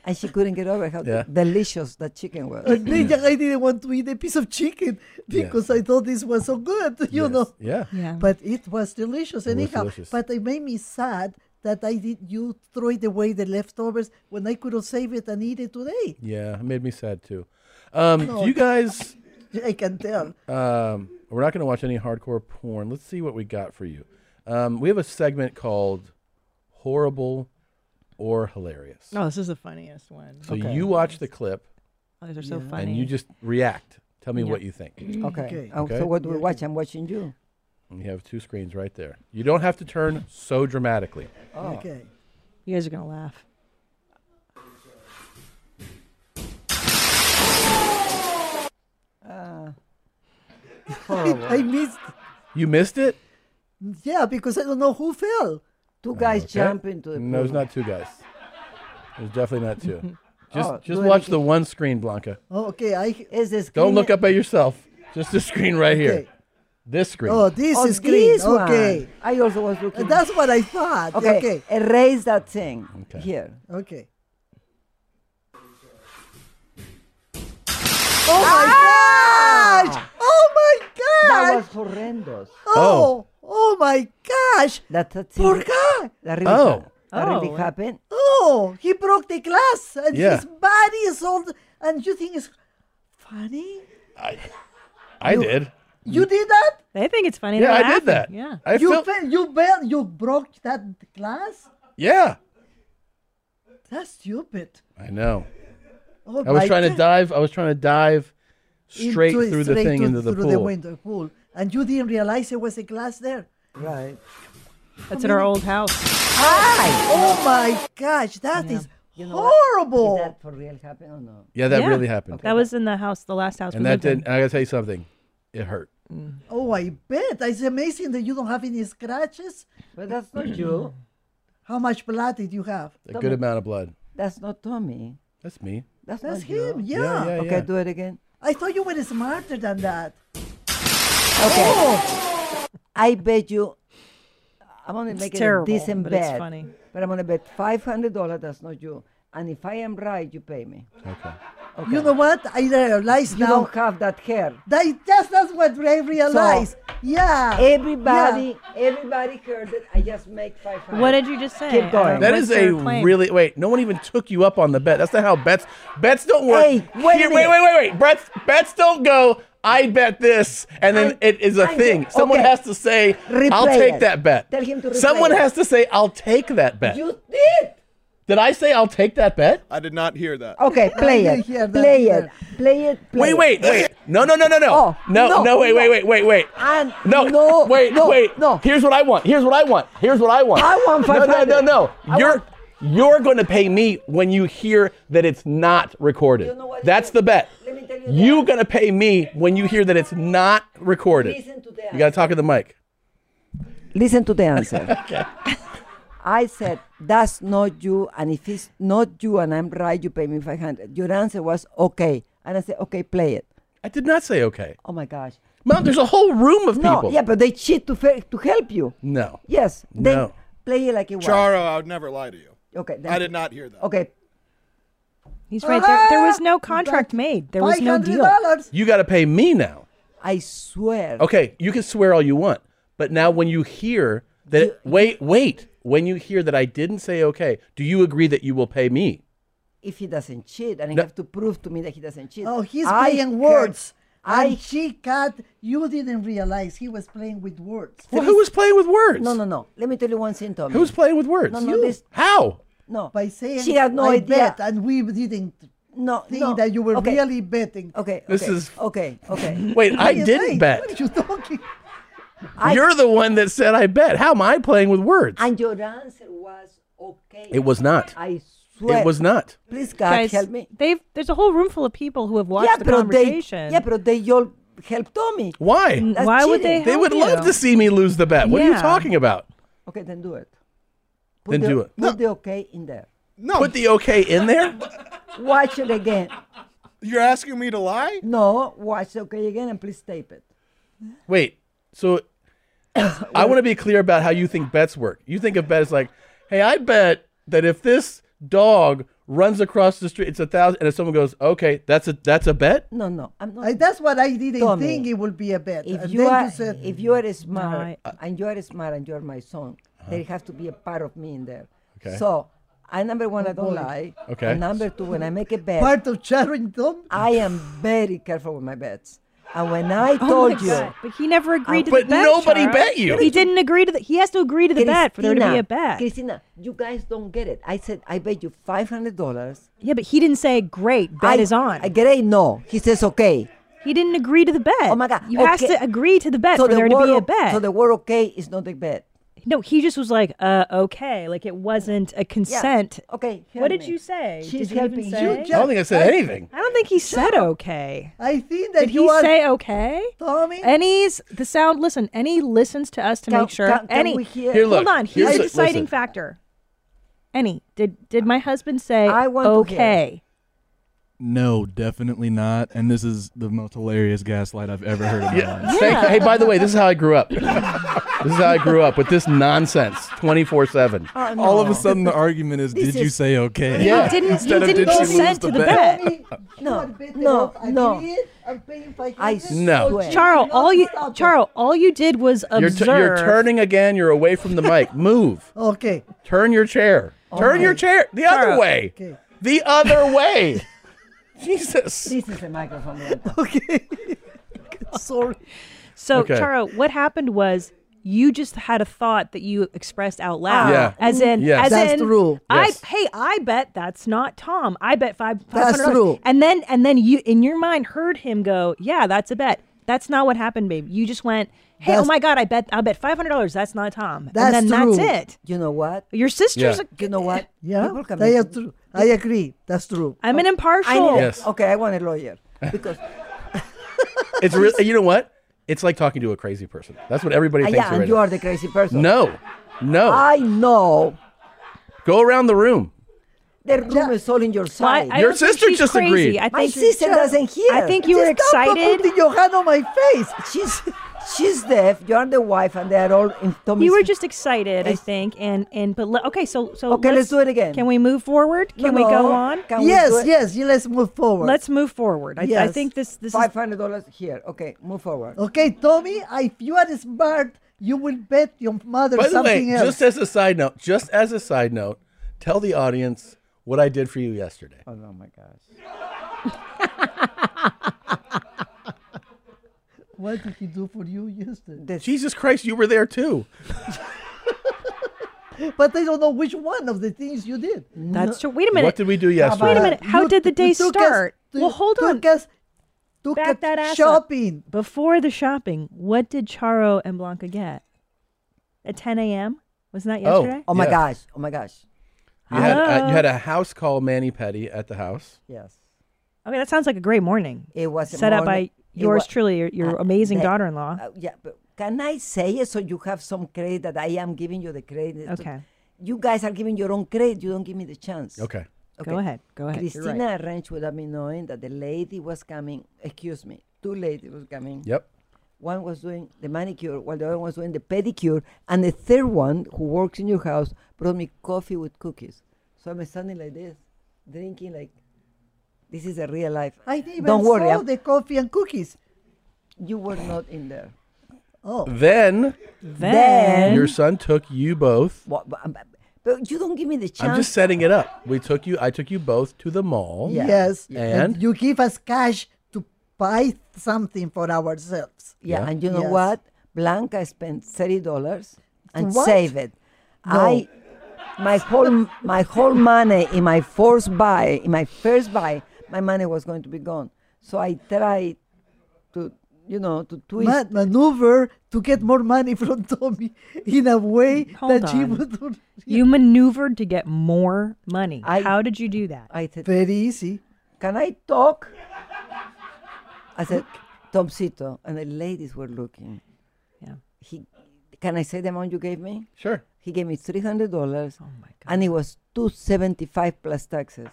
Speaker 12: And she couldn't get over how
Speaker 3: Yeah.
Speaker 12: delicious that chicken was.
Speaker 13: Like me, I didn't want to eat a piece of chicken
Speaker 12: Yeah.
Speaker 13: because I thought this was so good, you know.
Speaker 3: Yeah.
Speaker 2: Yeah.
Speaker 13: But it was delicious
Speaker 3: It was
Speaker 13: anyhow.
Speaker 3: delicious.
Speaker 13: But it made me sad that I did you throw it away the leftovers when I could have saved it and eat it today.
Speaker 3: Yeah, it made me sad too. Um,
Speaker 13: No.
Speaker 3: do you guys?
Speaker 13: I can tell.
Speaker 3: Um, we're not going to watch any hardcore porn. Let's see what we got for you. Um, we have a segment called "Horrible or Hilarious."
Speaker 2: Oh, this is the funniest one.
Speaker 3: So you watch the clip.
Speaker 2: Oh, these are so
Speaker 3: And
Speaker 2: funny.
Speaker 3: you just react. Tell me
Speaker 2: Yeah.
Speaker 3: what you think.
Speaker 12: Okay. Oh, so what do we watch? I'm watching you.
Speaker 3: You have two screens right there. You don't have to turn so dramatically.
Speaker 12: Oh.
Speaker 13: Okay.
Speaker 2: You guys are gonna laugh.
Speaker 12: Uh.
Speaker 13: I, I missed.
Speaker 3: You missed it? Oh,
Speaker 13: Yeah, because I don't know who fell.
Speaker 12: Two
Speaker 3: Okay. No, it's not two guys. It's definitely not two. Just
Speaker 13: Oh,
Speaker 3: just
Speaker 13: do it
Speaker 3: watch
Speaker 13: again.
Speaker 3: the one screen, Blanca.
Speaker 13: Okay, I
Speaker 12: is this.
Speaker 3: Don't look up at yourself. Just the screen right here.
Speaker 13: Okay.
Speaker 3: This screen.
Speaker 13: Oh, this
Speaker 12: Oh,
Speaker 13: is green.
Speaker 12: this one.
Speaker 13: Okay.
Speaker 12: I also was looking.
Speaker 13: That's what I thought.
Speaker 12: Okay,
Speaker 13: Okay.
Speaker 12: erase that thing here.
Speaker 13: Okay. Oh
Speaker 2: Ah!
Speaker 13: my gosh! Oh my gosh!
Speaker 12: That was horrendous.
Speaker 13: Oh, oh my gosh!
Speaker 12: That's a thing.
Speaker 13: Poor guy!
Speaker 12: That really,
Speaker 3: Oh.
Speaker 12: hap- that
Speaker 2: Oh,
Speaker 12: really
Speaker 2: well.
Speaker 12: happened.
Speaker 13: Oh, he broke the glass, and
Speaker 3: Yeah.
Speaker 13: his body is all. And you think it's funny?
Speaker 3: I did.
Speaker 13: You did that?
Speaker 2: They think it's funny.
Speaker 3: Yeah,
Speaker 2: They're
Speaker 3: I did that.
Speaker 2: laughing. Yeah.
Speaker 3: I
Speaker 13: you
Speaker 3: felt-
Speaker 13: fell- you fell, you broke that glass.
Speaker 3: Yeah.
Speaker 13: That's stupid.
Speaker 3: I know.
Speaker 13: Oh
Speaker 3: I was
Speaker 13: my
Speaker 3: trying to
Speaker 13: God.
Speaker 3: dive. I was trying to dive straight
Speaker 13: Into-
Speaker 3: through the
Speaker 13: straight
Speaker 3: thing
Speaker 13: to-
Speaker 3: into the
Speaker 13: through
Speaker 3: pool.
Speaker 13: the window pool, and you didn't realize there was a glass there.
Speaker 12: Right.
Speaker 2: That's in our old house.
Speaker 13: Oh my gosh, that is
Speaker 12: what?
Speaker 13: horrible.
Speaker 12: Did that for real happen or no?
Speaker 3: Yeah, that really happened.
Speaker 2: That was in the house, the last house.
Speaker 3: and
Speaker 2: we
Speaker 3: that
Speaker 2: lived in.
Speaker 3: did. I gotta tell you something. It hurt.
Speaker 13: Oh, I bet. It's amazing that you don't have any scratches.
Speaker 12: But that's not you.
Speaker 13: How much blood did you have?
Speaker 3: A good amount of blood.
Speaker 12: That's not Tommy.
Speaker 3: That's me.
Speaker 12: That's,
Speaker 13: That's
Speaker 12: not you.
Speaker 13: him, yeah. Yeah, yeah,
Speaker 12: okay,
Speaker 3: yeah.
Speaker 12: do it again.
Speaker 13: I thought you were smarter than that.
Speaker 12: Okay.
Speaker 13: Oh,
Speaker 12: I bet you. I'm gonna
Speaker 2: It's
Speaker 12: make
Speaker 2: terrible,
Speaker 12: it a decent
Speaker 2: but it's
Speaker 12: bet.
Speaker 2: funny.
Speaker 12: But I'm gonna bet five hundred dollars. That's not you. And if I am right, you pay me.
Speaker 3: Okay.
Speaker 12: Okay.
Speaker 13: you know what? I realize
Speaker 12: You
Speaker 13: now.
Speaker 12: don't have that hair.
Speaker 13: That, that's, that's what I realized. yeah.
Speaker 12: Everybody, everybody heard it. I just make five hundred.
Speaker 2: What did you just say?
Speaker 12: Keep going.
Speaker 2: Um,
Speaker 3: That
Speaker 2: what's
Speaker 3: is a
Speaker 2: their claim?
Speaker 3: really wait. No one even took you up on the bet. That's not how bets bets don't work.
Speaker 12: Hey, wait a
Speaker 3: Here, wait,
Speaker 12: minute.
Speaker 3: wait, wait, wait. Bets bets don't go. I bet this, and then it is a
Speaker 12: I-
Speaker 3: thing. Someone
Speaker 12: okay.
Speaker 3: has to say, "I'll
Speaker 12: Replay
Speaker 3: take
Speaker 12: it.
Speaker 3: that bet."
Speaker 12: Tell him to replay
Speaker 3: Someone
Speaker 12: it.
Speaker 3: has to say, "I'll take that bet."
Speaker 12: You did.
Speaker 3: Did I say I'll take that bet?
Speaker 6: I did not hear that.
Speaker 12: Okay, play
Speaker 13: didn't
Speaker 12: it.
Speaker 13: hear that
Speaker 12: Play it.
Speaker 13: either.
Speaker 12: Play it. Play
Speaker 3: Wait, wait,
Speaker 12: it.
Speaker 3: wait. No, no, no, no, no.
Speaker 12: Oh,
Speaker 3: no,
Speaker 12: no,
Speaker 3: no, wait, wait,
Speaker 12: no.
Speaker 3: wait, wait, wait.
Speaker 12: And
Speaker 3: No,
Speaker 12: no,
Speaker 3: wait,
Speaker 12: no,
Speaker 3: wait.
Speaker 12: no.
Speaker 3: Here's what I want. Here's what I want. Here's what I want.
Speaker 12: I want
Speaker 3: No,
Speaker 12: 500.
Speaker 3: no, no, no.
Speaker 12: I
Speaker 3: You're
Speaker 12: want-
Speaker 3: you're going to pay me when you hear that it's not recorded.
Speaker 12: You know what it
Speaker 3: That's
Speaker 12: is?
Speaker 3: the bet.
Speaker 12: Let me tell you
Speaker 3: You're going to pay me when you hear that it's not recorded.
Speaker 12: Listen to that.
Speaker 3: You got to talk at the mic.
Speaker 12: Listen to the answer. I said, that's not you. And if it's not you and I'm right, you pay me 500. Your answer was, okay. And I said, okay, play it.
Speaker 3: I did not say okay.
Speaker 12: Oh my gosh.
Speaker 3: Mom, there's a whole room of
Speaker 12: No,
Speaker 3: people.
Speaker 12: yeah, but they cheat to, fe- to help you.
Speaker 3: No.
Speaker 12: Yes. They
Speaker 3: No.
Speaker 12: play it like it was.
Speaker 6: Charo, I would never lie to you.
Speaker 12: Okay. then-
Speaker 6: I did not hear that.
Speaker 12: Okay.
Speaker 2: He's right. There, there was
Speaker 12: Ah,
Speaker 2: no contract made. There was no deal.
Speaker 13: $500.
Speaker 3: You got to pay me now.
Speaker 12: I swear.
Speaker 3: Okay, you can swear all you want, but now when you hear that, wait, wait, when you hear that I didn't say okay, do you agree that you will pay me?
Speaker 12: If he doesn't cheat, and I
Speaker 3: No.
Speaker 12: have to prove to me that he doesn't cheat.
Speaker 13: Oh, he's
Speaker 12: I
Speaker 13: playing
Speaker 12: heard-
Speaker 13: words.
Speaker 12: I
Speaker 13: and she got, you didn't realize he was playing with words.
Speaker 3: Well, who was playing with words?
Speaker 12: No, no, no. Let me tell you one thing, Tommy.
Speaker 3: Who was playing with words?
Speaker 12: No, no,
Speaker 13: You.
Speaker 12: this.
Speaker 3: How?
Speaker 12: No.
Speaker 13: By saying,
Speaker 12: She had no
Speaker 13: I
Speaker 12: idea.
Speaker 13: bet, and we didn't
Speaker 12: no,
Speaker 13: think
Speaker 12: no.
Speaker 13: that you were
Speaker 12: okay.
Speaker 13: really betting.
Speaker 12: Okay.
Speaker 3: This
Speaker 12: okay,
Speaker 3: is-
Speaker 12: okay. Okay.
Speaker 3: Wait, I
Speaker 13: What is-
Speaker 3: didn't
Speaker 13: wait,
Speaker 3: bet.
Speaker 13: What are you talking?
Speaker 12: I-
Speaker 3: You're the one that said I bet. How am I playing with words?
Speaker 12: and your answer was okay.
Speaker 3: It was not.
Speaker 12: I swear.
Speaker 3: It was not.
Speaker 12: Please, God,
Speaker 2: Guys,
Speaker 12: help me.
Speaker 2: they've there's a whole room full of people who have watched
Speaker 12: yeah,
Speaker 2: the
Speaker 12: but they.
Speaker 2: conversation.
Speaker 12: Yeah, but they all helped Tommy.
Speaker 3: Why?
Speaker 12: That's
Speaker 2: Why would they?
Speaker 12: cheating.
Speaker 3: They would
Speaker 2: help
Speaker 3: love
Speaker 2: you?
Speaker 3: to see me lose the bet. What are you
Speaker 2: Yeah.
Speaker 3: talking about?
Speaker 12: Okay, then do it. Put
Speaker 3: Then
Speaker 12: the,
Speaker 3: do it.
Speaker 12: Put the okay in there.
Speaker 6: No,
Speaker 3: Put the okay in there?
Speaker 12: Watch it again.
Speaker 6: you're asking me to lie?
Speaker 12: No, watch okay again and please tape it.
Speaker 3: Wait. So I want to be clear about how you think bets work. You think of bet as like, hey, I bet that if this dog runs across the street, it's a thousand. And if someone goes, okay, that's a that's a bet.
Speaker 12: No, no, I'm not.
Speaker 13: I, that's what I didn't
Speaker 12: Tommy,
Speaker 13: think it would be a bet.
Speaker 12: If
Speaker 13: And
Speaker 12: you
Speaker 13: then
Speaker 12: are,
Speaker 13: said-
Speaker 12: if you are smart and you are smart and you are my son, there has to be a part of me in there.
Speaker 13: Uh-huh. Okay.
Speaker 12: So, I number one, I
Speaker 13: boy.
Speaker 12: don't lie.
Speaker 13: Okay.
Speaker 12: And number two, when I make a bet,
Speaker 13: Part of Charrington.
Speaker 12: I am very careful with my bets. And when I
Speaker 2: Oh my
Speaker 12: told you,
Speaker 2: God, But he never agreed to
Speaker 12: But
Speaker 2: the bet.
Speaker 12: nobody
Speaker 2: Charles.
Speaker 12: bet you.
Speaker 2: He didn't agree to the. He has to agree to the bet for there to be a
Speaker 12: Christina,
Speaker 2: bet.
Speaker 12: Christina, you guys don't get it. I said I bet you five hundred dollars.
Speaker 2: Yeah, but he didn't say great. Bet
Speaker 12: I-
Speaker 2: is on.
Speaker 12: I great no. He says okay.
Speaker 2: He didn't agree to the bet. Oh my god, you has
Speaker 12: okay.
Speaker 2: to agree to the bet
Speaker 12: So
Speaker 2: for
Speaker 12: the
Speaker 2: there to be
Speaker 12: word
Speaker 2: a
Speaker 12: o-
Speaker 2: bet.
Speaker 12: so the word okay is not a bet.
Speaker 2: No, he just was like, uh, okay, like it wasn't a consent.
Speaker 12: Okay,
Speaker 2: what did you say?
Speaker 13: She's
Speaker 2: did you even
Speaker 13: helping you,
Speaker 2: say?
Speaker 13: Jeff. I don't think I said anything.
Speaker 2: I don't think he said okay.
Speaker 13: I think that
Speaker 2: did
Speaker 13: you
Speaker 2: he
Speaker 13: are-
Speaker 2: say okay?
Speaker 13: Tommy,
Speaker 2: Any's the sound. Listen, any listens to us to
Speaker 13: Can-
Speaker 2: make sure.
Speaker 13: can- can
Speaker 2: any,
Speaker 13: we hear- Here,
Speaker 2: hold
Speaker 13: look,
Speaker 2: on. He's
Speaker 13: here's
Speaker 2: the
Speaker 13: a-
Speaker 2: deciding
Speaker 13: listen.
Speaker 2: factor. Any did did my husband say
Speaker 12: I want to hear.
Speaker 2: okay?
Speaker 17: No, definitely not. And this is the most hilarious gaslight I've ever heard in my
Speaker 3: Yeah.
Speaker 17: life.
Speaker 3: Thank- hey, by the way, this is how I grew up. this is how I grew up with this nonsense, twenty four seven.
Speaker 17: Oh, no. All of a sudden, the argument is,
Speaker 3: This
Speaker 17: did you
Speaker 3: is-
Speaker 17: say okay?
Speaker 3: He Yeah.
Speaker 2: didn't-
Speaker 17: Instead of,
Speaker 2: he
Speaker 17: "Did
Speaker 2: didn't
Speaker 17: she lose
Speaker 2: consent to the bet.
Speaker 13: Tommy,
Speaker 12: No,
Speaker 13: no,
Speaker 12: no, no.
Speaker 13: I'm paying five
Speaker 12: I
Speaker 13: hundred.
Speaker 3: No. swear.
Speaker 2: Charo, all you Charo, all you did was
Speaker 3: You're,
Speaker 2: observe.
Speaker 3: tu- you're turning again. You're away from the mic. Move.
Speaker 13: Okay.
Speaker 3: Turn your chair. Turn
Speaker 13: Okay.
Speaker 3: your chair the
Speaker 13: Tara.
Speaker 3: other way.
Speaker 13: Okay.
Speaker 3: The other way. Jesus.
Speaker 12: This is the microphone.
Speaker 2: Sorry. So,
Speaker 3: Okay.
Speaker 2: Charo, what happened was you just had a thought that you expressed out loud.
Speaker 3: Yeah.
Speaker 2: As in,
Speaker 3: Ah. Yes.
Speaker 2: as
Speaker 3: That's
Speaker 2: in,
Speaker 3: the rule.
Speaker 2: I
Speaker 3: Yes.
Speaker 2: hey, I bet that's not Tom. I bet five.
Speaker 13: That's the
Speaker 2: $500.
Speaker 13: rule.
Speaker 2: And then and then you in your mind heard him go, yeah, that's a bet. That's not what happened, babe. You just went, hey, oh
Speaker 12: That's-
Speaker 2: my god, I bet I bet five hundred dollars. That's not Tom.
Speaker 12: That's
Speaker 2: and then
Speaker 12: true.
Speaker 2: that's it.
Speaker 12: You know what?
Speaker 2: Your sister's.
Speaker 12: Yeah.
Speaker 2: A,
Speaker 12: you know what?
Speaker 13: Yeah,
Speaker 12: People can
Speaker 13: they
Speaker 12: make-
Speaker 13: are true. I agree. That's true.
Speaker 2: I'm an
Speaker 12: I need
Speaker 2: impartial.
Speaker 12: a- Okay, I want a lawyer.
Speaker 3: It's real. You know what? It's like talking to a crazy person. That's what everybody
Speaker 12: Ah,
Speaker 3: thinks.
Speaker 12: yeah,
Speaker 3: right
Speaker 12: and you are the crazy person.
Speaker 3: No, no.
Speaker 12: I know.
Speaker 3: Go around the room.
Speaker 12: The room is all in your side.
Speaker 3: I Your don't think sister she's just crazy. agreed. I
Speaker 12: My
Speaker 2: think-
Speaker 12: sister doesn't hear.
Speaker 2: I think you were
Speaker 12: Just stop
Speaker 2: excited.
Speaker 12: putting
Speaker 13: your hand on my face.
Speaker 12: She's she's deaf. You're the wife, and they're all in Tommy's.
Speaker 2: You were just excited, I think, and and but le- okay, so so
Speaker 12: Okay, let's do it again.
Speaker 2: Can we move forward? Can we
Speaker 12: No.
Speaker 2: go on?
Speaker 12: Can we Yes, do it?
Speaker 13: yes, let's move forward.
Speaker 2: Let's move forward. I, I
Speaker 13: Yes.
Speaker 2: think this this
Speaker 12: five hundred dollars here. Okay, move forward.
Speaker 13: Okay, Tommy, I- if you are smart, you will bet your mother
Speaker 3: By the
Speaker 13: something
Speaker 3: way,
Speaker 13: else.
Speaker 3: just as a side note, just as a side note, tell the audience what I did for you yesterday.
Speaker 12: Oh, my gosh.
Speaker 13: what did he do for you yesterday?
Speaker 3: Jesus Christ, you were there too.
Speaker 13: But I don't know which one of the things you did.
Speaker 2: That's true. Wait a minute.
Speaker 3: What did we do yesterday?
Speaker 2: Wait a
Speaker 12: Uh,
Speaker 2: minute. How
Speaker 13: You-
Speaker 2: did the
Speaker 13: you
Speaker 2: day
Speaker 13: took us
Speaker 2: start?
Speaker 13: to-
Speaker 2: well, hold on.
Speaker 13: took us- took us
Speaker 2: Back that ass up.
Speaker 13: shopping.
Speaker 2: Before the shopping, what did Charo and Blanca get? At 10 a.m. Wasn't that
Speaker 3: Oh,
Speaker 2: yesterday?
Speaker 12: Oh my
Speaker 3: Yeah.
Speaker 12: gosh! Oh my gosh!
Speaker 3: You had, uh,
Speaker 2: Hello?
Speaker 3: you had a house call Manny Petty at the house.
Speaker 12: Ah. Yes.
Speaker 2: Okay, that sounds like a great morning.
Speaker 12: It was a
Speaker 2: set
Speaker 12: morning-
Speaker 2: up by
Speaker 12: it
Speaker 2: yours
Speaker 12: wa-
Speaker 2: truly, your, your
Speaker 12: Uh,
Speaker 2: amazing
Speaker 12: that-
Speaker 2: daughter-in-law.
Speaker 12: uh, yeah, but can I say it so you have some credit that I am giving you the credit? to-
Speaker 2: Okay.
Speaker 12: you guys are giving your own credit. You don't give me the chance.
Speaker 3: Okay.
Speaker 2: Go ahead, go ahead, you're right.
Speaker 12: Christina arranged without me knowing that the lady was coming. Excuse me. Two ladies was coming.
Speaker 3: Yep.
Speaker 12: One was doing the manicure, while the other one was doing the pedicure, and the third one, who works in your house, brought me coffee with cookies. So I'm standing like this, drinking like, this is a real life.
Speaker 13: I didn't even
Speaker 12: Don't worry,
Speaker 13: saw
Speaker 12: I'm-
Speaker 13: the coffee and cookies.
Speaker 12: you were not in there.
Speaker 13: Oh,
Speaker 3: Then,
Speaker 12: Then-
Speaker 3: your son took you both.
Speaker 12: What, um, but, but- but you don't give me the chance.
Speaker 3: I'm just setting it up. We took you. I took you both to the mall.
Speaker 13: yes.
Speaker 3: Oh. And
Speaker 13: you give us cash to buy something for ourselves.
Speaker 12: Yeah,
Speaker 3: Yeah.
Speaker 12: and you know
Speaker 13: Yes.
Speaker 12: what? Blanca spent thirty dollars and
Speaker 13: What?
Speaker 12: save it.
Speaker 13: No.
Speaker 12: I my whole my whole money in my first buy in my first buy, my money was going to be gone. So I tried to you know to twist.
Speaker 13: Ma- maneuver to get more money from Tommy in a way
Speaker 2: Hold
Speaker 13: that she
Speaker 2: on.
Speaker 13: would.
Speaker 2: You maneuvered to get more money.
Speaker 12: I-
Speaker 2: How did you do that?
Speaker 12: I said,
Speaker 13: Very easy.
Speaker 12: "Can I talk?" I said, "Tomcito," and the ladies were looking.
Speaker 2: Yeah.
Speaker 12: He, can I say the amount you gave me?
Speaker 3: Sure.
Speaker 12: He gave me three hundred dollars, and it was two seventy five plus taxes.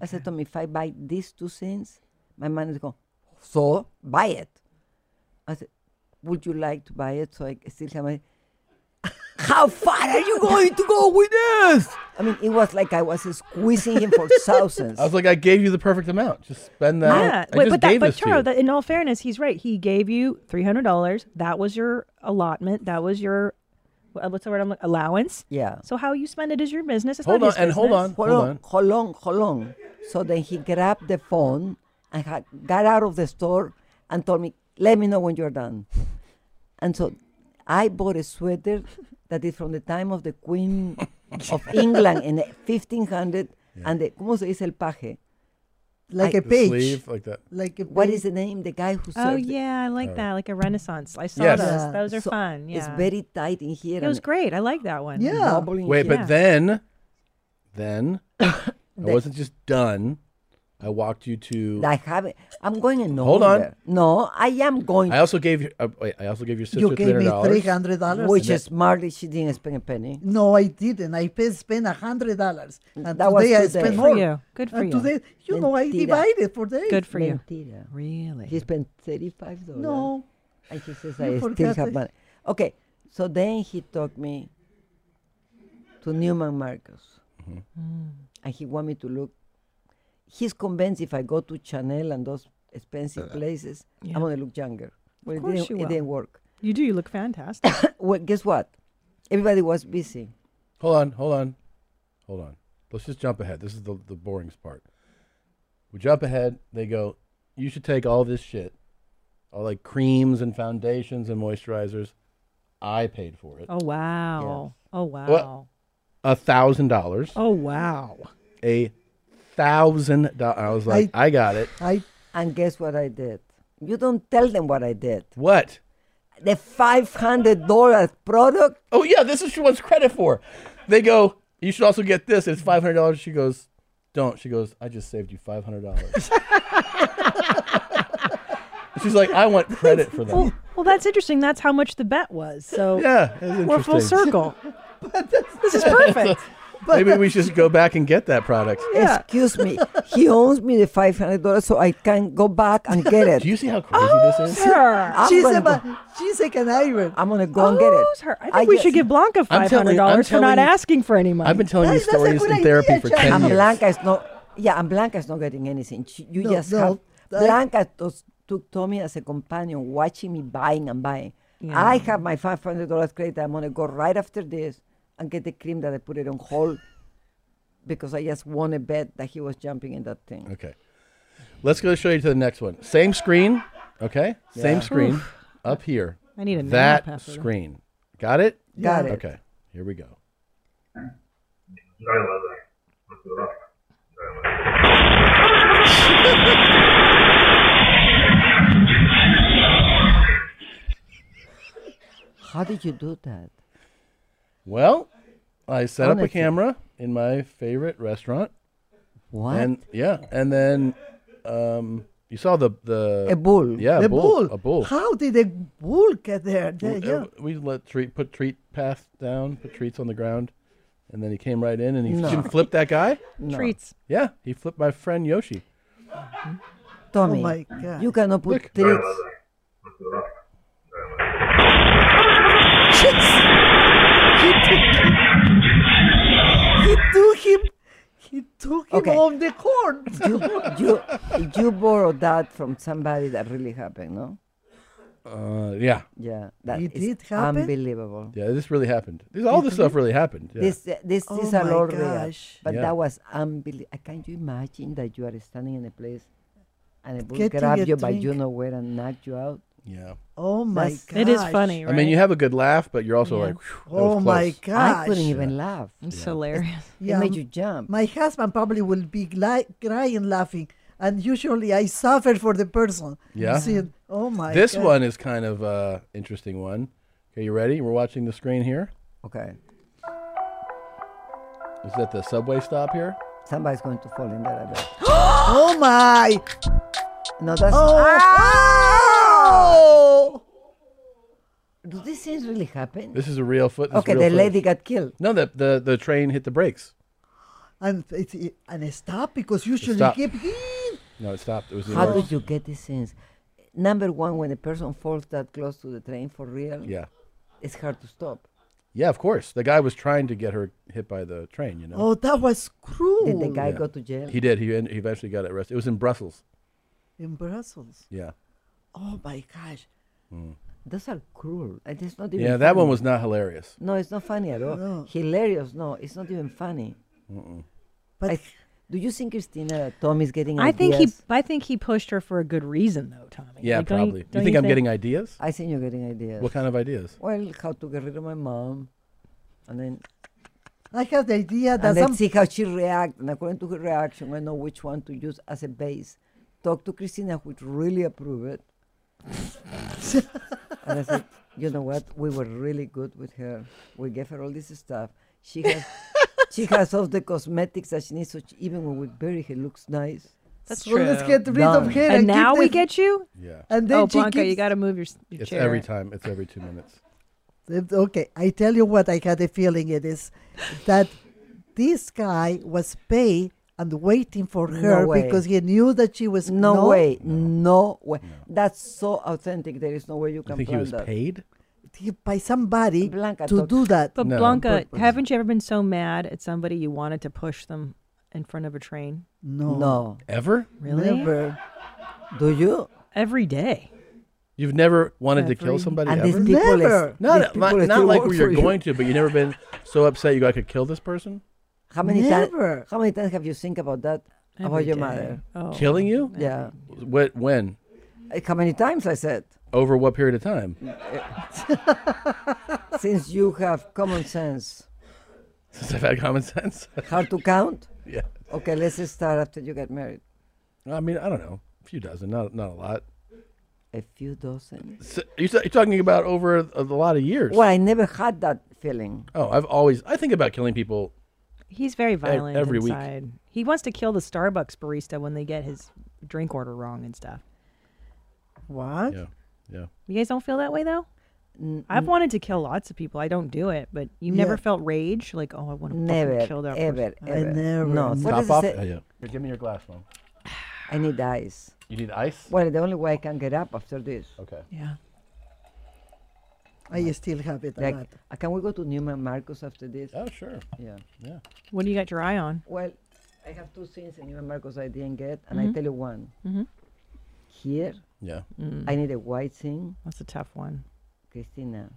Speaker 12: I said to him, if I buy these two things, my man is going. So buy it. I said, Would you like to buy it so I still have my. How far are you going to go with this? I mean, it was like I was squeezing him for thousands.
Speaker 3: I was like, I gave you the perfect amount. Just spend that.
Speaker 2: yeah,
Speaker 3: I
Speaker 2: wait,
Speaker 3: just
Speaker 2: but that,
Speaker 3: gave
Speaker 2: but
Speaker 3: this to
Speaker 2: Charo,
Speaker 3: you.
Speaker 2: that, in all fairness, he's right. He gave you three hundred dollars. That was your allotment. That was your wha- what's the word? I'm look- allowance.
Speaker 12: Yeah.
Speaker 2: So how you spend it is your business. It's
Speaker 12: Hold
Speaker 2: not
Speaker 12: on,
Speaker 2: his
Speaker 12: and hold
Speaker 2: business.
Speaker 12: on, hold on, hold on, hold on. So then he grabbed the phone and ha- got out of the store and told me, "Let me know when you're done." And so, I bought a sweater that is from the time of the Queen of England in the 1500, and the ¿Cómo se dice el paje?
Speaker 13: Like a The page. sleeve,
Speaker 3: like that. Uh,
Speaker 13: Like a
Speaker 12: what
Speaker 13: page.
Speaker 12: is the name? The guy who
Speaker 2: Oh
Speaker 12: served it.
Speaker 2: yeah, I like
Speaker 12: Oh.
Speaker 2: that. Like a renaissance. I saw
Speaker 3: Yes.
Speaker 2: those.
Speaker 3: Yeah.
Speaker 2: Those are
Speaker 12: So
Speaker 2: fun. Yeah.
Speaker 12: it's very tight in here.
Speaker 2: It was
Speaker 12: and-
Speaker 2: great. I like that one.
Speaker 12: Yeah. Bubbling
Speaker 3: Wait,
Speaker 2: Yeah.
Speaker 3: but then, then I
Speaker 12: Then-
Speaker 3: wasn't just done. I walked you to.
Speaker 12: I have it. I'm going in
Speaker 3: Hold on.
Speaker 12: nowhere. No, I am going.
Speaker 3: I also gave you. Uh, wait, I also gave your sister
Speaker 12: You
Speaker 3: three
Speaker 12: gave
Speaker 3: hundred
Speaker 12: me
Speaker 3: dollars.
Speaker 13: $300.
Speaker 12: Which
Speaker 13: And
Speaker 12: is smartly, she didn't spend a penny.
Speaker 13: No, I didn't. I paid, spent a hundred dollars, and
Speaker 12: That was
Speaker 13: today I
Speaker 12: today.
Speaker 13: spent
Speaker 12: Good for
Speaker 13: more.
Speaker 12: you. Good for
Speaker 13: and
Speaker 12: you.
Speaker 13: Today, you know, I
Speaker 12: Mentira.
Speaker 13: divided for days.
Speaker 12: Good for you.
Speaker 13: you.
Speaker 2: Really?
Speaker 12: He spent thirty-five dollars.
Speaker 13: No.
Speaker 12: and he says
Speaker 13: You
Speaker 12: I still
Speaker 13: forgot
Speaker 12: have
Speaker 13: it.
Speaker 12: money. Okay, so then he took me to Newman Marcus, and he wanted me to look. He's convinced if I go to Chanel and those expensive places,
Speaker 2: Yeah.
Speaker 12: I'm gonna look younger. Well,
Speaker 2: Of course
Speaker 12: it, didn't,
Speaker 2: you
Speaker 12: it
Speaker 2: will.
Speaker 12: didn't work.
Speaker 2: You do. You look fantastic.
Speaker 12: well, guess what? Everybody was busy.
Speaker 3: Hold on, hold on, hold on. Let's just jump ahead. This is the the boring part. We jump ahead. They go. You should take all this shit, all like creams and foundations and moisturizers. I paid for it.
Speaker 2: oh wow. Oh wow.
Speaker 3: What? A thousand dollars.
Speaker 2: Oh wow.
Speaker 3: A thousand dollars. I was like, I got it.
Speaker 13: I
Speaker 12: and guess what I did? You don't tell them what I did.
Speaker 3: What?
Speaker 12: The five hundred dollars product.
Speaker 3: Oh yeah, this is what she wants credit for. They go, you should also get this. It's five hundred dollars. She goes, don't. She goes, I just saved you five hundred dollars. She's like, I want credit for that.
Speaker 2: Well, well, that's interesting. That's how much the bet was. So
Speaker 3: Yeah, it was
Speaker 2: we're full
Speaker 3: interesting.
Speaker 2: circle. this is perfect.
Speaker 3: Maybe we should go back and get that product.
Speaker 12: Excuse me. He owes me the five hundred dollars, so I can go back and get it.
Speaker 3: Do you see how crazy this is?
Speaker 2: Oh, Sure.
Speaker 12: I'm
Speaker 13: She's
Speaker 12: gonna
Speaker 13: about-
Speaker 12: go-
Speaker 13: she's like an iron.
Speaker 12: I'm gonna go and get it.
Speaker 2: Her. Oh, I think we should give Blanca
Speaker 12: I'm
Speaker 2: five
Speaker 12: telling-
Speaker 2: hundred
Speaker 12: I'm
Speaker 2: dollars for not
Speaker 12: telling-
Speaker 2: asking for any money.
Speaker 3: I've been telling you
Speaker 12: That's- that's a
Speaker 3: stories
Speaker 12: good
Speaker 3: in therapy
Speaker 12: idea,
Speaker 3: for
Speaker 12: Jack.
Speaker 3: ten
Speaker 12: And
Speaker 3: years.
Speaker 12: Blanca is not. Yeah, and Blanca is not getting anything. She, you
Speaker 13: No,
Speaker 12: just
Speaker 13: no,
Speaker 12: have
Speaker 13: that-
Speaker 12: Blanca tos- took Tommy as a companion, watching me buying and buying.
Speaker 13: Yeah.
Speaker 12: I have my five hundred dollars credit. I'm gonna go right after this and get the cream that I put it on hold because I just won a bet that he was jumping in that thing.
Speaker 3: Okay. Let's go show you to the next one. Same screen, okay?
Speaker 12: Yeah.
Speaker 3: Same screen
Speaker 12: Oof.
Speaker 3: up here.
Speaker 2: I need a nap
Speaker 3: that
Speaker 2: after that.
Speaker 3: screen. Got it?
Speaker 12: Got it.
Speaker 3: Okay. Here we go.
Speaker 10: Mm-hmm.
Speaker 12: How did you do that?
Speaker 3: Well, I set up a
Speaker 12: Honestly.
Speaker 3: camera in my favorite restaurant.
Speaker 12: What?
Speaker 3: And yeah, and then um, you saw the the
Speaker 12: A bull.
Speaker 3: Yeah, a
Speaker 13: the
Speaker 3: bull, A bull.
Speaker 13: How did the bull get there? The-
Speaker 3: We,
Speaker 13: yeah.
Speaker 3: uh, we let treat put treat path down, put treats on the ground, and then he came right in and he
Speaker 12: No.
Speaker 3: f***ing flipped that guy.
Speaker 12: No.
Speaker 2: Treats.
Speaker 3: Yeah, he flipped my friend Yoshi.
Speaker 12: Tommy,
Speaker 13: Oh my God.
Speaker 12: you cannot
Speaker 3: Look.
Speaker 12: put treats.
Speaker 13: He took him. He took him
Speaker 12: Okay.
Speaker 13: on the corn.
Speaker 12: you, you, you borrowed that from somebody that really happened, no?
Speaker 3: Uh, yeah.
Speaker 12: Yeah, that
Speaker 13: It
Speaker 12: is
Speaker 13: did happen?
Speaker 12: unbelievable.
Speaker 3: Yeah, this really happened. This, all this stuff really happened. Yeah.
Speaker 12: This, this,
Speaker 13: Oh
Speaker 12: these are
Speaker 13: my
Speaker 12: all real.
Speaker 13: gosh.
Speaker 12: But
Speaker 3: Yeah.
Speaker 12: that was unbelievable. Can you imagine that you are standing in a place and a bull
Speaker 13: Getting
Speaker 12: grab
Speaker 13: a
Speaker 12: you by
Speaker 13: drink.
Speaker 12: you know where and knock you out?
Speaker 3: yeah.
Speaker 13: Oh my
Speaker 12: That's-
Speaker 13: God.
Speaker 2: It is funny,
Speaker 3: I
Speaker 2: right?
Speaker 3: mean, you have a good laugh, but you're also like, "Whew, that was
Speaker 13: Oh my
Speaker 3: close."
Speaker 13: gosh.
Speaker 12: I couldn't even laugh.
Speaker 2: it's hilarious.
Speaker 12: It made you jump.
Speaker 13: My husband probably will be gli- crying, laughing, and usually I suffer for the person.
Speaker 3: Yeah.
Speaker 13: See, oh my.
Speaker 3: This
Speaker 13: God.
Speaker 3: one is kind of uh, interesting one. Okay, you ready? We're watching the screen here.
Speaker 12: Okay,
Speaker 3: Is that the subway stop here?
Speaker 12: somebody's going to fall in there. I bet.
Speaker 13: Oh my.
Speaker 12: No, that's. ah!
Speaker 13: Oh.
Speaker 12: Do these things really happen?
Speaker 3: This is a real foot. this is
Speaker 12: okay,
Speaker 3: real
Speaker 12: the
Speaker 3: footage.
Speaker 12: lady got killed.
Speaker 3: No, the, the the train hit the brakes.
Speaker 13: And it's and stop because usually
Speaker 3: Stop.
Speaker 13: keep.
Speaker 3: No, it stopped. It was.
Speaker 12: How
Speaker 3: reversed.
Speaker 12: did you get these things? number one, when a person falls that close to the train for real,
Speaker 3: Yeah.
Speaker 12: it's hard to stop.
Speaker 3: Yeah, of course. The guy was trying to get her hit by the train. You know.
Speaker 12: Oh, that was
Speaker 13: cruel.
Speaker 12: Did the guy
Speaker 3: Yeah.
Speaker 12: go to jail?
Speaker 3: He did. He en- he eventually got arrested. It was in Brussels.
Speaker 13: in Brussels.
Speaker 3: Yeah.
Speaker 13: Oh my gosh.
Speaker 3: Mm.
Speaker 12: Those are cruel. And It's not even
Speaker 3: Yeah, that one
Speaker 12: funny.
Speaker 3: was not hilarious.
Speaker 12: No, it's not funny at all.
Speaker 13: No.
Speaker 12: Hilarious, no. It's not even funny.
Speaker 3: Mm-mm.
Speaker 12: But do you think Christina that Tom is getting
Speaker 2: I think he.
Speaker 12: ideas?
Speaker 2: I think he pushed her for a good reason, though, Tommy.
Speaker 3: Yeah,
Speaker 2: Like, don't you-
Speaker 3: probably. You,
Speaker 2: don't
Speaker 3: think I'm getting ideas?
Speaker 12: I think you're getting ideas.
Speaker 3: What kind of ideas?
Speaker 12: Well, how to get rid of my mom. And then
Speaker 13: I have the idea that
Speaker 12: and let's
Speaker 13: some
Speaker 12: see how she reacts. And according to her reaction, I know which one to use as a base. Talk to Christina, who would really approve it. and I said, you know what? We were really good with her. We gave her all this stuff. She has, she has all the cosmetics that she needs. So she, even when we bury her, looks nice.
Speaker 2: That's
Speaker 13: So let's
Speaker 2: true.
Speaker 13: get rid of
Speaker 2: Done.
Speaker 13: her
Speaker 2: And
Speaker 13: and keep
Speaker 2: now we
Speaker 13: this-
Speaker 2: get you?
Speaker 3: Yeah.
Speaker 13: And then
Speaker 2: oh,
Speaker 13: she
Speaker 2: Blanca, you
Speaker 13: keeps-
Speaker 2: got to move your, s- your
Speaker 3: It's
Speaker 2: chair.
Speaker 3: every time. It's every two minutes.
Speaker 13: It- Okay, I tell you what, I had a feeling it is that this guy was paid and waiting for
Speaker 12: No
Speaker 13: her
Speaker 12: way.
Speaker 13: because he knew that she was
Speaker 12: No, way. No, way. That's so authentic. There is no way you can
Speaker 3: think he
Speaker 12: plan
Speaker 3: was
Speaker 12: that.
Speaker 3: paid?
Speaker 13: he- by somebody
Speaker 12: Blanca
Speaker 13: to
Speaker 12: talk-
Speaker 13: do that.
Speaker 2: But Blanca, haven't you ever been so mad at somebody you wanted to push them in front of a train?
Speaker 13: No.
Speaker 12: No.
Speaker 3: Ever?
Speaker 2: Really?
Speaker 12: Never. Do you?
Speaker 2: Every day.
Speaker 3: You've never wanted to kill
Speaker 2: Every-
Speaker 3: somebody
Speaker 12: And
Speaker 3: ever?
Speaker 12: these people is- Never.
Speaker 3: Not,
Speaker 12: these people
Speaker 3: not,
Speaker 12: is
Speaker 3: not
Speaker 12: too
Speaker 3: like
Speaker 12: old
Speaker 3: where you're
Speaker 12: for you.
Speaker 3: going to, but you never been so upset you go, I could kill this person?
Speaker 12: How many times?
Speaker 13: Never.
Speaker 12: How many times have you think about that? about
Speaker 2: Every
Speaker 12: your
Speaker 2: day.
Speaker 12: mother?
Speaker 2: Oh.
Speaker 3: Killing you?
Speaker 12: Yeah.
Speaker 3: What, when?
Speaker 12: Like, How many times I said?
Speaker 3: Over what period of time?
Speaker 12: Since you have common sense,
Speaker 3: Since I've had common sense?
Speaker 12: hard to count.
Speaker 3: Yeah.
Speaker 12: Okay, let's just start after you get married.
Speaker 3: I mean, I don't know. A few dozen, not not a lot.
Speaker 12: A few dozen.
Speaker 3: So you're, ta- you're talking about over a, a lot of years.
Speaker 12: Well, I never had that feeling.
Speaker 3: Oh, I've always I think about killing people.
Speaker 2: He's very
Speaker 3: Ev-
Speaker 2: violent
Speaker 3: every week.
Speaker 2: inside. He wants to kill the Starbucks barista when they get his drink order wrong and stuff.
Speaker 13: What?
Speaker 3: Yeah. Yeah.
Speaker 2: You guys don't feel that way though?
Speaker 12: N-
Speaker 2: I've
Speaker 12: n-
Speaker 2: wanted to kill lots of people. I don't do it, but you
Speaker 12: Yeah.
Speaker 2: never felt rage like, oh, I want to
Speaker 12: Never,
Speaker 2: fucking kill that
Speaker 12: ever,
Speaker 2: person.
Speaker 12: ever. No, so
Speaker 3: Top
Speaker 12: does it
Speaker 3: off?
Speaker 12: say-
Speaker 3: Oh, yeah. Here, give me your glass, Mom.
Speaker 12: I need ice.
Speaker 3: You need ice?
Speaker 12: Well, the only way I can get up after this.
Speaker 3: Okay.
Speaker 2: Yeah.
Speaker 13: I still have it. a
Speaker 12: Like,
Speaker 13: lot.
Speaker 12: uh, can we go to Newman Marcos after this?
Speaker 3: Oh, sure.
Speaker 12: Yeah.
Speaker 3: Yeah.
Speaker 2: What do you got your eye on?
Speaker 12: Well, I have two things in Newman Marcos I didn't get, and I
Speaker 2: Mhm.
Speaker 12: tell you one.
Speaker 2: Mhm.
Speaker 12: Here,
Speaker 3: Yeah.
Speaker 2: Mm.
Speaker 12: I need a white thing.
Speaker 2: That's a tough one.
Speaker 12: Christina,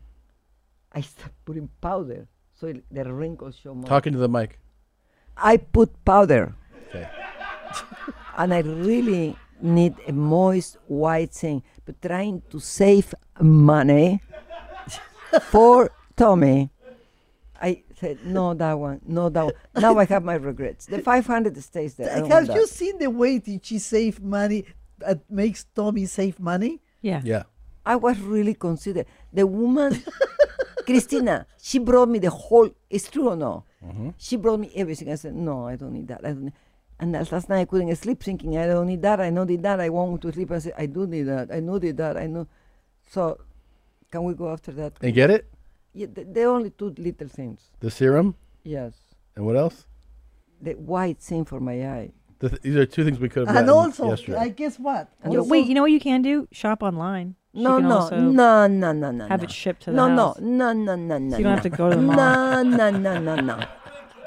Speaker 12: I start putting powder so it, the wrinkles show more.
Speaker 3: Talking to the mic.
Speaker 12: I put powder.
Speaker 3: Okay.
Speaker 12: and I really need a moist white thing. But trying to save money for Tommy, I said no that one, no that one. Now I have my regrets. The 500 stays there. I don't
Speaker 13: Have
Speaker 12: want
Speaker 13: you
Speaker 12: that.
Speaker 13: seen the way that she save money that makes Tommy save money?
Speaker 2: Yeah.
Speaker 3: Yeah.
Speaker 12: I was really considered. The woman, Christina, she brought me the whole. It's true or no?
Speaker 3: Mm-hmm.
Speaker 12: She brought me everything. I said, no, I don't need that. I don't need. And that last night I couldn't sleep, thinking I don't need that. I don't need that. I want to sleep. I said, I do need that. I know need that. I know. So, can we go after that?
Speaker 3: And get it?
Speaker 12: Yeah, the, the only two little things.
Speaker 3: The serum
Speaker 12: Yes,
Speaker 3: and what else?
Speaker 12: the white thing for my eye.
Speaker 3: The th- these are two things we could have
Speaker 13: And
Speaker 3: gotten
Speaker 13: also,
Speaker 3: yesterday.
Speaker 13: I guess what?
Speaker 12: And
Speaker 2: You-
Speaker 12: also-
Speaker 2: wait, you know what you can do? Shop online. She
Speaker 12: No,
Speaker 2: can
Speaker 12: no,
Speaker 2: also-
Speaker 12: no, no, no, no.
Speaker 2: have
Speaker 12: no.
Speaker 2: it shipped to the
Speaker 12: no,
Speaker 2: house.
Speaker 12: No, no, no, no, no.
Speaker 2: So you don't
Speaker 12: no.
Speaker 2: have to go to the mall.
Speaker 12: No, no, no, no, no.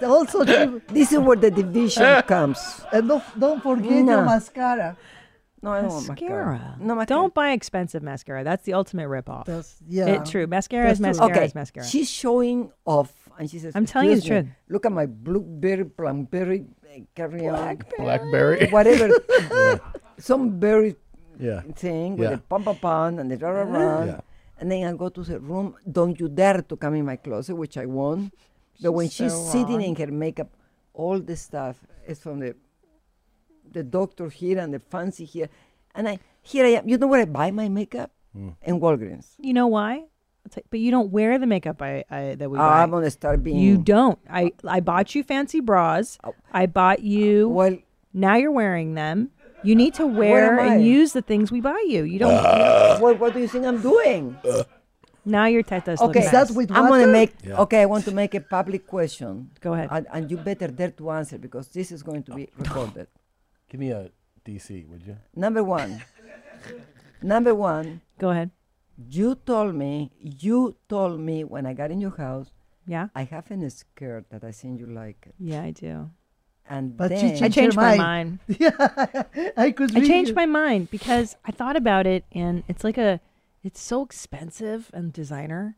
Speaker 13: Also, she-
Speaker 12: This is where the division comes.
Speaker 13: and Uh, don't, don't forget your
Speaker 12: No.
Speaker 13: mascara.
Speaker 12: No, I don't want
Speaker 2: mascara.
Speaker 12: mascara. No, mascara.
Speaker 2: Don't buy expensive mascara. That's the ultimate ripoff.
Speaker 13: That's- yeah.
Speaker 2: It's Eh, true. Mascara is
Speaker 13: That's
Speaker 2: mascara
Speaker 12: okay.
Speaker 2: is mascara.
Speaker 12: She's showing off, and she says,
Speaker 2: I'm telling you
Speaker 12: "Excuse
Speaker 2: the
Speaker 12: me, Look at my blueberry, plumberry, uh, carry on,
Speaker 3: Blackberry.
Speaker 12: whatever, some berry
Speaker 3: Yeah.
Speaker 12: thing
Speaker 3: Yeah.
Speaker 12: with the pom pom pom and the rah rah rah.
Speaker 3: Yeah.
Speaker 12: And then I go to the room. Don't you dare to come in my closet, which I won't. But when she's
Speaker 2: She's so
Speaker 12: sitting
Speaker 2: wrong.
Speaker 12: in her makeup, all the stuff is from the the doctor here and the fancy here. And I here I am. You know where I buy my makeup?
Speaker 3: Mm.
Speaker 12: In Walgreens.
Speaker 2: You know why? I'll tell- But you don't wear the makeup I, I that we buy.
Speaker 12: Ah, I'm gonna start being Oh.
Speaker 2: You don't. I I bought you fancy bras. I bought you.
Speaker 12: Well,
Speaker 2: now you're wearing them. You need to
Speaker 12: Where am
Speaker 2: wear
Speaker 12: I?
Speaker 2: and use the things we buy you. You don't. Uh.
Speaker 12: what, what do you think I'm doing?
Speaker 2: now your tetas. look
Speaker 12: Okay,
Speaker 2: nice.
Speaker 12: I'm gonna make.
Speaker 3: Yeah.
Speaker 12: Okay, I want to make a public question.
Speaker 2: Go ahead.
Speaker 12: and, and you better dare to answer because this is going to be recorded.
Speaker 3: Give me a DC, would you?
Speaker 12: Number one, Number one.
Speaker 2: Go ahead.
Speaker 12: You told me, you told me when I got in your house.
Speaker 2: Yeah.
Speaker 12: I have a skirt that I think you like it.
Speaker 2: Yeah, I do.
Speaker 12: And
Speaker 13: But she
Speaker 12: then
Speaker 2: I
Speaker 13: changed
Speaker 2: changed
Speaker 13: her
Speaker 2: my mind.
Speaker 13: mind. Yeah, I could
Speaker 2: I
Speaker 13: read
Speaker 2: changed
Speaker 13: you.
Speaker 2: my mind because I thought about it, and it's like a, it's so expensive and designer.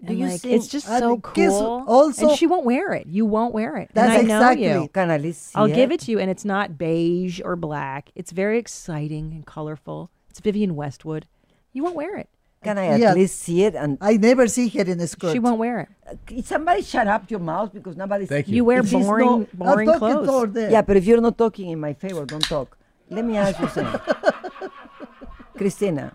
Speaker 12: Do
Speaker 2: and
Speaker 12: you
Speaker 2: like,
Speaker 12: think-
Speaker 2: it's just
Speaker 12: are
Speaker 2: so
Speaker 12: the kids
Speaker 2: cool.
Speaker 12: also-
Speaker 2: and she won't wear it. You won't wear it.
Speaker 12: That's
Speaker 2: and I
Speaker 12: exactly-
Speaker 2: Know you.
Speaker 12: Can I at least see
Speaker 2: I'll give
Speaker 12: it?
Speaker 2: it to you, and it's not beige or black. It's very exciting and colorful. It's Vivian Westwood. You won't wear it.
Speaker 12: Can I at least see it? And
Speaker 13: I never see her in a skirt.
Speaker 2: She won't wear it.
Speaker 12: Can Uh, somebody shut up your mouth because nobody's.
Speaker 2: Thank you. You wear
Speaker 12: If she's
Speaker 2: boring-
Speaker 12: not- I'm
Speaker 2: boring
Speaker 12: talking
Speaker 2: clothes.
Speaker 12: toward there. Yeah, but if you're not talking in my favor, don't talk. Let me ask you something, Christina.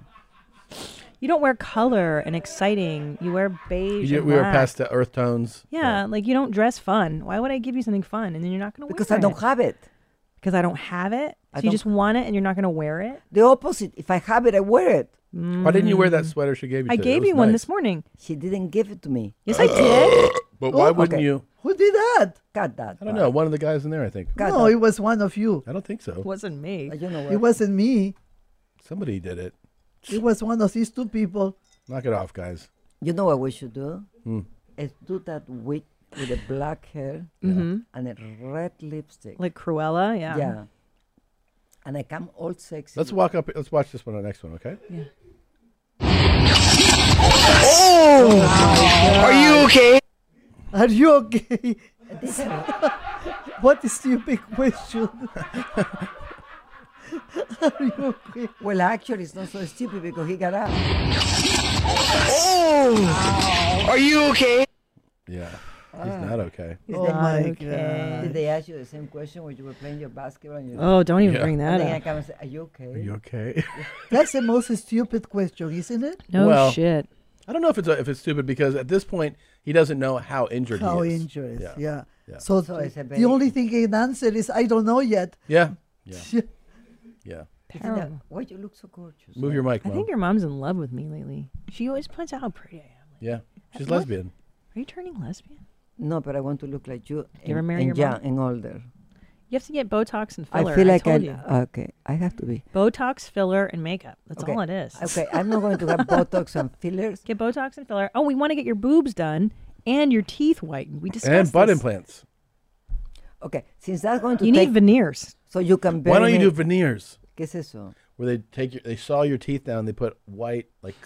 Speaker 2: You don't wear color and exciting. You wear beige.
Speaker 3: You-
Speaker 2: and
Speaker 3: we were
Speaker 2: black.
Speaker 3: past the earth tones.
Speaker 2: Yeah, like you don't dress fun. Why would I give you something fun and then you're not going to wear it?
Speaker 12: Because I don't have it.
Speaker 2: Because I don't have it.
Speaker 12: I
Speaker 2: So you
Speaker 12: don't-
Speaker 2: just want it and you're not going to wear it.
Speaker 12: The opposite. If I have it, I wear it.
Speaker 3: Why didn't you wear that sweater she gave you?
Speaker 2: Mm. I
Speaker 3: today? It
Speaker 2: gave
Speaker 3: was
Speaker 2: you one
Speaker 3: nice.
Speaker 2: this morning.
Speaker 12: She didn't give it to me.
Speaker 2: Yes, I did.
Speaker 3: But why
Speaker 12: Oh,
Speaker 3: wouldn't
Speaker 12: okay.
Speaker 3: you?
Speaker 13: Who did that?
Speaker 12: Got that.
Speaker 3: I don't know. One of the guys in there, I think.
Speaker 13: no, it was one of you.
Speaker 3: I don't think so.
Speaker 2: wasn't me.
Speaker 12: You know
Speaker 13: It wasn't me.
Speaker 3: Somebody did it.
Speaker 13: It was one of these two people.
Speaker 3: Knock it off, guys.
Speaker 12: You know what we should do?
Speaker 3: Hmm.
Speaker 12: Is do that witch with a black hair
Speaker 2: Mhm.
Speaker 12: and a red lipstick.
Speaker 2: Like Cruella, yeah.
Speaker 12: Yeah. And I come all sexy.
Speaker 3: Let's walk up. Let's watch this one. The next one, okay?
Speaker 2: Yeah.
Speaker 12: Oh!
Speaker 13: Are you okay? Are you okay? what a stupid question. Are you okay?
Speaker 12: Well, actually, it's not so stupid because he got up.
Speaker 13: Oh!
Speaker 12: Are you okay?
Speaker 3: Yeah. He's
Speaker 12: Ah.
Speaker 3: not okay.
Speaker 2: He's Oh not my okay. God.
Speaker 12: uh, Did they ask you the same question when you were playing your basketball? And you
Speaker 2: Oh, don't even
Speaker 3: Yeah.
Speaker 2: bring that
Speaker 12: and then I
Speaker 2: up.
Speaker 12: come and say, Are you okay? Are
Speaker 3: you okay?
Speaker 13: That's the most stupid question, isn't it?
Speaker 2: No
Speaker 3: Well,
Speaker 2: shit.
Speaker 3: I don't know if it's if it's stupid because at this point he doesn't know how injured
Speaker 13: How
Speaker 3: he is.
Speaker 13: injured, yeah.
Speaker 3: Yeah.
Speaker 13: So,
Speaker 12: So it's a
Speaker 13: the
Speaker 12: very-
Speaker 13: only thing I can answer is I don't know yet.
Speaker 3: Yeah. Yeah. Yeah.
Speaker 12: Isn't that, why you look so gorgeous?
Speaker 3: Move your mic,
Speaker 2: I
Speaker 3: mom.
Speaker 2: think your mom's in love with me lately. She always points out how pretty I am.
Speaker 3: yeah. She's
Speaker 2: What?
Speaker 3: lesbian.
Speaker 2: Are you turning lesbian?
Speaker 12: No, but I want to look like you.
Speaker 2: you ever
Speaker 12: and-
Speaker 2: marry
Speaker 12: and
Speaker 2: your
Speaker 12: young
Speaker 2: mom?
Speaker 12: and older.
Speaker 2: You have to get Botox and filler.
Speaker 12: I feel like
Speaker 2: told
Speaker 12: I.
Speaker 2: you.
Speaker 12: Okay, I have to be.
Speaker 2: Botox, filler, and makeup. That's
Speaker 12: Okay.
Speaker 2: all it is.
Speaker 12: Okay, I'm not going to have Botox and fillers.
Speaker 2: Get Botox and filler. Oh, we want to get your boobs done and your teeth whitened. We discussed
Speaker 3: And butt
Speaker 2: this.
Speaker 3: implants.
Speaker 12: Okay, since that's going to
Speaker 2: You
Speaker 12: take,
Speaker 2: need veneers.
Speaker 12: so you can.
Speaker 3: Why don't
Speaker 12: bury
Speaker 3: you
Speaker 12: me-
Speaker 3: do veneers?
Speaker 12: ¿Qué es eso?
Speaker 3: Where they take your, they saw your teeth down. They put white like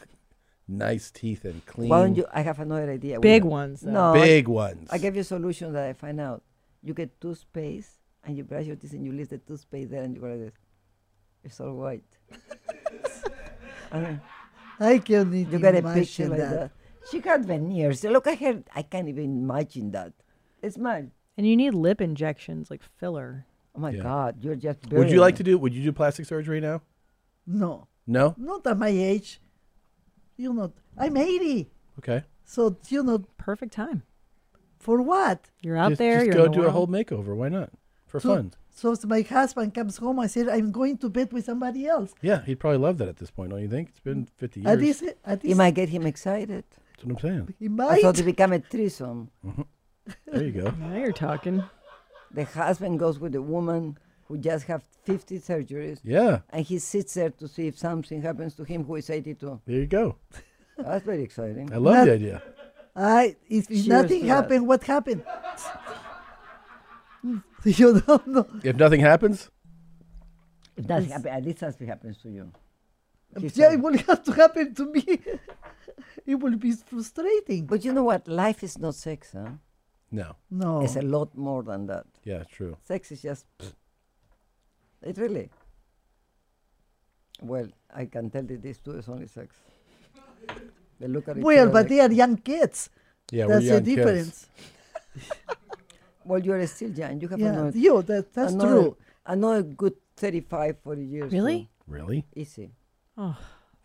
Speaker 3: nice teeth and clean.
Speaker 12: Why don't you? I have another idea.
Speaker 2: Big
Speaker 12: Wait.
Speaker 2: ones, though.
Speaker 12: No,
Speaker 3: Big
Speaker 12: I-
Speaker 3: ones.
Speaker 12: I gave you a solution that I find out. You get toothpaste and you brush your teeth and you leave the toothpaste there and you go like this. It's all white. I mean,
Speaker 13: I can't even
Speaker 12: you get a
Speaker 13: imagine
Speaker 12: picture like
Speaker 13: that.
Speaker 12: that. She got veneers. Look at her. I can't even imagine that. It's mine.
Speaker 2: And you need lip injections like filler.
Speaker 12: Oh my
Speaker 3: Yeah.
Speaker 12: God, you're just.
Speaker 3: Would
Speaker 12: burying
Speaker 3: you like
Speaker 12: me.
Speaker 3: to do? Would you do plastic surgery now?
Speaker 13: No,
Speaker 3: No.
Speaker 13: not at my age. You know, I'm 80.
Speaker 3: Okay.
Speaker 13: So, you know,
Speaker 2: Perfect time.
Speaker 13: for what?
Speaker 2: You're out
Speaker 3: just,
Speaker 2: there.
Speaker 3: Just
Speaker 2: you're
Speaker 3: go
Speaker 2: in the
Speaker 3: do a
Speaker 2: world.
Speaker 3: whole makeover. Why not? For
Speaker 13: so,
Speaker 3: fun.
Speaker 13: So s- my husband comes home. I said, I'm going to bed with somebody else.
Speaker 3: Yeah, he'd probably love that at this point, don't you think? It's been fifty years.
Speaker 13: At least, at
Speaker 12: You
Speaker 13: least
Speaker 12: might get him excited.
Speaker 3: That's what I'm saying.
Speaker 13: he
Speaker 12: I
Speaker 13: might.
Speaker 12: thought to become a threesome.
Speaker 3: Mm-hmm. There you go.
Speaker 2: Now you're talking.
Speaker 12: The husband goes with a woman who just have 50 surgeries.
Speaker 3: Yeah.
Speaker 12: And he sits there to see if something happens to him who is 82.
Speaker 3: There you go.
Speaker 12: That's very exciting.
Speaker 3: I love
Speaker 13: Not-
Speaker 3: the idea.
Speaker 13: I, if
Speaker 12: Cheers
Speaker 13: nothing
Speaker 12: to that.
Speaker 13: happened, what happened? you don't know.
Speaker 3: If nothing happens,
Speaker 12: If nothing happens, at least something happens to you. He
Speaker 13: Yeah,
Speaker 12: said.
Speaker 13: it will have to happen to me. it will be frustrating.
Speaker 12: But you know what? Life is not sex, huh?
Speaker 3: no.
Speaker 13: No.
Speaker 12: It's a lot more than that.
Speaker 3: Yeah, true.
Speaker 12: Sex is just. It really. Well, I can tell that this too is only sex. They look at each
Speaker 13: Well,
Speaker 12: other
Speaker 13: but
Speaker 12: like-
Speaker 13: they are young kids.
Speaker 3: Yeah, we're
Speaker 13: that's
Speaker 3: young kids.
Speaker 13: the difference.
Speaker 12: Well, you are still young. You have
Speaker 13: Yeah,
Speaker 12: another.
Speaker 13: you, that- that's
Speaker 12: another-
Speaker 13: true.
Speaker 12: Another good 35, 40 years. to-
Speaker 2: Really?
Speaker 3: Really?
Speaker 12: Easy.
Speaker 2: Oh,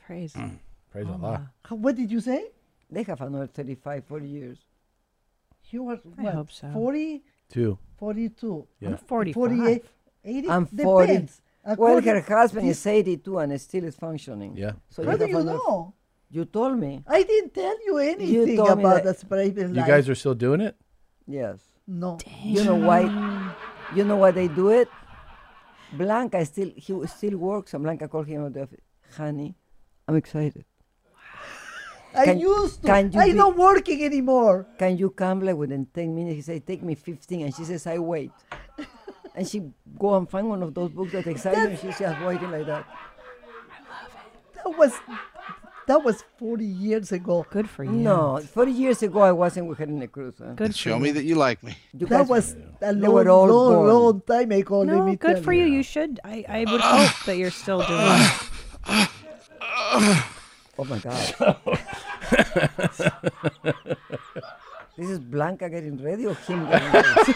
Speaker 2: praise.
Speaker 13: Mm.
Speaker 3: Mm. Praise
Speaker 2: Oh,
Speaker 3: Allah.
Speaker 2: my.
Speaker 13: How- What did you say?
Speaker 12: They have another 35, 40 years.
Speaker 13: You were
Speaker 2: I
Speaker 13: what?
Speaker 2: hope so.
Speaker 13: 40,
Speaker 3: Two.
Speaker 13: 42.
Speaker 3: Yeah. I'm
Speaker 13: 48, 80?
Speaker 12: I'm 40.
Speaker 13: Depends.
Speaker 12: well,
Speaker 13: According-
Speaker 12: her husband
Speaker 13: this-
Speaker 12: is 82 and is still is functioning.
Speaker 3: Yeah.
Speaker 12: So
Speaker 13: How do
Speaker 12: have
Speaker 13: you
Speaker 12: another-
Speaker 13: know?
Speaker 12: You told me.
Speaker 13: I didn't tell you anything
Speaker 12: told me
Speaker 13: about
Speaker 12: that-
Speaker 13: that private
Speaker 3: You
Speaker 13: life.
Speaker 3: guys are still doing it?
Speaker 12: Yes.
Speaker 13: No.
Speaker 12: You know why? You know why they do it? Blanca is still he w- still works, and Blanca called him at the office. honey, I'm excited.
Speaker 13: I
Speaker 12: Can-
Speaker 13: used to.
Speaker 12: can you
Speaker 13: I
Speaker 12: be-
Speaker 13: don't working anymore.
Speaker 12: Can you come like within 10 minutes? He said, take me 15. And she says, I wait. and she go and find one of those books that excite you. and She's just waiting like that.
Speaker 13: That was that was 40 years ago.
Speaker 2: Good for
Speaker 12: No, 40 years ago, I wasn't with her in the cruise. huh?
Speaker 2: Good
Speaker 16: Show me that you like me.
Speaker 12: You
Speaker 13: that
Speaker 12: guys-
Speaker 13: was
Speaker 12: they
Speaker 13: a long,
Speaker 12: were all
Speaker 13: long,
Speaker 12: born.
Speaker 13: long time ago. let
Speaker 2: No,
Speaker 13: me
Speaker 2: good
Speaker 13: tell
Speaker 2: for you. You should. I, I would hope that you're still doing. it.
Speaker 12: Oh my God. this is Blanca getting ready or him getting ready?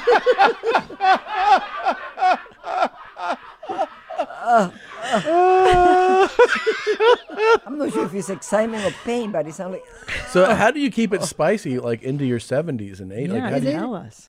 Speaker 12: I'm not sure if it's excitement or pain, but it sounds like.
Speaker 3: So how do you keep it spicy like into your 70s and 80s? like, how do you-
Speaker 2: us.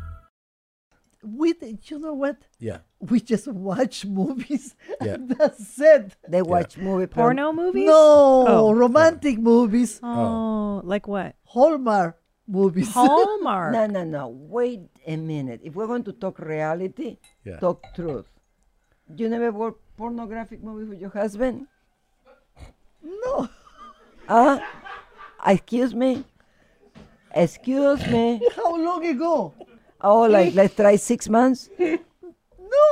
Speaker 13: We, did- you know what?
Speaker 3: Yeah.
Speaker 13: We just watch movies.
Speaker 3: Yeah.
Speaker 13: That's it.
Speaker 12: They watch movie
Speaker 2: Porno movies?
Speaker 13: No,
Speaker 2: Oh.
Speaker 13: romantic movies.
Speaker 2: Oh, like what?
Speaker 13: Hallmark movies.
Speaker 2: Hallmark.
Speaker 12: No, no, no. Wait a minute. If we're going to talk reality,
Speaker 3: Yeah.
Speaker 12: talk truth. You never watch pornographic movie with your husband?
Speaker 13: No.
Speaker 12: Uh, excuse me. Excuse me.
Speaker 13: How long ago?
Speaker 12: Oh, like let's try six months.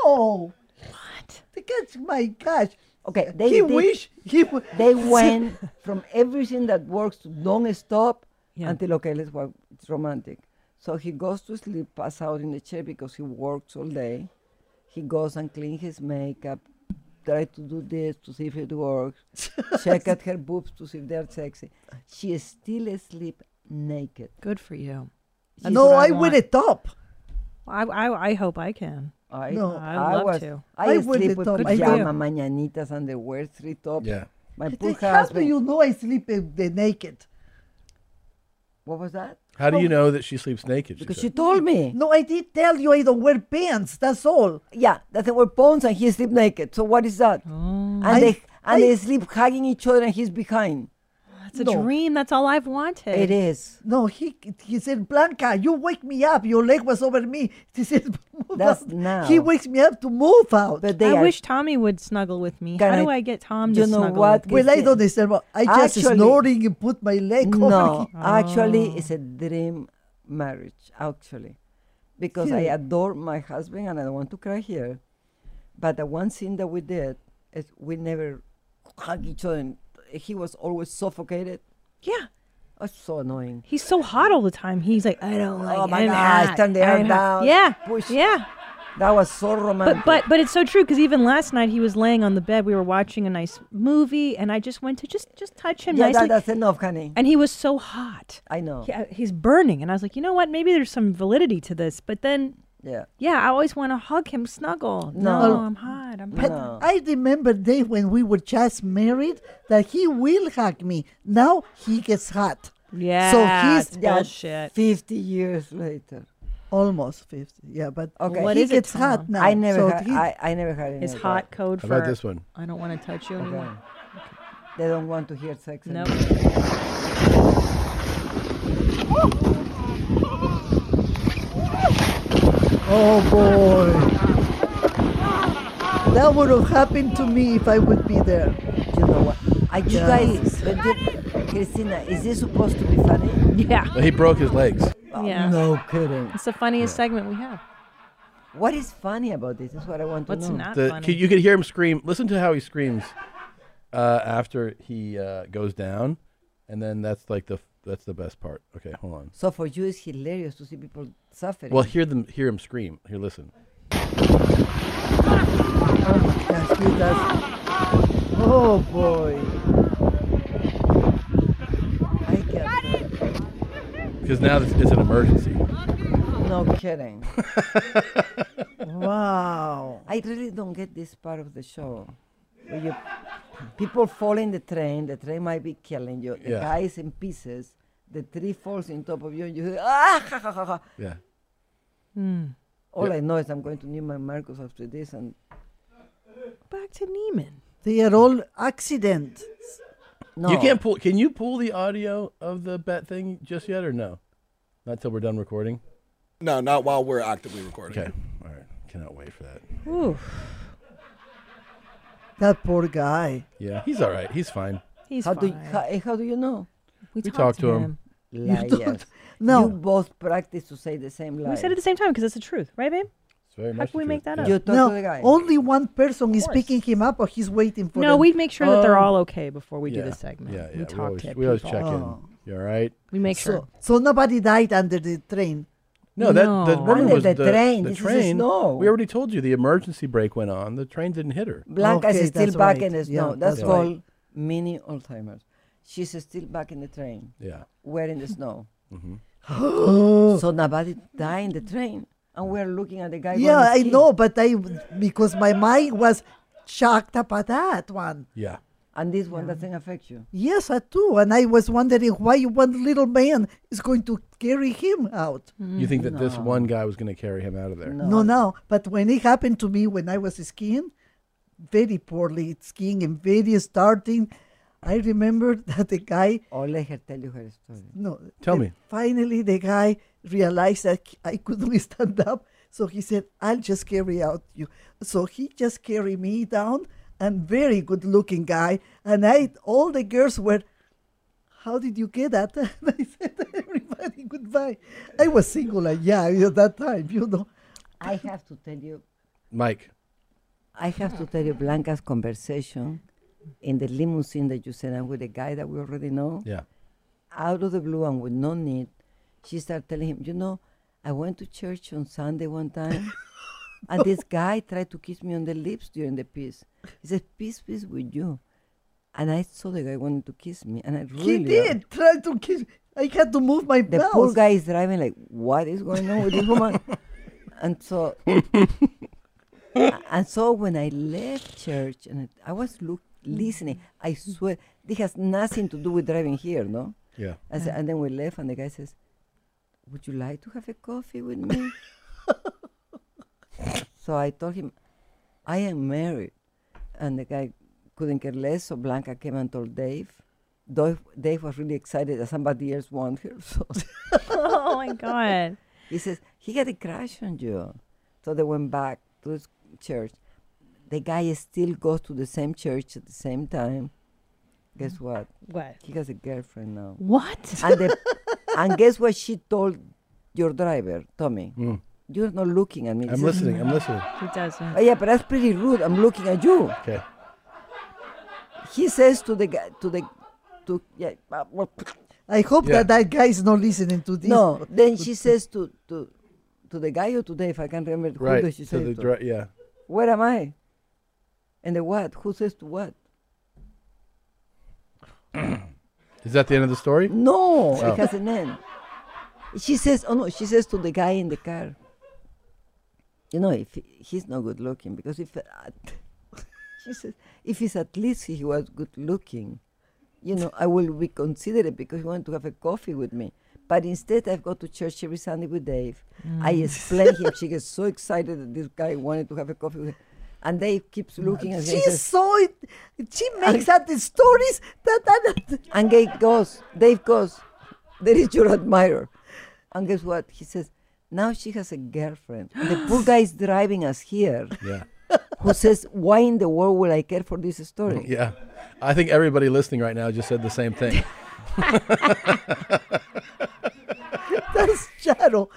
Speaker 13: No. What? Catch my gosh.
Speaker 12: Okay, they
Speaker 13: He
Speaker 12: did-
Speaker 13: wish he. w-
Speaker 12: They went from everything that works to non-stop until okay, let's work. It's romantic. So he goes to sleep, pass out in the chair because he works all day. He goes and clean his makeup, try to do this to see if it works, check at her boobs to see if they're sexy. She is still asleep naked.
Speaker 2: Good for you. That's
Speaker 13: No,
Speaker 2: what
Speaker 13: I
Speaker 2: want.
Speaker 13: went it up.
Speaker 2: I, I, I hope I can.
Speaker 12: I,
Speaker 13: No,
Speaker 2: I would love
Speaker 12: was,
Speaker 2: to.
Speaker 12: I,
Speaker 13: I
Speaker 12: sleep
Speaker 13: wouldn't
Speaker 12: with
Speaker 13: top- I do.
Speaker 12: pajama, mañanitas, underwear, three tops.
Speaker 3: Yeah.
Speaker 12: My poor
Speaker 13: How do
Speaker 12: husband.
Speaker 13: you know I sleep uh, the naked?
Speaker 12: What was that?
Speaker 3: How
Speaker 13: Oh.
Speaker 3: do you know that she sleeps naked? She
Speaker 12: Because
Speaker 3: said.
Speaker 12: she told me.
Speaker 13: No, I did tell you I don't wear pants. That's all.
Speaker 12: Yeah, that they were bones and he sleep naked. So what is that?
Speaker 2: Oh.
Speaker 12: And
Speaker 13: I-
Speaker 12: they and
Speaker 13: I-
Speaker 12: they sleep hugging each other and he's behind.
Speaker 2: That's a
Speaker 13: No.
Speaker 2: dream. That's all I've wanted.
Speaker 12: It is.
Speaker 13: Eh? No, he he said, Blanca, you wake me up. Your leg was over me. She said, "Move
Speaker 12: That's
Speaker 13: out."
Speaker 12: now.
Speaker 13: He wakes me up to move out.
Speaker 12: But they
Speaker 2: I
Speaker 12: are,
Speaker 2: wish Tommy would snuggle with me.
Speaker 12: Can
Speaker 2: How
Speaker 12: I-
Speaker 2: do I get Tom
Speaker 12: you
Speaker 2: to
Speaker 12: know
Speaker 2: snuggle
Speaker 12: what?
Speaker 2: with me?
Speaker 13: well, I don't understand. What, I just
Speaker 12: Actually-
Speaker 13: snoring and put my leg over.
Speaker 12: No,
Speaker 13: him.
Speaker 2: Oh.
Speaker 12: actually it's a dream marriage, actually. Because I
Speaker 13: Really?
Speaker 12: adore my husband and I don't want to cry here. But the one thing that we did is we never hug each other and he was always suffocated.
Speaker 2: Yeah.
Speaker 12: That's so annoying.
Speaker 2: He's so hot all the time. He's like, I don't like
Speaker 12: Oh my
Speaker 2: I'm
Speaker 12: gosh,
Speaker 2: hot.
Speaker 12: turn the air
Speaker 2: I'm hot.
Speaker 12: down,
Speaker 2: Yeah.
Speaker 12: push.
Speaker 2: Yeah.
Speaker 12: That was so romantic.
Speaker 2: But but but it's so true because even last night he was laying on the bed. We were watching a nice movie, and I just went to just just touch him
Speaker 12: yeah,
Speaker 2: nicely,
Speaker 12: that, that's enough, honey.
Speaker 2: and he was so hot.
Speaker 12: I know.
Speaker 2: He, uh, he's burning, and I was like, you know what? Maybe there's some validity to this. But then,
Speaker 12: Yeah.
Speaker 2: yeah, I always want to hug him, snuggle.
Speaker 12: No.
Speaker 2: I'm hot. I'm
Speaker 13: But
Speaker 2: hot.
Speaker 13: I remember day when we were just married that he will hug me. Now he gets hot.
Speaker 2: Yeah.
Speaker 13: he's-
Speaker 2: it's
Speaker 13: yeah,
Speaker 2: bullshit.
Speaker 12: 50 years later.
Speaker 13: Almost 50. Yeah, but
Speaker 12: Okay.
Speaker 2: What
Speaker 13: he
Speaker 2: is it,
Speaker 13: gets
Speaker 2: Tom?
Speaker 13: hot now.
Speaker 12: I never,
Speaker 13: so
Speaker 12: had,
Speaker 13: he-
Speaker 12: I, I never had any
Speaker 2: His
Speaker 12: of
Speaker 2: hot code
Speaker 3: How
Speaker 2: for
Speaker 3: about this one?
Speaker 2: I don't want to touch you
Speaker 12: that.
Speaker 2: anymore.
Speaker 12: Okay. They don't want to hear sex.
Speaker 2: No.
Speaker 12: anymore.
Speaker 13: Oh boy. That would have happened to me if I would be there.
Speaker 12: You know what? Are you
Speaker 13: Yeah.
Speaker 12: guys, but you- Christina, is this supposed to be funny?
Speaker 2: Yeah.
Speaker 3: He broke his legs.
Speaker 2: Yeah.
Speaker 12: Oh, No kidding.
Speaker 2: It's the funniest segment we have.
Speaker 12: What is funny about this? Is what I want to
Speaker 2: What's
Speaker 12: know.
Speaker 2: not
Speaker 3: The-
Speaker 2: funny?
Speaker 3: c- you could hear him scream. Listen to how he screams uh, after he uh, goes down, and then that's like the f- that's the best part. Okay, hold on.
Speaker 12: So for you, it's hilarious to see people suffering.
Speaker 3: Well, hear them hear him scream. Here, listen.
Speaker 13: Oh my gosh, he does. Oh boy.
Speaker 12: I can't.
Speaker 3: Because now this is an emergency.
Speaker 12: No kidding.
Speaker 13: Wow.
Speaker 12: I really don't get this part of the show. where you, people fall in the train. The train might be killing you. The
Speaker 3: Yeah.
Speaker 12: guy is in pieces. The tree falls on top of you, and you say, ah, ha, ha, ha, ha.
Speaker 3: Yeah.
Speaker 2: Hmm.
Speaker 12: All
Speaker 3: Yeah.
Speaker 12: I know is I'm going to Neiman Marcus after this, and
Speaker 2: Back to Neiman.
Speaker 13: They are all accident.
Speaker 3: You can't pull. Can you pull the audio of the bet thing just yet, or no? Not till we're done recording.
Speaker 6: No, not while we're actively recording.
Speaker 3: Okay. All right. Cannot wait for that.
Speaker 13: That poor guy.
Speaker 3: Yeah, he's all right. He's fine.
Speaker 2: He's
Speaker 12: how do you, how, eh, how do you know?
Speaker 2: We
Speaker 3: We talked talked to to him. him.
Speaker 2: You
Speaker 12: Liars.
Speaker 2: don't-
Speaker 12: no, you both practice to say the same lie.
Speaker 2: We said it at the same time because it's the truth, right, babe? How can we make that up?
Speaker 12: You talk
Speaker 13: No,
Speaker 12: to the guy.
Speaker 13: only one person is picking him up, or he's waiting for. Oh.
Speaker 2: No,
Speaker 13: them.
Speaker 2: we make sure that they're all okay before we
Speaker 3: yeah.
Speaker 2: do this segment.
Speaker 3: Yeah, yeah.
Speaker 2: We talk
Speaker 3: always,
Speaker 2: to
Speaker 3: we always
Speaker 2: people.
Speaker 3: check
Speaker 13: Oh.
Speaker 3: in. You all right?
Speaker 2: We make
Speaker 13: So,
Speaker 2: sure.
Speaker 13: so nobody died under the train.
Speaker 3: No, that the woman
Speaker 12: Under
Speaker 3: was
Speaker 12: the
Speaker 3: the,
Speaker 12: train,
Speaker 3: The
Speaker 12: this is
Speaker 3: train.
Speaker 12: snow.
Speaker 3: We already told you the emergency brake went on. The train didn't hit her.
Speaker 12: Blanca
Speaker 13: Okay,
Speaker 12: is still
Speaker 13: that's
Speaker 12: back
Speaker 13: right.
Speaker 12: in the
Speaker 13: Yeah,
Speaker 12: snow. that's
Speaker 13: that's right.
Speaker 12: called mini Alzheimer's. She's still back in the train.
Speaker 3: Yeah.
Speaker 12: We're in the snow.
Speaker 3: Mhm.
Speaker 13: Mm-hmm.
Speaker 12: so nobody died in the train. And we're looking at the guy.
Speaker 13: yeah,
Speaker 12: going
Speaker 13: I
Speaker 12: skiing.
Speaker 13: know, but I because my mind was shocked about that one.
Speaker 3: Yeah.
Speaker 12: And this one doesn't affect you.
Speaker 13: Yes, I do, and I was wondering why one little man is going to carry him out.
Speaker 3: You think that this one guy was going to carry him out of there?
Speaker 13: No, no. But when it happened to me when I was skiing, very poorly skiing and very starting, I remember that the guy.
Speaker 12: Or let her tell you her story.
Speaker 13: No.
Speaker 3: Tell
Speaker 13: the-
Speaker 3: me.
Speaker 13: Finally, the guy realized that I couldn't stand up, so he said, "I'll just carry out you." So he just carried me down, and very good-looking guy. And I, all the girls were, "How did you get that?" And I said, "Everybody, goodbye." I was single, and yeah, at that time, you know.
Speaker 12: I have to tell you.
Speaker 3: Mike.
Speaker 12: I have to tell you Blanca's conversation in the limousine that you sent out with the guy that we already know.
Speaker 3: Yeah.
Speaker 12: Out of the blue and with no need, she started telling him, you know, I went to church on Sunday one time, and this guy tried to kiss me on the lips during the peace. He said, peace, peace with you. And I saw the guy wanted to kiss me, and I really...
Speaker 13: He did try to kiss. I had to move my
Speaker 12: The
Speaker 13: blouse.
Speaker 12: poor guy is driving like, what is going on with this woman? and so, and so when I left church and I, I was look, listening, I swear this has nothing to do with driving here, no?
Speaker 3: Yeah.
Speaker 12: I said, and then we left, and the guy says, "Would you like to have a coffee with me?" so I told him, "I am married," and the guy couldn't care less. So Blanca came and told Dave. Dave, Dave was really excited that somebody else wanted her. So
Speaker 2: oh my god.
Speaker 12: he says, he had a crush on you. So they went back to his church. The guy still goes to the same church at the same time. Guess what?
Speaker 2: Mm. What?
Speaker 12: He has a girlfriend now.
Speaker 2: What?
Speaker 12: And, the, and guess what she told your driver, Tommy?
Speaker 3: Mm.
Speaker 12: You're not looking at me.
Speaker 3: I'm listening. I'm listening.
Speaker 2: He doesn't.
Speaker 12: Oh, yeah, but that's pretty rude. I'm looking at you.
Speaker 3: Okay.
Speaker 12: He says to the guy, to the, to, yeah, uh, well,
Speaker 13: I hope
Speaker 3: Yeah.
Speaker 13: that that guy is not listening to this.
Speaker 12: no. Then she says to, to, to the guy or to Dave, I can't remember who
Speaker 3: Right.
Speaker 12: does she
Speaker 3: So
Speaker 12: say
Speaker 3: the
Speaker 12: it to.
Speaker 3: dri- yeah.
Speaker 12: Where am I? And the what? Who says to what?
Speaker 3: Is that the end of the story?
Speaker 12: No,
Speaker 3: Oh.
Speaker 12: it has an end. She says, oh no, she says to the guy in the car, you know, if he- he's not good looking, because if, at, she says, if he's at least he was good looking, you know, I will be considerate because he wanted to have a coffee with me. But instead, I've got to church every Sunday with Dave. I explain him. She gets so excited that this guy wanted to have a coffee with her. And Dave keeps looking at her. and
Speaker 13: She
Speaker 12: says,
Speaker 13: saw it. She makes up the stories that, that, that-
Speaker 12: And Gabe goes, Dave goes, there is your admirer. And guess what? He says, now she has a girlfriend. And the poor guy is driving us here,
Speaker 3: Yeah.
Speaker 12: who says, why in the world will I care for this story?
Speaker 3: Yeah. I think everybody listening right now just said the same thing.
Speaker 13: that's Shadow.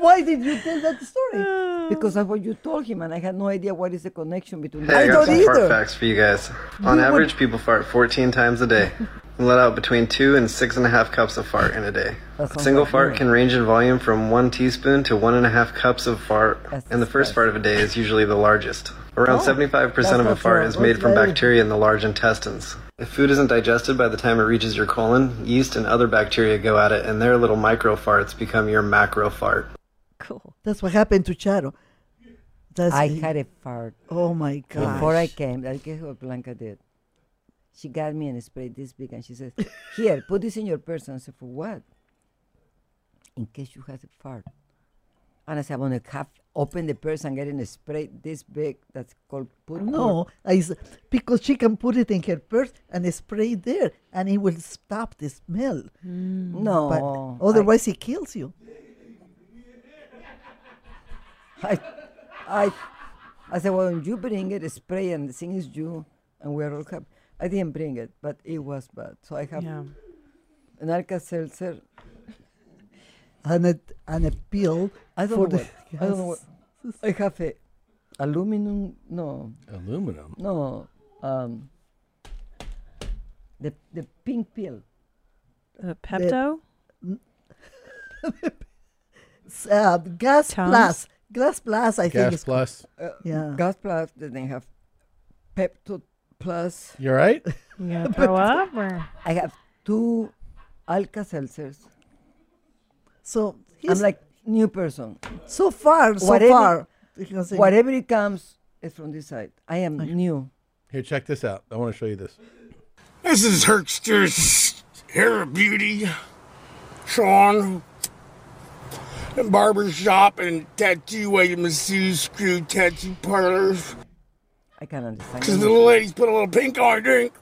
Speaker 13: Why did you tell that story?
Speaker 12: Because that's what you told him, and I had no idea what is the connection between
Speaker 18: Hey, I
Speaker 12: the
Speaker 18: got
Speaker 12: two.
Speaker 18: some fart facts for you guys. On
Speaker 12: You
Speaker 18: average, people fart 14 times a day and let out between two and six and a half cups of fart in a day.
Speaker 12: That
Speaker 18: A
Speaker 12: sounds
Speaker 18: single
Speaker 12: like
Speaker 18: fart
Speaker 12: me.
Speaker 18: can range in volume from one teaspoon to one and a half cups of fart, and the first fart of a day is usually the largest. Around
Speaker 12: Oh,
Speaker 18: 75% of a
Speaker 12: that's
Speaker 18: fart
Speaker 12: not
Speaker 18: is
Speaker 12: true.
Speaker 18: made from
Speaker 12: Okay.
Speaker 18: bacteria in the large intestines. If food isn't digested by the time it reaches your colon, yeast and other bacteria go at it, and their little micro farts become your macro fart.
Speaker 13: That's what happened to Shadow. That's
Speaker 12: I
Speaker 13: it.
Speaker 12: had a fart.
Speaker 13: Oh my god!
Speaker 12: Before I came, I'll guess what Blanca did. She got me and sprayed this big, and she says, "Here, put this in your purse." And I said, "For what?" In case you have a fart. And I said, "I'm gonna have open the purse and get in a spray this big. That's called put."
Speaker 13: No, I s- because she can put it in her purse and spray it there, and it will stop the smell.
Speaker 12: Mm. No,
Speaker 13: but otherwise it kills you.
Speaker 12: I, I, I said, well, you bring it, spray, and the thing is you, and we're all happy. I didn't bring it, but it was bad. So I have
Speaker 13: Yeah.
Speaker 12: an Alka-Seltzer.
Speaker 13: And a and a pill.
Speaker 12: I don't
Speaker 13: for
Speaker 12: know
Speaker 13: the-
Speaker 12: what. I don't know what. I have a aluminum. No.
Speaker 3: Aluminum.
Speaker 12: No. Um. The the pink pill.
Speaker 2: Uh,
Speaker 13: Pepto? S- Uh, gas plus, gas plus. I think it's called.
Speaker 12: Uh,
Speaker 13: yeah.
Speaker 12: Gas plus. Then they have Pepto plus.
Speaker 3: You all right?
Speaker 2: You gonna throw up or?
Speaker 12: I have two Alka Seltzers.
Speaker 13: So
Speaker 12: I'm
Speaker 13: he's-
Speaker 12: like new person.
Speaker 13: So far, so far, because I-
Speaker 12: Whatever it comes is from this side. I am new.
Speaker 3: Here, check this out. I want to show you this.
Speaker 11: This is Herkster's Hair Beauty, Sean, and Barbershop and Tattoo a Masseuse Crew Tattoo Parlors.
Speaker 12: I can understand.
Speaker 11: Because the little ladies put a little pink on your ink.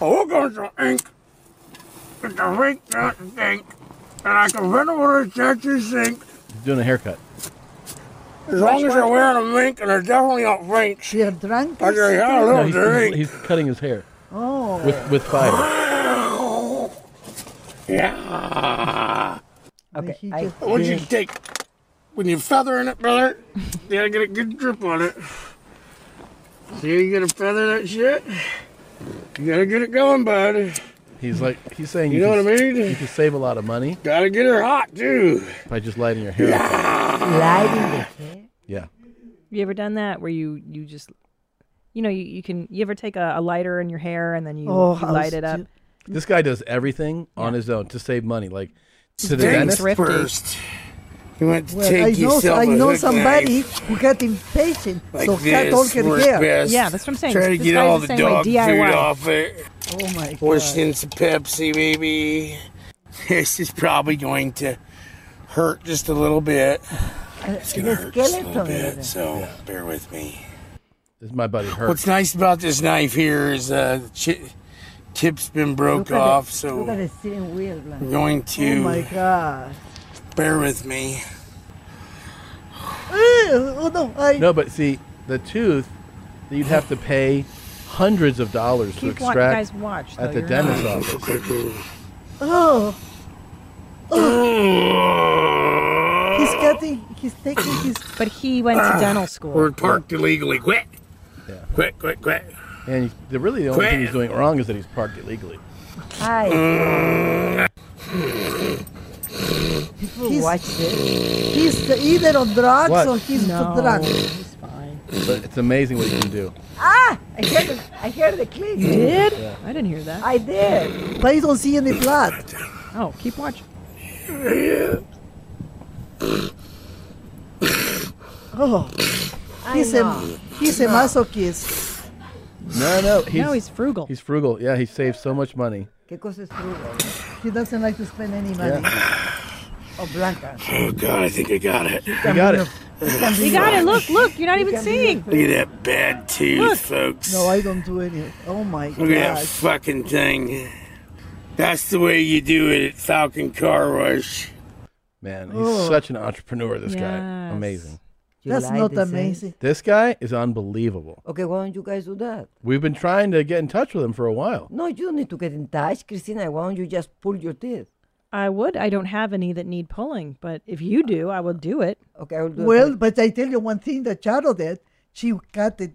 Speaker 11: I woke on some ink. Get the ink out and ink. And I can run over to Tattoo's ink
Speaker 3: He's doing a haircut.
Speaker 11: as long as they're wearing a mink and they're definitely not finks.
Speaker 13: They're drunk.
Speaker 11: I just had a
Speaker 3: No,
Speaker 11: little
Speaker 3: he's,
Speaker 11: drink.
Speaker 3: he's- he's cutting his hair
Speaker 13: Oh.
Speaker 3: with with fire.
Speaker 11: Yeah.
Speaker 12: Okay.
Speaker 11: I, what you take when you feather in it, brother? You gotta get a good grip on it. See, you gotta feather that shit. You gotta get it going, buddy.
Speaker 3: He's like he's saying.
Speaker 11: You know
Speaker 3: can
Speaker 11: what I
Speaker 3: s-
Speaker 11: mean?
Speaker 3: You can save a lot of money
Speaker 11: Gotta get her hot too.
Speaker 3: by just lighting your hair.
Speaker 12: Lighting the hair.
Speaker 3: Yeah.
Speaker 2: You ever done that where you you just, you know, you, you can you ever take a, a lighter in your hair and then you,
Speaker 3: Oh,
Speaker 2: you
Speaker 3: I
Speaker 2: light
Speaker 3: was
Speaker 2: it up?
Speaker 3: ju- This guy does everything on his own to save money, like to the
Speaker 11: Things
Speaker 3: dentist
Speaker 11: Thrifty. first. You want to
Speaker 13: Well,
Speaker 11: take
Speaker 13: I know,
Speaker 11: yourself
Speaker 13: I
Speaker 11: a
Speaker 13: know
Speaker 11: hook
Speaker 13: somebody
Speaker 11: knife.
Speaker 13: who got impatient,
Speaker 11: Like
Speaker 13: so cut all
Speaker 11: this
Speaker 13: her
Speaker 11: works
Speaker 13: hair.
Speaker 11: best. Try to get all the, dog food off it.
Speaker 13: Oh my god.
Speaker 11: Wash in some Pepsi, baby. This is probably going to hurt just a little bit. It's gonna
Speaker 12: the
Speaker 11: hurt just a little
Speaker 12: skeleton
Speaker 11: bit,
Speaker 12: even.
Speaker 11: so bear with me.
Speaker 3: This is my buddy Herc.
Speaker 11: What's nice about this knife here is uh, the chi- tip's been broke
Speaker 12: Look at
Speaker 11: off,
Speaker 12: the,
Speaker 11: so
Speaker 12: Look at the steering wheel. Blanca.
Speaker 11: we're going to
Speaker 13: Oh my god.
Speaker 11: bear with me.
Speaker 13: Oh no, I
Speaker 3: No, but see, the tooth that you'd have to pay hundreds of dollars to
Speaker 2: Keep wa-
Speaker 3: extract
Speaker 2: guys watch,
Speaker 3: at
Speaker 2: though,
Speaker 3: the
Speaker 2: you're
Speaker 3: dentist's
Speaker 2: not-
Speaker 3: office.
Speaker 13: Oh. Oh. he's getting, he's taking his. Ah.
Speaker 2: But he went to dental school.
Speaker 11: We're parked illegally. Quick, quick, quick, quick.
Speaker 3: And the, really, the only thing he's doing wrong is that he's parked illegally.
Speaker 13: Mm.
Speaker 12: Hi.
Speaker 13: People
Speaker 12: watch this.
Speaker 13: He's either on drugs
Speaker 3: What?
Speaker 13: or he's
Speaker 12: No.
Speaker 13: drunk.
Speaker 3: But it's amazing what he can do.
Speaker 12: Ah! I heard the, I heard the click.
Speaker 13: You did?
Speaker 3: Yeah.
Speaker 2: I didn't hear that.
Speaker 12: I did.
Speaker 13: But you don't see any blood.
Speaker 2: Oh, keep watching.
Speaker 13: Oh.
Speaker 2: I
Speaker 12: é
Speaker 13: He's
Speaker 2: know.
Speaker 13: a, he's a masochist.
Speaker 3: No, no, he's,
Speaker 13: he's frugal.
Speaker 3: He's frugal. Yeah, he saves so much money.
Speaker 12: ¿Qué cosa es frugal?
Speaker 13: He doesn't like to spend any money.
Speaker 12: Oh, Blanca.
Speaker 11: Oh God, I think I got it.
Speaker 3: You got it.
Speaker 2: You got it. Look, look. You're not even seeing.
Speaker 11: Look at that bad tooth,
Speaker 2: Look.
Speaker 11: folks.
Speaker 13: No, I don't do any. Oh my
Speaker 11: Look at that
Speaker 13: god.
Speaker 11: fucking thing. That's the way you do it at Falcon Car Wash.
Speaker 3: Man, he's
Speaker 13: Oh.
Speaker 3: such an entrepreneur. This guy,
Speaker 12: Yes.
Speaker 3: amazing.
Speaker 12: You That's like not this, eh? amazing.
Speaker 3: This guy is unbelievable.
Speaker 12: Okay, why don't you guys do that?
Speaker 3: We've been trying to get in touch with him for a while.
Speaker 12: No, you don't need to get in touch, Christina. Why don't you just pull your teeth?
Speaker 2: I would. I don't have any that need pulling, but if you do, I will do it.
Speaker 12: Okay, I will
Speaker 13: Well, but I tell you one thing that Charo did. She cut the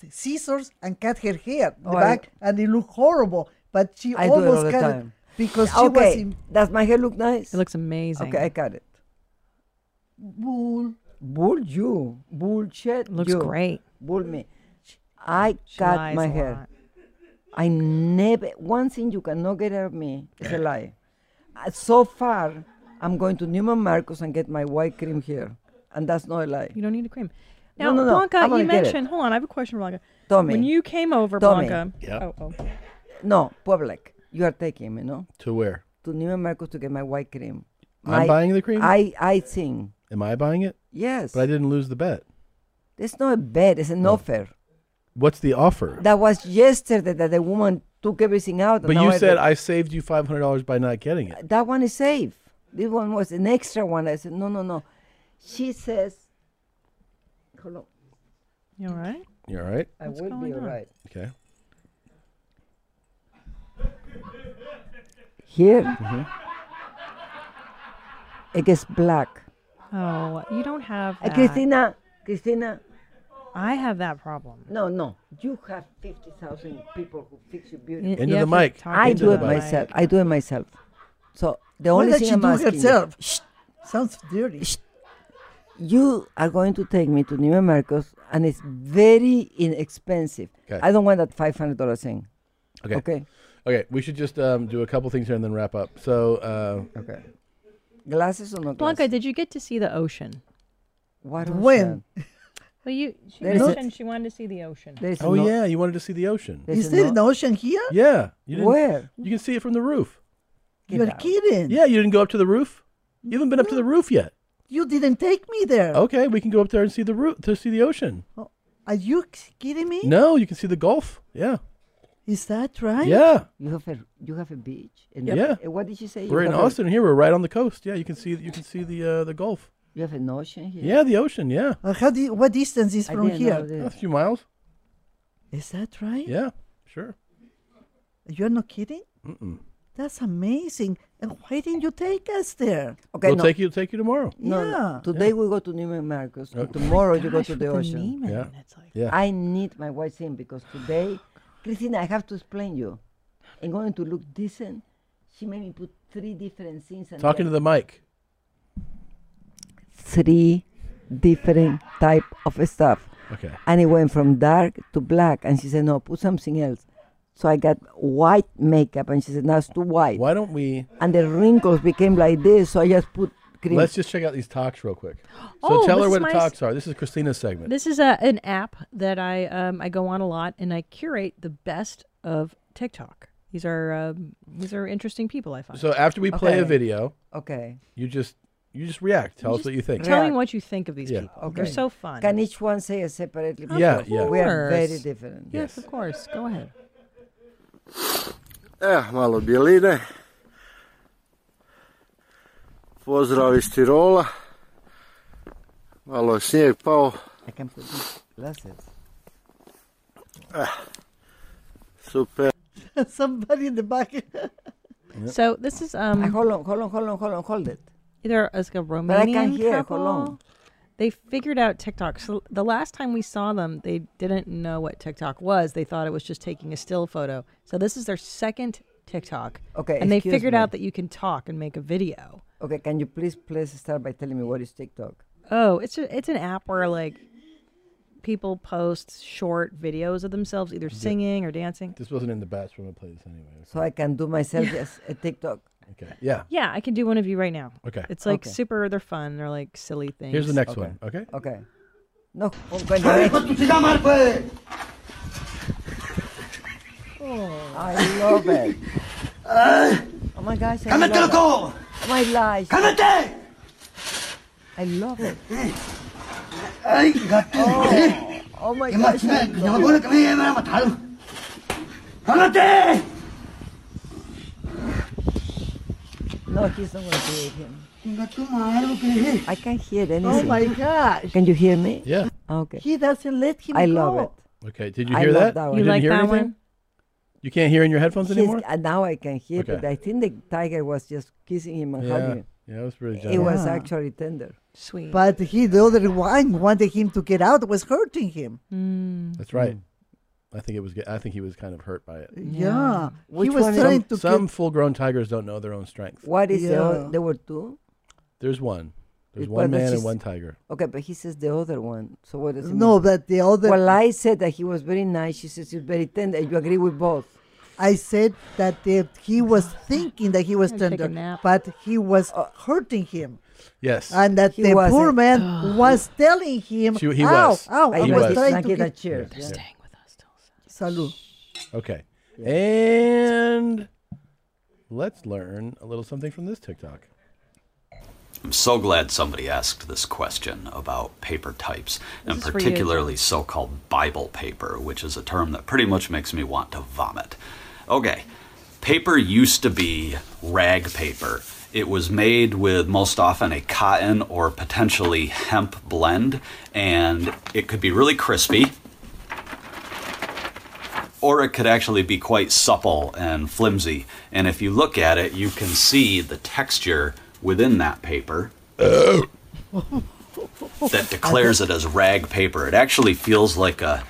Speaker 13: the scissors and cut her hair in the
Speaker 12: Oh, I-
Speaker 13: back, and it looked horrible. But she
Speaker 12: I do it all
Speaker 13: almost
Speaker 12: the
Speaker 13: cut it
Speaker 12: time.
Speaker 13: because she was
Speaker 12: okay,
Speaker 13: in
Speaker 12: does my hair look nice? It
Speaker 2: looks amazing.
Speaker 12: Okay, I got it.
Speaker 13: bull.
Speaker 12: Bull you. Bullshit.
Speaker 2: Looks
Speaker 12: you.
Speaker 2: great.
Speaker 12: Bull me. I
Speaker 2: She
Speaker 12: cut
Speaker 2: lies
Speaker 12: my
Speaker 2: a
Speaker 12: hair.
Speaker 2: lot.
Speaker 12: I never, one thing you cannot get out of me is a lie. Uh, So far, I'm going to Newman Marcos and get my white cream here. and that's not a lie.
Speaker 2: You don't need a cream.
Speaker 12: No,
Speaker 2: Now,
Speaker 12: no, no,
Speaker 2: Blanca,
Speaker 12: I'm gonna
Speaker 2: you
Speaker 12: get it.
Speaker 2: mentioned. Hold on, I have a question, Blanca.
Speaker 12: Tommy.
Speaker 2: When you came over,
Speaker 12: Tommy.
Speaker 2: Blanca.
Speaker 12: Yeah.
Speaker 2: Oh, oh.
Speaker 12: No, public. You are taking me, no?
Speaker 3: To where?
Speaker 12: To Neiman Marcus to get my white cream.
Speaker 3: I'm
Speaker 12: My-
Speaker 3: buying the cream?
Speaker 12: I I think
Speaker 3: Am I buying it?
Speaker 12: Yes.
Speaker 3: But I didn't lose the bet.
Speaker 12: it's not a bet. It's an
Speaker 3: Oh.
Speaker 12: offer.
Speaker 3: What's the offer?
Speaker 12: That was yesterday that the woman took everything out. and
Speaker 3: But
Speaker 12: now
Speaker 3: you
Speaker 12: I
Speaker 3: said
Speaker 12: re-
Speaker 3: I saved you five hundred dollars by not getting it.
Speaker 12: that one is safe. This one was an extra one. I said no, no, no. She says, "Hold on,
Speaker 2: You all right?
Speaker 3: You all right?
Speaker 12: I will be all right."
Speaker 3: Okay.
Speaker 12: Here
Speaker 3: Mm-hmm.
Speaker 12: it gets black.
Speaker 2: Oh, you don't have.
Speaker 12: Uh,
Speaker 2: That.
Speaker 12: Christina, Christina.
Speaker 2: I have that problem.
Speaker 12: No, no. You have 50,000 people who fix your beauty.
Speaker 2: Y-
Speaker 3: Into yeah, the keep mic. talking
Speaker 12: I
Speaker 3: into
Speaker 12: do
Speaker 3: the
Speaker 12: it
Speaker 3: mic.
Speaker 12: myself. I do it myself. So the
Speaker 13: Why
Speaker 12: only
Speaker 13: does
Speaker 12: thing
Speaker 13: she
Speaker 12: I'm
Speaker 13: do
Speaker 12: asking you-
Speaker 13: herself? Sounds dirty.
Speaker 12: you are going to take me to Neiman Marcos, and it's very inexpensive.
Speaker 3: 'Kay.
Speaker 12: I don't want that five hundred dollar thing.
Speaker 3: Okay.
Speaker 12: Okay.
Speaker 3: Okay. We should just um, do a couple things here and then wrap up. So. Uh,
Speaker 12: okay. Glasses or not?
Speaker 2: Blanca, did you get to see the ocean?
Speaker 12: What
Speaker 13: When?
Speaker 2: Well, you she
Speaker 3: There's a-
Speaker 2: mentioned she wanted to see the ocean.
Speaker 12: There's
Speaker 3: Oh yeah, you wanted to see the ocean.
Speaker 13: Is there an ocean here?
Speaker 3: Yeah. You didn't-
Speaker 13: Where?
Speaker 3: You can see it from the roof.
Speaker 13: You're kidding.
Speaker 3: Yeah, you didn't go up to the roof. You haven't been up to the roof yet.
Speaker 13: You didn't take me there.
Speaker 3: Okay, we can go up there and see the roof to see the ocean.
Speaker 13: Are you k- Oh, kidding me?
Speaker 3: No, you can see the Gulf. Yeah.
Speaker 13: Is that right?
Speaker 3: Yeah.
Speaker 12: You have a you have a beach. And
Speaker 3: Yeah.
Speaker 12: uh, What did you say? You
Speaker 3: We're in
Speaker 12: have a-
Speaker 3: Austin here. We're right on the coast. Yeah, you can see you can see the uh, the Gulf.
Speaker 12: You have an ocean here.
Speaker 3: Yeah, the ocean. Yeah.
Speaker 13: Uh, how do you- what distance is
Speaker 12: I
Speaker 13: from
Speaker 12: didn't know
Speaker 13: here?
Speaker 12: this.
Speaker 3: A few miles.
Speaker 13: Is that right?
Speaker 3: Yeah. Sure.
Speaker 13: You're not kidding?
Speaker 3: Mm-mm.
Speaker 13: That's amazing. And why didn't you take us there?
Speaker 12: Okay.
Speaker 3: we'll
Speaker 12: no.
Speaker 3: take you. Take you tomorrow.
Speaker 12: No, no.
Speaker 13: Yeah.
Speaker 12: Today we go to Neiman Marcus.
Speaker 3: Oh.
Speaker 12: and Tomorrow
Speaker 3: Oh my
Speaker 12: you go
Speaker 3: gosh,
Speaker 12: to
Speaker 3: with
Speaker 12: the
Speaker 3: the
Speaker 12: ocean.
Speaker 3: Neiman, Yeah. it's like- Yeah.
Speaker 12: I need my white thing because today, Christina, I have to explain you. I'm going to look decent. She made me put three different things. And
Speaker 3: Talking to the mic.
Speaker 12: three different type of stuff.
Speaker 3: Okay.
Speaker 12: And it went from dark to black. And she said, no, put something else. So I got white makeup. And she said, no, it's too white.
Speaker 3: Why don't we?
Speaker 12: And the wrinkles became like this. So I just put cream.
Speaker 3: Let's just check out these talks real quick. So
Speaker 2: Oh,
Speaker 3: tell her
Speaker 2: this
Speaker 3: what
Speaker 2: is
Speaker 3: the
Speaker 2: my s-
Speaker 3: talks are. This is Christina's segment.
Speaker 2: This is a, an app that I um, I go on a lot, and I curate the best of TikTok. These are um, these are interesting people I find.
Speaker 3: So after we play a video,
Speaker 12: Okay.
Speaker 3: you just you just react. Tell us
Speaker 2: just
Speaker 3: what you think.
Speaker 2: Tell me what you think of these
Speaker 3: Yeah.
Speaker 2: people. They're so fun.
Speaker 12: Can each one say it separately?
Speaker 3: Of Yeah,
Speaker 12: Because
Speaker 3: yeah.
Speaker 12: We are very
Speaker 2: course.
Speaker 12: different.
Speaker 2: Yes, of course. Go ahead.
Speaker 19: E,
Speaker 15: Tá
Speaker 19: malo bjeline. Pozdrav iz Tirola. Malo je snijeg pao.
Speaker 12: I can put these glasses.
Speaker 19: Eh, super.
Speaker 13: Somebody in the back.
Speaker 2: So this is um.
Speaker 12: Uh, hold on, hold on, hold on, hold on, hold it.
Speaker 2: Either as a Romanian
Speaker 12: I can't hear.
Speaker 2: couple.
Speaker 12: Hold on.
Speaker 2: They figured out TikTok. So the last time we saw them, they didn't know what TikTok was. They thought it was just taking a still photo. So this is their second TikTok.
Speaker 12: Okay,
Speaker 2: And they
Speaker 12: excuse
Speaker 2: figured
Speaker 12: me.
Speaker 2: out that you can talk and make a video.
Speaker 12: Okay, can you please please start by telling me what is TikTok?
Speaker 2: Oh, it's a, it's an app where like people post short videos of themselves either singing or dancing.
Speaker 3: This wasn't in the batch, but I'm gonna play this anyway.
Speaker 12: So I can do myself as a TikTok.
Speaker 3: Okay. Yeah.
Speaker 2: Yeah, I can do one of you right now.
Speaker 3: Okay.
Speaker 2: It's like
Speaker 12: Okay.
Speaker 2: super they're fun. They're like silly things.
Speaker 3: Here's the next one. Okay.
Speaker 12: Okay. No, oh, when
Speaker 2: Sorry,
Speaker 12: I-
Speaker 2: but
Speaker 12: I love it. oh my gosh. I love it. Oh my gosh. I love it. Oh, oh my gosh. I love it. No, he's not going to do it. Him. I can't hear anything.
Speaker 13: Oh my gosh.
Speaker 12: Can you hear me?
Speaker 3: Yeah.
Speaker 12: Okay.
Speaker 13: He doesn't let him
Speaker 12: I
Speaker 13: go.
Speaker 12: love it.
Speaker 3: Okay. Did you
Speaker 12: I
Speaker 3: hear
Speaker 12: love
Speaker 3: that?
Speaker 12: that one.
Speaker 3: You,
Speaker 12: You
Speaker 3: didn't
Speaker 12: like
Speaker 3: hear
Speaker 12: that
Speaker 3: anything?
Speaker 12: one?
Speaker 3: You can't hear in your headphones
Speaker 12: He's-
Speaker 3: anymore.
Speaker 12: uh, now I can hear, but
Speaker 3: Okay.
Speaker 12: I think the tiger was just kissing him and
Speaker 3: Yeah.
Speaker 12: hugging.
Speaker 3: Yeah, it was really
Speaker 12: It
Speaker 3: gentle.
Speaker 12: was
Speaker 13: Yeah.
Speaker 12: actually tender.
Speaker 2: Sweet.
Speaker 13: But he, the other one, wanted him to get out, was hurting him.
Speaker 3: That's right. I think it was. ge- I think he was kind of hurt by it.
Speaker 13: Mm. Yeah.
Speaker 12: Which
Speaker 13: he was
Speaker 12: one is-
Speaker 13: trying
Speaker 3: Some,
Speaker 13: to
Speaker 3: some
Speaker 13: get.
Speaker 3: full-grown tigers don't know their own strength.
Speaker 12: What is the
Speaker 13: Yeah.
Speaker 12: other? There were two.
Speaker 3: There's one. There's
Speaker 12: It-
Speaker 3: one
Speaker 12: but that's
Speaker 3: man and
Speaker 12: just-
Speaker 3: one tiger.
Speaker 12: Okay, but he says the other one. So what does it
Speaker 13: No,
Speaker 12: mean?
Speaker 13: but the other.
Speaker 12: Well, I said that he was very nice. She says he's very tender. You agree with both.
Speaker 13: I said that the, he was thinking that he was
Speaker 2: I'm gonna take a
Speaker 13: tender,
Speaker 2: nap.
Speaker 13: but he was hurting him.
Speaker 3: Yes.
Speaker 13: And that
Speaker 3: He
Speaker 13: the
Speaker 3: wasn't.
Speaker 13: poor man was telling him,
Speaker 3: She- he
Speaker 13: ow,
Speaker 3: was.
Speaker 13: ow, I
Speaker 3: He
Speaker 13: was,
Speaker 3: was.
Speaker 13: trying
Speaker 3: Like
Speaker 13: to
Speaker 3: in
Speaker 13: get
Speaker 3: a chair. They're Yeah. staying
Speaker 13: with us till Salud.
Speaker 3: Okay. And let's learn a little something from this TikTok.
Speaker 4: I'm so glad somebody asked this question about paper types, and
Speaker 3: is for you,
Speaker 4: particularly so called Bible paper, which is a term that pretty much makes me want to vomit. Okay, paper used to be rag paper. It was made with most often a cotton or potentially hemp blend, and it could be really crispy, or it could actually be quite supple and flimsy. And if you look at it, you can see the texture within that paper that declares it as rag paper. It actually feels like a,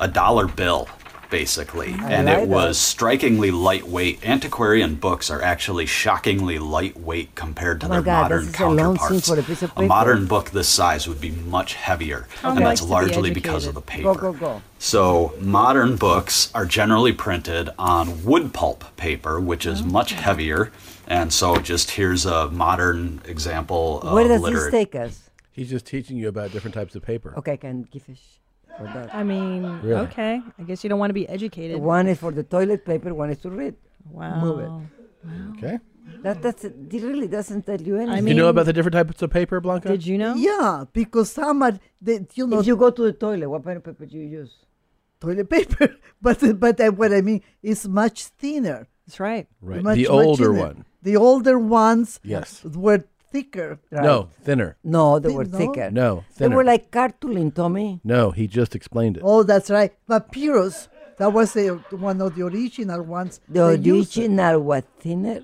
Speaker 4: a dollar bill, basically.
Speaker 20: I
Speaker 4: and
Speaker 20: like
Speaker 4: it was strikingly lightweight. Antiquarian books are actually shockingly lightweight compared to
Speaker 20: Oh my
Speaker 4: their
Speaker 20: God,
Speaker 4: modern
Speaker 20: this is a long
Speaker 4: counterparts.
Speaker 20: scene for a piece of paper.
Speaker 4: modern book this size would be much heavier,
Speaker 12: Oh,
Speaker 20: Tom
Speaker 4: and
Speaker 20: likes
Speaker 4: that's
Speaker 20: to be
Speaker 4: largely because of the
Speaker 20: educated.
Speaker 4: paper.
Speaker 20: Go, go, go.
Speaker 4: So, modern books are generally printed on wood pulp paper, which
Speaker 12: Oh,
Speaker 4: is much heavier. And so, just here's a modern example of
Speaker 12: Where does
Speaker 4: liter-
Speaker 12: this take us?
Speaker 3: He's just teaching you about different types of paper.
Speaker 12: Okay, I can give a sh. for that.
Speaker 2: I mean,
Speaker 3: Really?
Speaker 2: okay. I guess you don't want to be educated.
Speaker 12: One is for the toilet paper. One is to read.
Speaker 2: Wow.
Speaker 12: Move it.
Speaker 3: Okay.
Speaker 12: That that's it really doesn't tell you anything.
Speaker 3: Do you know about the different types of paper, Blanca?
Speaker 2: you know?
Speaker 13: Yeah, because some are, they, you know.
Speaker 12: If you go to the toilet, what kind of paper do you use?
Speaker 13: Toilet paper, but but uh, what I mean is much thinner.
Speaker 2: That's right.
Speaker 3: Right, the older one.
Speaker 13: The older ones.
Speaker 3: Yes.
Speaker 13: Were thicker.
Speaker 3: No, thinner.
Speaker 12: No, they were
Speaker 13: No.
Speaker 12: thicker.
Speaker 3: No,
Speaker 12: They
Speaker 3: thinner.
Speaker 12: were like cartooling, Tommy.
Speaker 3: No, he just explained it.
Speaker 13: Oh, that's right. Papyrus. That was the, one of the original ones.
Speaker 12: The
Speaker 13: they used it.
Speaker 12: original was thinner.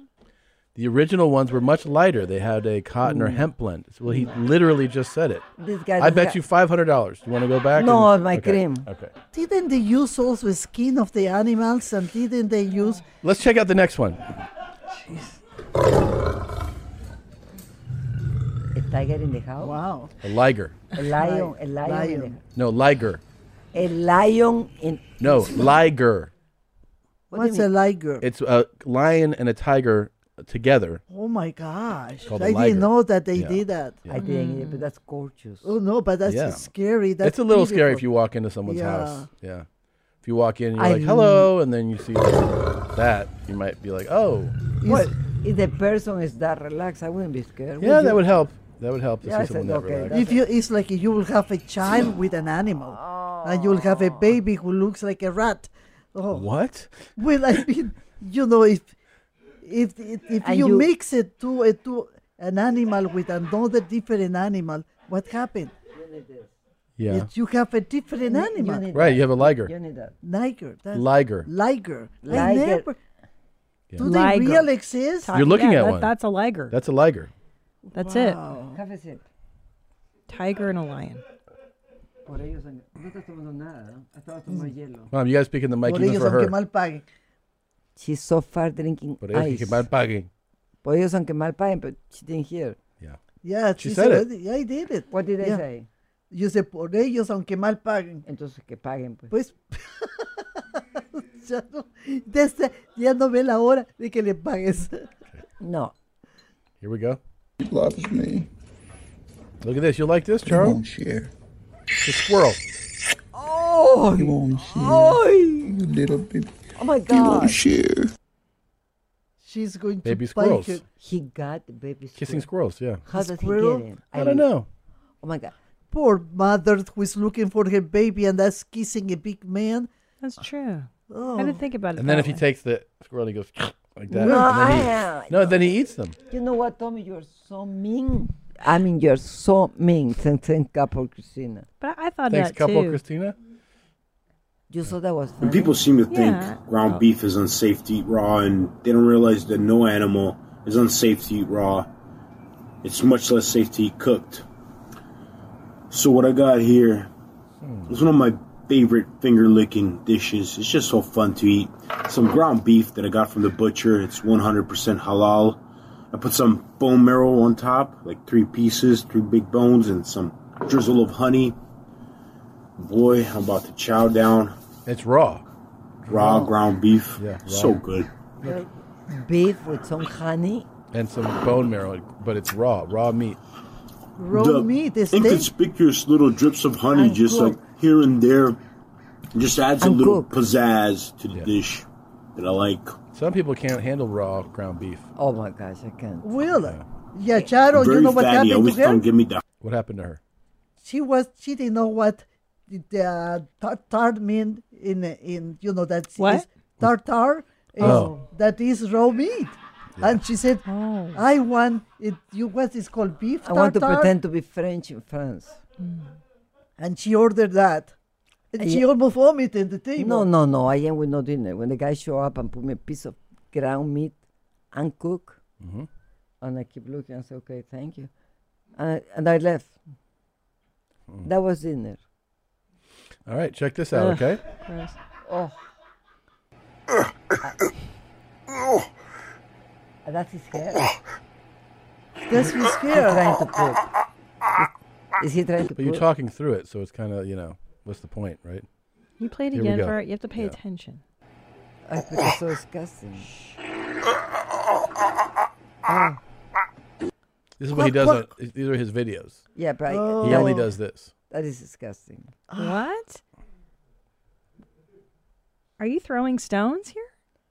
Speaker 3: The original ones were much lighter. They had a cotton or
Speaker 12: Mm.
Speaker 3: hemp blend. Well, he literally just said it.
Speaker 12: This guy
Speaker 3: I
Speaker 12: doesn't
Speaker 3: bet
Speaker 12: got-
Speaker 3: you five hundred dollars. You want to go back?
Speaker 12: No,
Speaker 3: and-
Speaker 12: my
Speaker 3: okay.
Speaker 12: cream.
Speaker 3: Okay.
Speaker 13: Didn't they use also skin of the animals and didn't they use
Speaker 3: Let's check out the next one.
Speaker 12: A tiger in the house.
Speaker 13: Wow.
Speaker 3: A liger.
Speaker 12: A lion. A lion. In
Speaker 3: No, liger.
Speaker 12: the, a lion in.
Speaker 3: No, liger.
Speaker 13: what's a liger?
Speaker 3: It's a lion and a tiger together.
Speaker 13: Oh my gosh!
Speaker 3: It's called a
Speaker 13: I
Speaker 3: liger.
Speaker 13: didn't know that they
Speaker 3: Yeah.
Speaker 13: did that.
Speaker 12: I didn't, but that's gorgeous.
Speaker 13: Mm. Oh no, but that's
Speaker 3: Yeah.
Speaker 13: scary. That's
Speaker 3: it's a little scary if
Speaker 13: beautiful.
Speaker 3: you walk into someone's
Speaker 13: Yeah.
Speaker 3: house. Yeah. If you walk in and you're
Speaker 12: I
Speaker 3: like, hello, and then you see that, you might be like, oh.
Speaker 12: What? If the person is that relaxed, I wouldn't be scared.
Speaker 3: Yeah,
Speaker 12: would
Speaker 3: that
Speaker 12: you?
Speaker 3: would help. That would help to
Speaker 12: Yeah, I
Speaker 3: see someone
Speaker 12: said,
Speaker 3: that
Speaker 12: okay,
Speaker 3: relaxed.
Speaker 13: If you, it's like you will have a child with an animal, and you'll have a baby who looks like a rat. Oh.
Speaker 3: Oh. What?
Speaker 13: Well, I mean, you know, if if if, if
Speaker 12: And
Speaker 13: you,
Speaker 12: you-
Speaker 13: mix it to a to an animal with another different animal, what happened?
Speaker 3: Yeah.
Speaker 13: That you have a different animal.
Speaker 3: Right, you have a liger.
Speaker 12: You need that.
Speaker 13: Liger. that's-
Speaker 3: Liger.
Speaker 13: Liger. I
Speaker 12: Liger.
Speaker 13: never.
Speaker 3: Yeah.
Speaker 13: Do they
Speaker 2: Liger.
Speaker 13: really exist?
Speaker 3: You're looking
Speaker 2: Yeah,
Speaker 3: at
Speaker 2: that-
Speaker 3: one.
Speaker 2: That's a liger.
Speaker 3: That's a liger.
Speaker 2: That's
Speaker 12: Wow. Have a sip.
Speaker 2: it. Tiger and a lion.
Speaker 12: Por ellos, han- no estás tomando nada. ¿no? Estaba tomando hielo.
Speaker 3: Mom, you guys speak in the mic
Speaker 13: Por
Speaker 3: even
Speaker 13: ellos
Speaker 3: for
Speaker 13: aunque
Speaker 3: her.
Speaker 13: mal paguen.
Speaker 12: She's so far drinking
Speaker 3: Por ellos
Speaker 12: ice.
Speaker 3: que mal paguen.
Speaker 12: Por ellos aunque mal paguen, but she didn't hear.
Speaker 13: Yeah,
Speaker 3: She
Speaker 13: she
Speaker 3: said it.
Speaker 13: already- I did it.
Speaker 12: What did I
Speaker 13: Yeah.
Speaker 12: say?
Speaker 13: Yo sé por ellos, aunque mal paguen.
Speaker 12: Entonces que paguen, pues.
Speaker 13: Pues. ya, no, desde- ya no ve la hora de que le pagues.
Speaker 12: No.
Speaker 3: Here we go.
Speaker 21: He loves me.
Speaker 3: Look at this. You like this, Charles?
Speaker 21: won't share.
Speaker 3: It's a squirrel.
Speaker 12: Oh,
Speaker 21: He won't share. You little baby.
Speaker 12: oh my
Speaker 21: He won't
Speaker 12: God.
Speaker 21: share.
Speaker 13: She's going
Speaker 3: Baby
Speaker 13: to bite
Speaker 3: squirrels.
Speaker 13: it.
Speaker 12: He got the baby squirrel.
Speaker 3: Kissing squirrels, yeah.
Speaker 12: How does
Speaker 13: Squirrel?
Speaker 12: he get him?
Speaker 3: I don't know.
Speaker 12: Oh my God.
Speaker 13: Poor mother who is looking for her baby and that's kissing a big man.
Speaker 2: That's true.
Speaker 13: Oh.
Speaker 2: I didn't think about it.
Speaker 3: And then
Speaker 2: that
Speaker 3: if he
Speaker 2: way.
Speaker 3: takes the squirrel, he goes like that.
Speaker 12: No,
Speaker 3: and then he,
Speaker 12: I, uh,
Speaker 3: no, then he eats them.
Speaker 12: You know what, Tommy? You're so mean. I mean, you're so mean. Thank, thank God for Christina.
Speaker 2: But I I thought
Speaker 3: Thanks,
Speaker 2: that
Speaker 3: couple
Speaker 2: too.
Speaker 3: Christina.
Speaker 12: You saw that was
Speaker 22: And
Speaker 12: funny?
Speaker 22: people seem to think
Speaker 2: Yeah.
Speaker 22: ground beef is unsafe to eat raw, and they don't realize that no animal is unsafe to eat raw. It's much less safe to eat cooked. So what I got here is one of my favorite finger licking dishes. It's just so fun to eat. Some ground beef that I got from the butcher. It's 100% halal. I put some bone marrow on top, like three pieces, three big bones, and some drizzle of honey. Boy, I'm about to chow down
Speaker 3: It's raw.
Speaker 22: raw ground beef.
Speaker 3: Yeah,
Speaker 22: so
Speaker 3: raw.
Speaker 22: good.
Speaker 12: Beef with some honey.
Speaker 3: and some bone marrow, but it's raw, raw meat.
Speaker 13: Raw
Speaker 22: the
Speaker 13: meat is steak.
Speaker 22: inconspicuous little drips of honey,
Speaker 13: And
Speaker 22: just
Speaker 13: cooked.
Speaker 22: like here and there, just adds a
Speaker 13: And
Speaker 22: little
Speaker 13: cooked.
Speaker 22: pizzazz to the dish that I like.
Speaker 3: Some people can't handle raw ground beef.
Speaker 12: Oh my gosh, I can't.
Speaker 13: Will. Yeah, Charo,
Speaker 22: Very
Speaker 13: you know what
Speaker 22: fatty.
Speaker 13: happened
Speaker 22: Always
Speaker 13: to her?
Speaker 22: don't give me that.
Speaker 3: What happened to her?
Speaker 13: She was she didn't know what the- the uh, tartar mean in in you know that is
Speaker 2: What?
Speaker 13: tartar is
Speaker 2: Oh.
Speaker 13: that is raw meat. And she said, "I want it. You what is called beef
Speaker 12: Oh. I want to
Speaker 13: tartare?"
Speaker 12: pretend to be French in France.
Speaker 2: Mm.
Speaker 13: And she ordered that. And she almost vomited the table.
Speaker 12: No, no, no. I am with no dinner. When the guy show up and put me a piece of ground meat and cook,
Speaker 3: Mhm.
Speaker 12: and I keep looking, I say, okay, thank you. And I, and I left.
Speaker 3: Mm.
Speaker 12: That was dinner.
Speaker 3: All right, check this out,
Speaker 12: Ugh.
Speaker 3: okay?
Speaker 12: Oh. Uh, that is hair.
Speaker 13: That's his hair.
Speaker 10: Oh.
Speaker 12: trying to cook. Is he trying to
Speaker 3: But you're
Speaker 12: put-
Speaker 3: talking through it, so it's kind of, you know, what's the point, right?
Speaker 2: You played
Speaker 3: Here we
Speaker 2: again
Speaker 3: go.
Speaker 2: for you have to pay attention.
Speaker 12: I think it's so disgusting. Oh,
Speaker 3: This is what he does. On, these are his videos.
Speaker 12: Yeah, but I-
Speaker 2: Oh.
Speaker 3: he
Speaker 12: that-
Speaker 3: only does this.
Speaker 12: That is disgusting.
Speaker 2: what? Are you throwing stones here?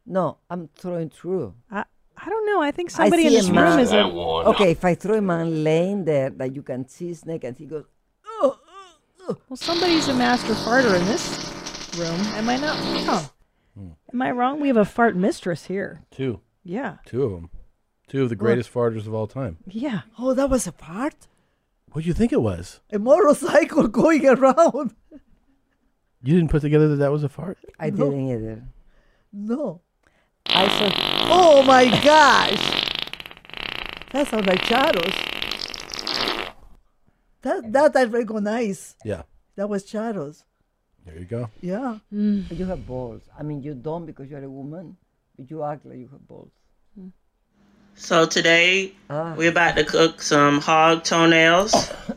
Speaker 12: No, I'm throwing through.
Speaker 2: I I don't know. I think
Speaker 12: I
Speaker 2: somebody in
Speaker 12: see
Speaker 2: this
Speaker 12: a
Speaker 2: room
Speaker 12: man-
Speaker 2: is a
Speaker 12: Okay, if I throw a man laying there that you can see his neck and he goes,
Speaker 2: Well, somebody's a master farter in this room. Am I not wrong?
Speaker 12: Hmm.
Speaker 2: Am I wrong? We have a fart mistress here.
Speaker 3: Two.
Speaker 2: Yeah.
Speaker 3: Two of them. Two of the
Speaker 2: Well-
Speaker 3: greatest farters of all time.
Speaker 2: Yeah.
Speaker 13: Oh, that was a part?
Speaker 3: What do you think it was?
Speaker 13: A motorcycle going around.
Speaker 3: You didn't put together that that was a fart?
Speaker 12: I
Speaker 13: No.
Speaker 12: didn't either.
Speaker 13: No.
Speaker 12: I saw.
Speaker 13: Oh my gosh. That sounds like Charos. That, that I recognize.
Speaker 3: Yeah.
Speaker 13: That was Charos.
Speaker 3: There you go.
Speaker 13: Yeah.
Speaker 12: "Mm,
Speaker 2: Mm.
Speaker 12: You have balls. I mean, you don't because you're a woman, but you act like you have balls.
Speaker 5: So today we're about to cook some hog toenails.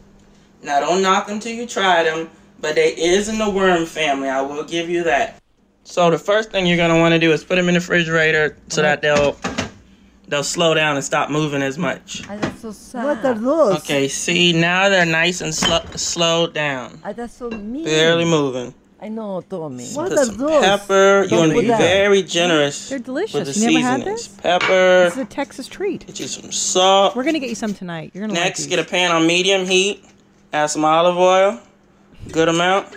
Speaker 5: now don't knock them till you try them, but they is in the worm family. I will give you that. So the first thing you're gonna want to do is put them in the refrigerator so that they'll they'll slow down and stop moving as much.
Speaker 12: And that's so sad.
Speaker 13: What are those?
Speaker 5: Okay, see now they're nice and slow slowed down,
Speaker 12: Ah, that's so
Speaker 2: Mm.
Speaker 12: mean.
Speaker 5: barely moving.
Speaker 12: I know, Tommy.
Speaker 5: Put some Pepper. You want to be very generous.
Speaker 2: They're
Speaker 5: With the
Speaker 2: delicious. You never had
Speaker 5: seasonings.
Speaker 2: this?
Speaker 5: Pepper.
Speaker 2: It's a Texas treat.
Speaker 5: Get you some salt.
Speaker 2: We're gonna get you some tonight. You're gonna
Speaker 5: Next,
Speaker 2: like
Speaker 5: get a pan on medium heat. Add some olive oil, good amount.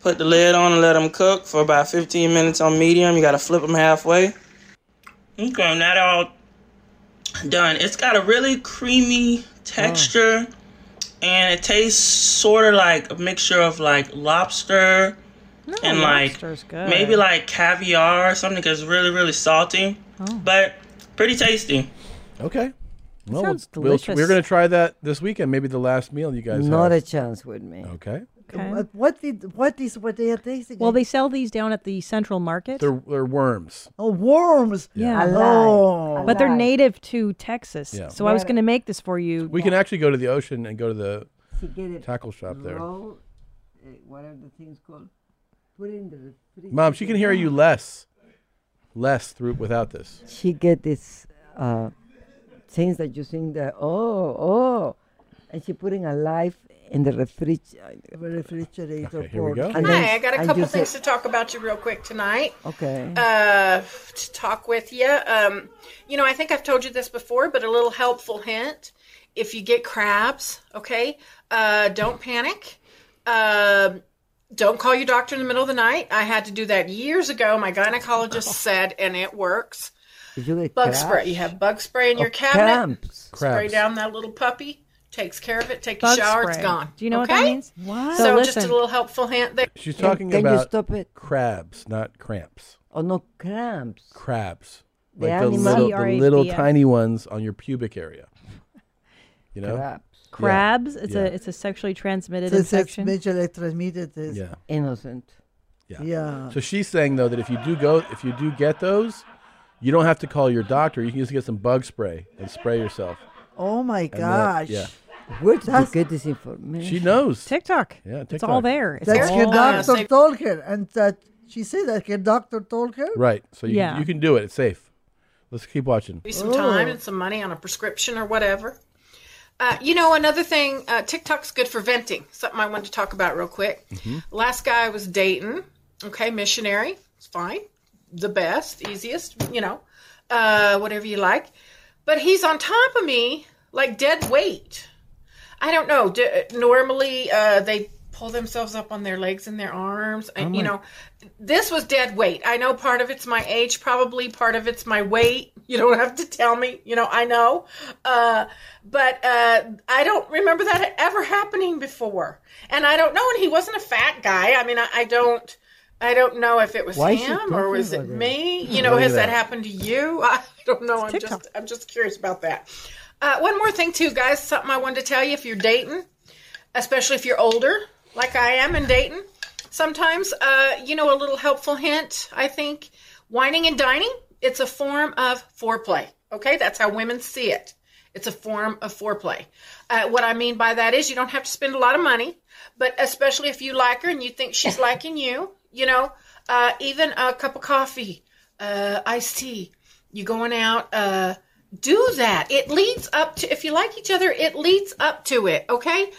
Speaker 5: Put the lid on and let them cook for about 15 minutes on medium. You gotta flip them halfway. Okay, not all done. It's got a really creamy texture, and it tastes sort of like a mixture of like lobster and like
Speaker 2: lobster's good.
Speaker 5: maybe like caviar or something. Cause it's really really salty,
Speaker 2: Oh.
Speaker 5: but pretty tasty.
Speaker 3: Okay. Well,
Speaker 5: sounds
Speaker 3: we'll- we'll-
Speaker 5: delicious.
Speaker 3: we're going to try that this weekend. Maybe the last meal you guys
Speaker 12: Not
Speaker 3: have.
Speaker 12: a chance with me.
Speaker 3: Okay.
Speaker 13: What, what did what is what they are tasting?
Speaker 2: Well, they sell these down at the Central Market.
Speaker 3: They're, they're worms.
Speaker 13: oh, worms.
Speaker 2: yeah.
Speaker 13: Oh.
Speaker 2: But they're native to Texas.
Speaker 3: Yeah.
Speaker 2: So I was
Speaker 3: Right.
Speaker 2: gonna make this for you.
Speaker 3: We can actually go to the ocean and go to the
Speaker 12: To get it
Speaker 3: tackle shop there.
Speaker 12: Roll, uh, whatever the thing's called. Put it in the refrigerator.
Speaker 3: Mom, she can hear you less, less through without this.
Speaker 12: She get this uh, things that you think that oh oh, and she putting a life in the refrigerator.
Speaker 13: Refrigerator.
Speaker 12: here we go.
Speaker 7: Hi, I got a couple things to talk about you real quick tonight.
Speaker 12: Okay.
Speaker 7: Uh, to talk with you. Um, you know, I think I've told you this before, but a little helpful hint: if you get crabs, okay, uh, don't panic. Uh, don't call your doctor in the middle of the night. I had to do that years ago. My gynecologist said, and it works.
Speaker 12: If you get
Speaker 7: Bug
Speaker 12: crabs-
Speaker 7: spray. You have bug spray in
Speaker 12: Oh,
Speaker 7: your cabinet.
Speaker 12: cramps.
Speaker 7: Spray
Speaker 12: Crabs.
Speaker 7: down that little puppy. Takes care of it. Take
Speaker 2: Bug
Speaker 7: a shower.
Speaker 2: spray.
Speaker 7: It's gone.
Speaker 2: Do you know what that
Speaker 7: Okay?
Speaker 2: means? What?
Speaker 7: So,
Speaker 2: So
Speaker 7: just
Speaker 2: listen.
Speaker 7: a little helpful hint there.
Speaker 3: She's talking
Speaker 12: can you
Speaker 3: about
Speaker 12: stop it?
Speaker 3: crabs, not cramps.
Speaker 12: Oh no, cramps.
Speaker 3: Crabs,
Speaker 12: The
Speaker 3: like the
Speaker 12: animal-
Speaker 3: little, the little
Speaker 2: CRABS.
Speaker 3: tiny ones on your pubic area. You know,
Speaker 12: Crabs.
Speaker 3: Yeah.
Speaker 2: crabs. It's
Speaker 3: Yeah.
Speaker 2: a it's a sexually transmitted
Speaker 13: It's it's
Speaker 2: infection.
Speaker 13: majorly transmitted. Is.
Speaker 3: Yeah.
Speaker 12: Innocent.
Speaker 3: Yeah.
Speaker 13: Yeah.
Speaker 3: So she's saying though that if you do go, if you do get those, you don't have to call your doctor. You can just get some bug spray and spray yourself.
Speaker 13: Oh my
Speaker 3: that-
Speaker 13: gosh.
Speaker 3: yeah.
Speaker 12: Where did
Speaker 13: That's-
Speaker 12: you get this information?
Speaker 3: She knows.
Speaker 2: TikTok.
Speaker 3: Yeah,
Speaker 2: It's
Speaker 3: TikTok.
Speaker 2: all there. It's
Speaker 13: that
Speaker 2: all
Speaker 13: her
Speaker 2: there.
Speaker 13: doctor told her, and that she said that her doctor told her.
Speaker 3: Right. So you,
Speaker 13: Yeah.
Speaker 3: you can do it. It's safe. Let's keep watching.
Speaker 7: Maybe some time and some money on a prescription or whatever. Uh, you know, another thing, uh, TikTok's good for venting. Something I wanted to talk about real quick.
Speaker 8: Mm-hmm.
Speaker 7: Last guy I was dating, okay, missionary, it's fine, the best, easiest, you know, uh, whatever you like. But he's on top of me like dead weight. I don't know. D- normally uh, they pull themselves up on their legs and their arms, and
Speaker 8: I'm
Speaker 7: you
Speaker 8: like-
Speaker 7: know, this was dead weight. I know part of it's my age, probably part of it's my weight. You don't have to tell me. You know, I know. Uh, but uh, I don't remember that ever happening before, and I don't know. And he wasn't a fat guy. I mean, I, I don't. I don't know if it was
Speaker 8: Why is she
Speaker 7: him or was it
Speaker 8: talking like
Speaker 7: me.
Speaker 8: that?
Speaker 7: You know,
Speaker 8: Look at
Speaker 7: has that
Speaker 8: that.
Speaker 7: happened to you? I don't know. I'm just I'm just curious about that. Uh, one more thing, too, guys. Something I wanted to tell you if you're dating, especially if you're older, like I am in Dayton, sometimes, uh, you know, a little helpful hint, I think. Whining and dining, it's a form of foreplay. Okay? That's how women see it. It's a form of foreplay. Uh, what I mean by that is you don't have to spend a lot of money, but especially if you like her and you think she's liking you, you know, uh, even a cup of coffee, uh, iced tea, you going out, uh, do that. It leads up to if you like each other, it leads up to it, okay?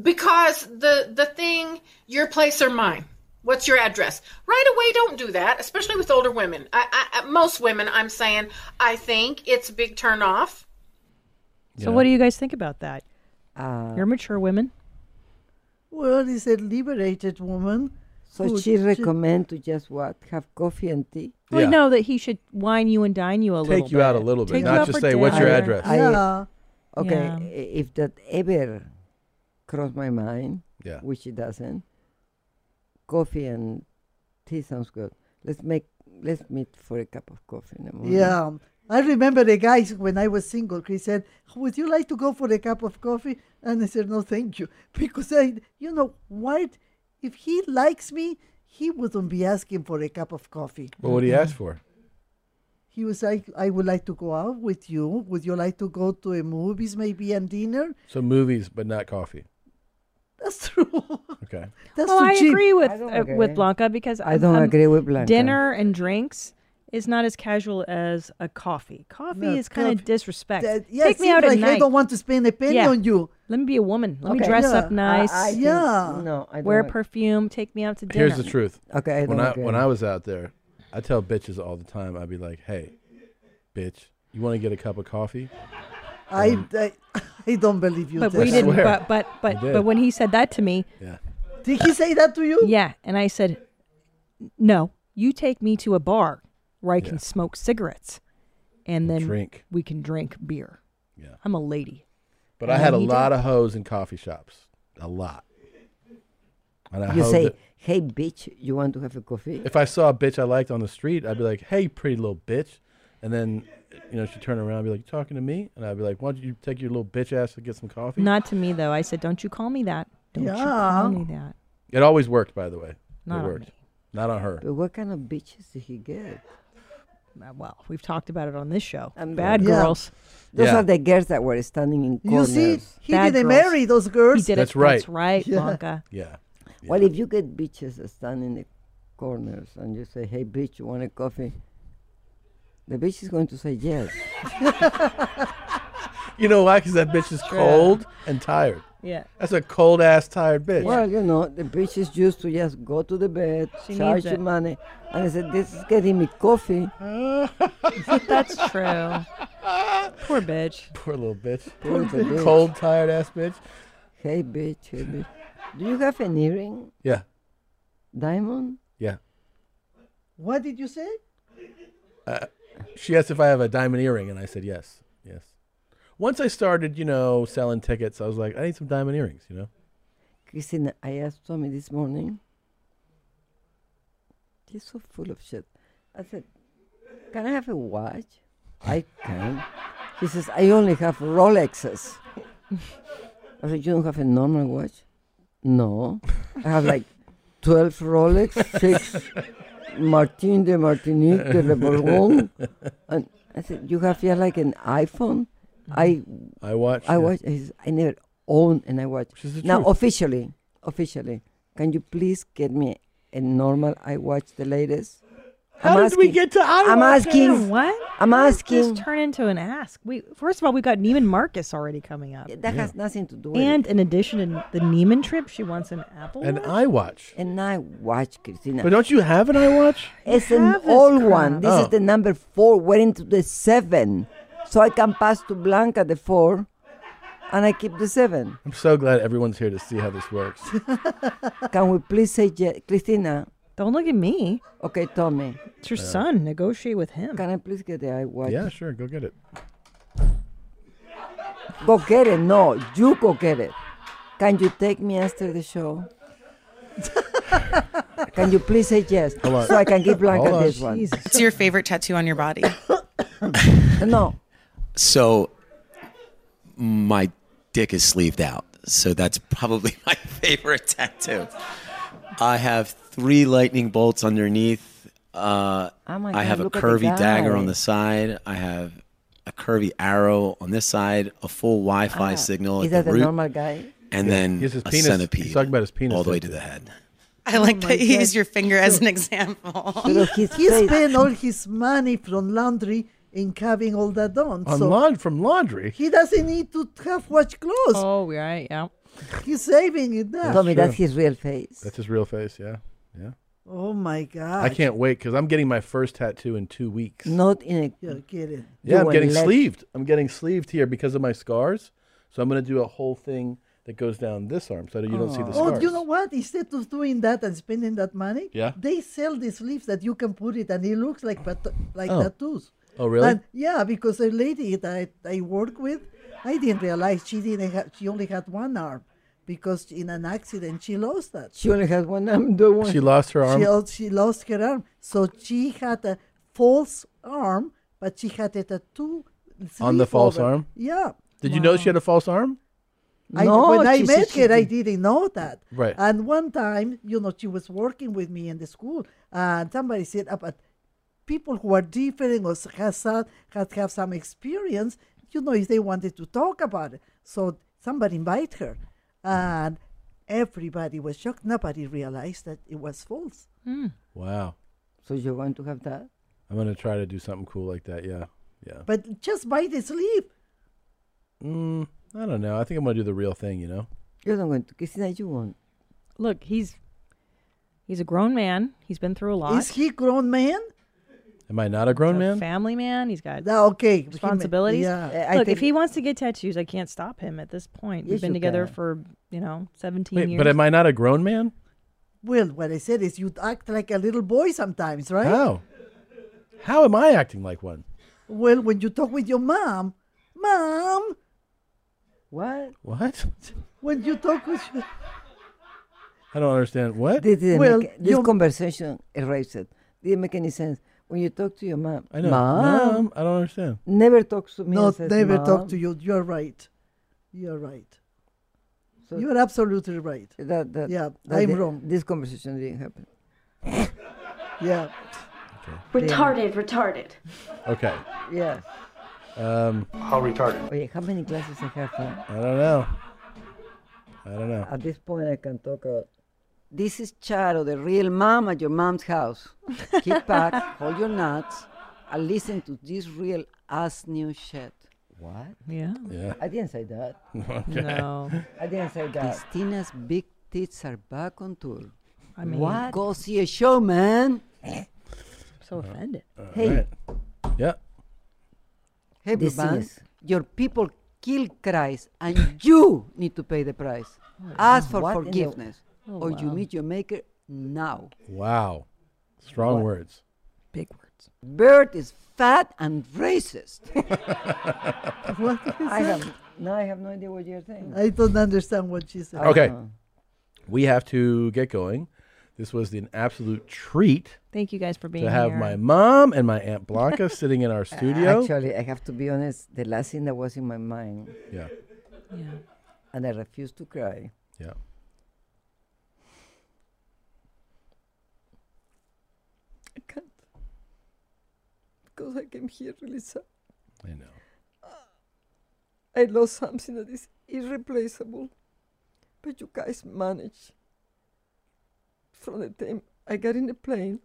Speaker 7: Because the the thing, your place or mine. What's your address? Right away, don't do that, especially with older women. I, I, most women, I'm saying, I think it's a big turn off.
Speaker 2: So what do you guys think about that? You're mature women.
Speaker 13: Uh, Well, is a liberated woman.
Speaker 12: So
Speaker 13: who
Speaker 12: she
Speaker 13: ju-
Speaker 12: recommend to just what? Have coffee and tea?
Speaker 2: Well, you know that he should wine you and dine you a little.
Speaker 3: you out a little bit,
Speaker 2: Take
Speaker 3: not
Speaker 2: you out
Speaker 3: just
Speaker 2: for
Speaker 3: say, "What's your
Speaker 2: dinner."
Speaker 3: address?"
Speaker 12: I-
Speaker 2: Yeah.
Speaker 12: okay,
Speaker 2: Yeah.
Speaker 12: i- if that ever crossed my mind,
Speaker 3: Yeah.
Speaker 12: which it doesn't, coffee and tea sounds good. Let's make let's meet for a cup of coffee in the morning.
Speaker 13: Yeah. I remember the guy when I was single. He said, "Would you like to go for a cup of coffee?" And I said, "No, thank you," because I, you know, what? If he likes me, he wouldn't be asking for a cup of coffee.
Speaker 3: Well, what do you ask for?
Speaker 13: He was like, "I would like to go out with you. Would you like to go to a movies, maybe, and dinner?"
Speaker 3: So movies, but not coffee.
Speaker 13: That's true.
Speaker 3: Okay.
Speaker 13: That's
Speaker 2: well,
Speaker 13: too
Speaker 2: I
Speaker 13: cheap.
Speaker 2: agree with
Speaker 13: I don't
Speaker 2: uh, with
Speaker 13: agree.
Speaker 2: Blanca because
Speaker 12: I don't
Speaker 2: um,
Speaker 12: agree with Blanca.
Speaker 2: Dinner and drinks is not as casual as a coffee. Coffee
Speaker 13: No,
Speaker 2: is kind
Speaker 13: coffee-
Speaker 2: of disrespect.
Speaker 13: That- yeah,
Speaker 2: Take
Speaker 13: it
Speaker 2: me out
Speaker 13: seems
Speaker 2: at
Speaker 13: like
Speaker 2: night.
Speaker 13: I don't want to spend a penny
Speaker 2: Yeah.
Speaker 13: on you.
Speaker 2: Let me be a woman. Let me
Speaker 13: Okay.
Speaker 2: dress
Speaker 13: Yeah.
Speaker 2: up nice.
Speaker 13: I- I think- Yeah.
Speaker 12: no, I don't
Speaker 2: Wear
Speaker 12: like-
Speaker 2: perfume. Take me out to dinner.
Speaker 3: Here's the truth.
Speaker 12: Okay, I
Speaker 3: when
Speaker 12: don't
Speaker 3: I
Speaker 12: agree.
Speaker 3: when I was out there, I tell bitches all the time. I'd be like, "Hey, bitch, you want to get a cup of coffee?"
Speaker 13: I, I, I don't believe you.
Speaker 2: But
Speaker 13: Tess.
Speaker 2: we didn't. But but but
Speaker 3: You did.
Speaker 2: but when he said that to me,
Speaker 3: Yeah.
Speaker 13: did he say that to you?
Speaker 2: Yeah, and I said, "No, you take me to a bar where I can smoke cigarettes, and then
Speaker 3: drink.
Speaker 2: we can drink beer." Yeah, I'm a lady.
Speaker 3: But
Speaker 2: And
Speaker 3: I had
Speaker 2: then
Speaker 3: a
Speaker 2: he did.
Speaker 3: lot of hoes in coffee shops. A lot. And I
Speaker 12: you
Speaker 3: hoed
Speaker 12: say,
Speaker 3: it-
Speaker 12: "Hey, bitch, you want to have a coffee?"
Speaker 3: if I saw a bitch I liked on the street, I'd be like, "Hey, pretty little bitch," and then, you know, she'd turn around and be like, "You talking to me?" And I'd be like, "Why don't you take your little bitch ass to get some coffee?"
Speaker 2: Not to me though. I said, "Don't you call me that? Don't you
Speaker 12: Yeah.
Speaker 2: call me that?"
Speaker 3: It always worked, by the way.
Speaker 2: Not
Speaker 3: it
Speaker 2: on
Speaker 3: worked. Not on her.
Speaker 12: But what kind of bitches did he get?
Speaker 2: Uh, Well, we've talked about it on this show. Bad
Speaker 12: Yeah.
Speaker 2: girls.
Speaker 12: Those
Speaker 3: Yeah.
Speaker 12: are the girls that were standing in
Speaker 13: You
Speaker 12: corners.
Speaker 13: see, he didn't marry those
Speaker 12: girls.
Speaker 2: He did
Speaker 3: That's
Speaker 2: it.
Speaker 3: right.
Speaker 2: That's right,
Speaker 13: Yeah.
Speaker 2: Blanca.
Speaker 3: Yeah.
Speaker 12: Well, if you get bitches that stand in the corners and you say, "Hey, bitch, you want a coffee?" The bitch is going to say yes.
Speaker 3: You know why? Because that bitch is cold and tired.
Speaker 2: Yeah.
Speaker 3: That's a cold ass tired bitch.
Speaker 12: Well, you know, the bitch is used to just go to the bed,
Speaker 2: She
Speaker 12: charge
Speaker 2: needs
Speaker 12: you
Speaker 2: it.
Speaker 12: money, and I said, "This is getting me coffee."
Speaker 2: That's true. Poor bitch.
Speaker 3: Poor little bitch.
Speaker 12: Poor little bitch.
Speaker 3: Cold, tired ass bitch.
Speaker 12: Hey, bitch, hey, bitch. Do you have an earring?
Speaker 3: Yeah.
Speaker 12: Diamond?
Speaker 3: Yeah.
Speaker 13: What did you say?
Speaker 3: Uh, she asked if I have a diamond earring, and I said yes, yes. Once I started, you know, selling tickets, I was like, I need some diamond earrings, you know.
Speaker 12: Christina, I asked Tommy this morning. He's so full of shit. I said, Can I have a watch? I can. He says, I only have Rolexes. I said, You don't have a normal watch? No. I have like 12 Rolex, 6 Martin de Martinique de Le Bourbon. And I said, You have here like an iPhone? I
Speaker 3: Mm-hmm. I watch.
Speaker 12: I
Speaker 3: yeah.
Speaker 12: watch. He says, I never own and I watch.
Speaker 3: the
Speaker 12: Now,
Speaker 3: truth.
Speaker 12: officially, officially, can you please get me a normal I watch the latest?
Speaker 2: How
Speaker 12: I'm
Speaker 2: did we
Speaker 12: asking-
Speaker 2: get to Ottawa?
Speaker 12: I'm asking.
Speaker 2: What?
Speaker 12: I'm
Speaker 2: How did
Speaker 12: asking.
Speaker 2: This turn into an ask. We first of all, we've got Neiman Marcus already coming up.
Speaker 12: That has nothing to do with
Speaker 2: And in addition to the Neiman trip, she wants an Apple. Oh
Speaker 12: An
Speaker 2: Watch?
Speaker 3: iWatch.
Speaker 12: An iWatch, Christina.
Speaker 3: But don't you have an iWatch?
Speaker 12: It's
Speaker 2: You
Speaker 12: an
Speaker 2: have this
Speaker 12: old
Speaker 2: crap.
Speaker 12: one. This is
Speaker 3: Oh.
Speaker 12: the number four. We're into the seven. So I can pass to Blanca the four, and I keep the seven.
Speaker 3: I'm so glad everyone's here to see how this works.
Speaker 12: Can we please say, Je- Christina?
Speaker 2: Don't look at me.
Speaker 12: Okay, Tommy.
Speaker 2: It's your son. Negotiate with him.
Speaker 12: Can I please get the iWatch?
Speaker 3: yeah, sure. Go get it.
Speaker 12: Go get it. No, you go get it. Can you take me after the show? can you please say yes
Speaker 8: Hold on.
Speaker 12: so I can give Blanca this one?
Speaker 8: What's your favorite tattoo on your body?
Speaker 12: no.
Speaker 9: So my dick is sleeved out. So that's probably my favorite tattoo. I have three lightning bolts underneath. Uh,
Speaker 12: Oh my
Speaker 9: I
Speaker 12: God,
Speaker 9: have a
Speaker 12: look at the
Speaker 9: curvy
Speaker 12: guy.
Speaker 9: dagger on the side. I have a curvy arrow on this side, a full Wi Fi signal
Speaker 12: Ah, Is
Speaker 9: at
Speaker 12: that
Speaker 9: the
Speaker 12: a
Speaker 9: root,
Speaker 12: normal guy?
Speaker 9: and
Speaker 3: Yeah,
Speaker 9: then
Speaker 3: he has his
Speaker 9: a
Speaker 3: penis-
Speaker 9: centipede.
Speaker 3: he's talking about his penis
Speaker 9: all the way to
Speaker 3: tattoo.
Speaker 9: the head.
Speaker 8: I like
Speaker 13: Oh my
Speaker 8: that you
Speaker 13: God.
Speaker 8: use your finger as an example.
Speaker 13: he spent all his money from laundry in having all that done.
Speaker 3: On
Speaker 13: so
Speaker 3: laun- from laundry?
Speaker 13: he doesn't need to have watch clothes.
Speaker 2: Oh, right, yeah.
Speaker 13: He's saving it now.
Speaker 12: Tommy, that's his real face.
Speaker 3: That's his real face. Yeah. Yeah.
Speaker 13: Oh my God!
Speaker 3: I can't wait because I'm getting my first tattoo in two weeks.
Speaker 12: Not in a.
Speaker 13: You're kidding.
Speaker 3: Yeah, I'm
Speaker 12: You
Speaker 3: getting
Speaker 12: elect-
Speaker 3: sleeved. I'm getting sleeved here because of my scars. So I'm going to do a whole thing that goes down this arm so that you don't see the
Speaker 13: Oh,
Speaker 3: scars.
Speaker 13: you know what? Instead of doing that and spending that money,
Speaker 3: Yeah.
Speaker 13: they sell these leaves that you can put it, and it looks like pat- like
Speaker 3: Oh.
Speaker 13: tattoos.
Speaker 3: Oh, really?
Speaker 13: And yeah, because a lady that I, I work with, I didn't realize she didn't have, she only had one arm because in an accident she lost that.
Speaker 12: She only had one arm. The one.
Speaker 3: She lost her arm?
Speaker 13: She, al- she lost her arm, so she had a false arm, but she had a tattoo
Speaker 3: On the
Speaker 13: sleeve
Speaker 3: false
Speaker 13: over.
Speaker 3: arm?
Speaker 13: Yeah.
Speaker 3: Did you know she had a false arm?
Speaker 13: I,
Speaker 12: No,
Speaker 13: when I
Speaker 12: Oh, she said
Speaker 13: met
Speaker 12: she
Speaker 13: her, I
Speaker 12: did.
Speaker 13: didn't know that.
Speaker 3: Right.
Speaker 13: And one time, you know, she was working with me in the school, and somebody said about people who are different or has some, had have some experience, you know, if they wanted to talk about it. So somebody invited her, and everybody was shocked. Nobody realized that it was false.
Speaker 3: Wow.
Speaker 12: So you're going to have that?
Speaker 3: I'm going to try to do something cool like that. Yeah. Yeah.
Speaker 13: But just by the sleeve,
Speaker 3: Mm, I don't know. I think I'm going to do the real thing, you know?
Speaker 12: You're not going to. Christina, you won't.
Speaker 2: Look, he's he's a grown man. He's been through a lot.
Speaker 13: is he grown man?
Speaker 3: Am I not a grown
Speaker 2: a
Speaker 3: man?
Speaker 2: family man. He's got
Speaker 13: No, okay.
Speaker 2: responsibilities.
Speaker 13: Yeah.
Speaker 2: Look, if he wants to get tattoos, I can't stop him at this point. We've
Speaker 13: Yes,
Speaker 2: been
Speaker 13: you
Speaker 2: together
Speaker 13: can.
Speaker 2: for you know seventeen
Speaker 3: Wait,
Speaker 2: years.
Speaker 3: but am I not a grown man?
Speaker 13: Well, what I said is you act like a little boy sometimes, right?
Speaker 3: How? How am I acting like one?
Speaker 13: Well, when you talk with your mom, mom,
Speaker 12: what?
Speaker 3: What?
Speaker 13: When you talk with your,
Speaker 3: I don't understand. What?
Speaker 12: This, didn't
Speaker 13: Well,
Speaker 12: make, this
Speaker 13: you-
Speaker 12: conversation erased it. Didn't make any sense. When you talk to your mom,
Speaker 3: I know.
Speaker 12: Mom,
Speaker 3: Mom, I don't understand.
Speaker 12: never talks to me.
Speaker 13: no,
Speaker 12: and says,
Speaker 13: never
Speaker 12: "Mom."
Speaker 13: talk to you. You're right. You're right.
Speaker 12: So-
Speaker 13: You're absolutely right.
Speaker 12: That, that,
Speaker 13: yeah,
Speaker 12: that
Speaker 13: I'm
Speaker 12: di-
Speaker 13: wrong.
Speaker 12: This conversation didn't happen.
Speaker 13: Yeah.
Speaker 23: Retarded, retarded.
Speaker 3: Okay.
Speaker 12: Yes.
Speaker 3: Um, How retarded?
Speaker 12: Oye, how many classes I have? huh?
Speaker 3: I don't know. I don't know.
Speaker 12: At this point, I can talk about. This is Charo, the real mom at your mom's house. Keep back, hold your nuts, and listen to this real ass new shit. What?
Speaker 2: Yeah.
Speaker 3: Yeah.
Speaker 12: I didn't say that.
Speaker 3: Okay. No.
Speaker 12: I didn't say that. Christina's big tits are back on tour.
Speaker 2: I mean-
Speaker 12: what? Go see a show, man.
Speaker 2: so
Speaker 3: Uh,
Speaker 2: offended.
Speaker 12: Hey.
Speaker 3: Yeah.
Speaker 12: Hey,
Speaker 2: This
Speaker 12: Brubans,
Speaker 2: is-
Speaker 12: your people kill Christ, and you need to pay the price. Ask for
Speaker 2: Oh, What in the-
Speaker 12: forgiveness,
Speaker 2: Oh,
Speaker 12: or you
Speaker 2: wow.
Speaker 12: meet your maker now.
Speaker 3: Wow. Strong
Speaker 12: What?
Speaker 3: words.
Speaker 2: Big
Speaker 12: words. Bert is fat and racist.
Speaker 13: What is
Speaker 12: I
Speaker 13: that?
Speaker 12: have now. I have no idea what you're saying.
Speaker 13: I don't understand what she said.
Speaker 3: Okay. We have to get going. This was an absolute treat
Speaker 2: Thank you guys for being
Speaker 3: to have
Speaker 2: here.
Speaker 3: my mom and my aunt Blanca sitting in our studio.
Speaker 12: Actually, I have to be honest. The last thing that was in my mind.
Speaker 3: Yeah.
Speaker 2: Yeah.
Speaker 12: And I refused to cry.
Speaker 3: Yeah.
Speaker 12: I can't because I came here really sad.
Speaker 3: I know.
Speaker 12: I lost something that is irreplaceable, but you guys managed. From the time I got in the plane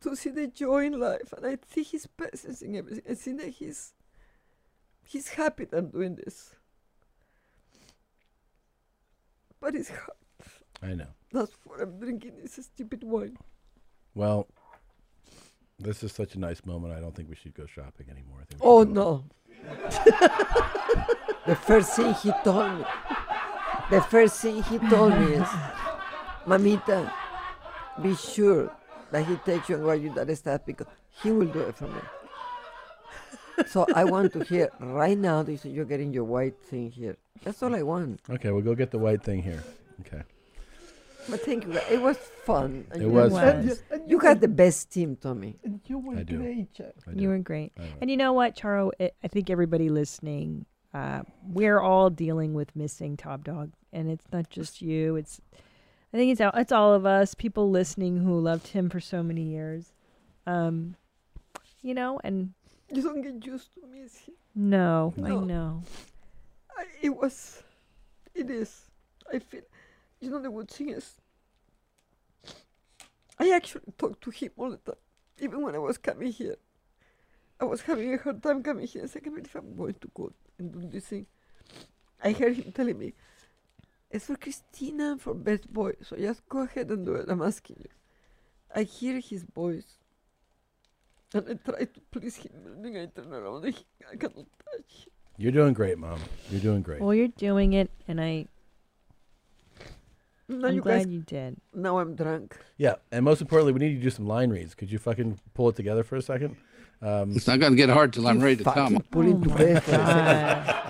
Speaker 1: to see the joy in life, and I see his presence in everything. I see that he's he's happy that I'm doing this, but it's hard.
Speaker 3: I know.
Speaker 1: That's what I'm drinking. It's a stupid wine.
Speaker 3: Well, this is such a nice moment. I don't think we should go shopping anymore. I think
Speaker 1: Oh no!
Speaker 12: The first thing he told me, the first thing he told me is, Mamita, be sure that he takes you and what you that stuff because he will do it for me. so I want to hear right now that you say you're getting your white thing here. That's all I want.
Speaker 3: Okay, we'll go get the white thing here. Okay.
Speaker 12: But thank you. It was fun.
Speaker 3: It was fun.
Speaker 12: You, you got the best team, Tommy.
Speaker 13: And you were
Speaker 3: I do.
Speaker 13: great, Jack.
Speaker 2: You were great. And you know what, Charo? I I think everybody listening, uh, we're all dealing with missing Top Dog, and it's not just you. It's, I think it's all, it's all of us. People listening who loved him for so many years, um, you know. And
Speaker 1: You don't get used to me. It's-
Speaker 2: no,
Speaker 1: No.
Speaker 2: I know.
Speaker 1: I, it was, it is. I feel, you know, the good thing is, I actually talked to him all the time, even when I was coming here. I was having a hard time coming here. I said, I can't believe I'm going to go and do this thing. I heard him telling me, it's for Christina and for Best Boy, so just go ahead and do it. I'm asking you. I hear his voice. And I try to please him, and then I turn around and he, I cannot touch him.
Speaker 3: You're doing great, Mom. You're doing great.
Speaker 2: Well, you're doing it, and I.
Speaker 1: No,
Speaker 2: I'm
Speaker 1: you
Speaker 2: glad
Speaker 1: guys-
Speaker 2: you did.
Speaker 1: Now I'm drunk.
Speaker 3: Yeah, and most importantly, we need you to do some line reads. Could you fucking pull it together for a second? Um, Oh
Speaker 16: It's not going to get hard till I'm ready to come.
Speaker 12: Put it to bed for a second.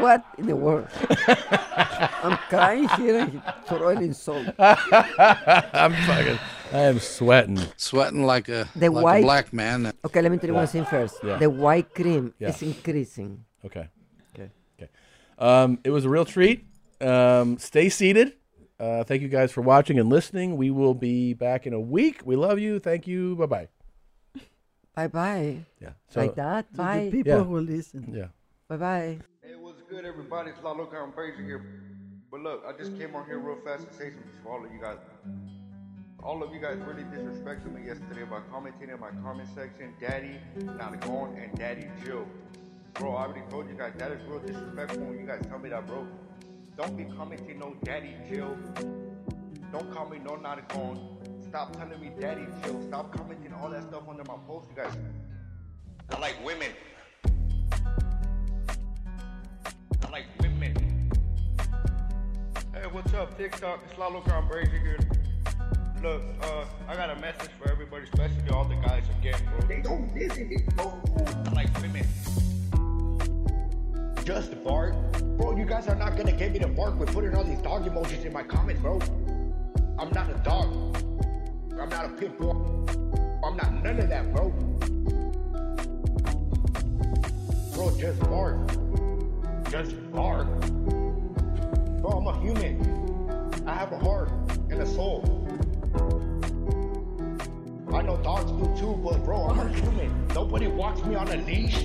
Speaker 12: What in the world? I'm crying here and he throwing insult.
Speaker 3: I'm fucking. I am sweating.
Speaker 16: Sweating like a,
Speaker 12: The
Speaker 16: like
Speaker 12: white
Speaker 16: a black man.
Speaker 12: Okay, let me tell you one thing first.
Speaker 3: Yeah.
Speaker 12: The white cream
Speaker 3: Yeah.
Speaker 12: is increasing.
Speaker 3: Okay. Okay. Okay. Um, it was a real treat. Um, stay seated. Uh, thank you guys for watching and listening. We will be back in a week. We love you. Thank you. Bye bye.
Speaker 12: Bye bye.
Speaker 3: Yeah.
Speaker 12: like that.
Speaker 13: To the
Speaker 12: Bye.
Speaker 13: people
Speaker 3: Yeah.
Speaker 13: who listen.
Speaker 3: Yeah.
Speaker 12: Bye bye.
Speaker 15: good, everybody? It's Lalo Conversation here. But look, I just came on here real fast to say something for all of you guys. All of you guys really disrespected me yesterday by commenting in my comment section, Daddy, not gone, and Daddy Jill. Bro, I already told you guys that is real disrespectful when you guys tell me that, bro. Don't be commenting no Daddy Jill. Don't call me no not gone. Stop telling me Daddy Jill. Stop commenting all that stuff under my post, you guys. I like women. I like women. Hey, what's up, TikTok? It's Lalo Conversation here. Look, uh, I got a message for everybody, especially all the guys again, bro. They don't listen, they I like women. Just bark. Bro, you guys are not gonna get me to bark with putting all these dog emojis in my comments, bro. I'm not a dog. I'm not a pit bull. I'm not none of that, bro. Bro, just bark. Just bark. Bro, I'm a human. I have a heart and a soul. I know dogs do too, but bro, I'm a human. Nobody walks me on a leash.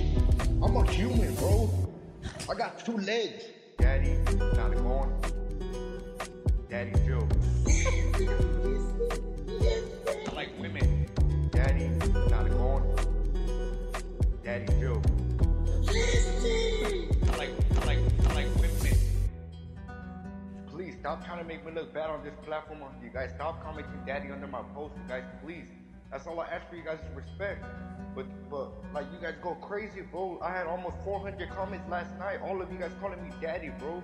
Speaker 15: I'm a human, bro. I got two legs. Daddy, not going. Daddy Joe. I like women. Daddy, not going. Daddy Joe. I like, I like, I like women. Please stop trying to make me look bad on this platform. You guys stop commenting daddy under my post. You guys, please. That's all I ask for you guys is respect. But but like you guys go crazy, bro. I had almost 400 comments last night. All of you guys calling me daddy, bro.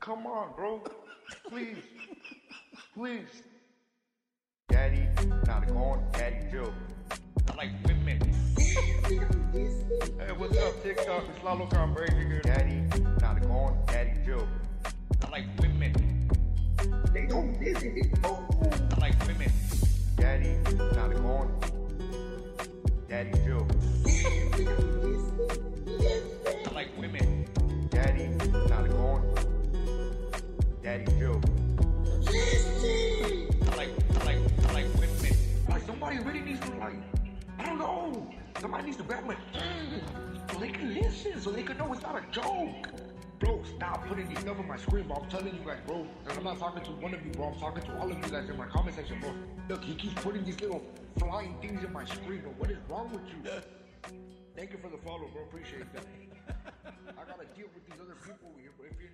Speaker 15: Come on, bro. Please. please. Daddy, not gone, daddy Joe. I like women. Hey, what's up, TikTok? It's Lalo Conversation here. Daddy, not gone, daddy Joe. I like women. They don't listen. They don't. I like women. Daddy, not gone. Daddy Joe. I like women. Daddy, not gone. Daddy Joe. I like, I like, I like women. Like somebody really needs to like, I don't know. Somebody needs to grab my phone so they can listen, so they can know it's not a joke. Bro, stop putting these stuff on my screen, bro. I'm telling you guys, bro. And I'm not talking to one of you, bro. I'm talking to all of you guys in my comment section, bro. Look, he keeps putting these little flying things in my screen, bro. What is wrong with you? Thank you for the follow, bro. Appreciate that. I gotta deal with these other people here, bro. If you're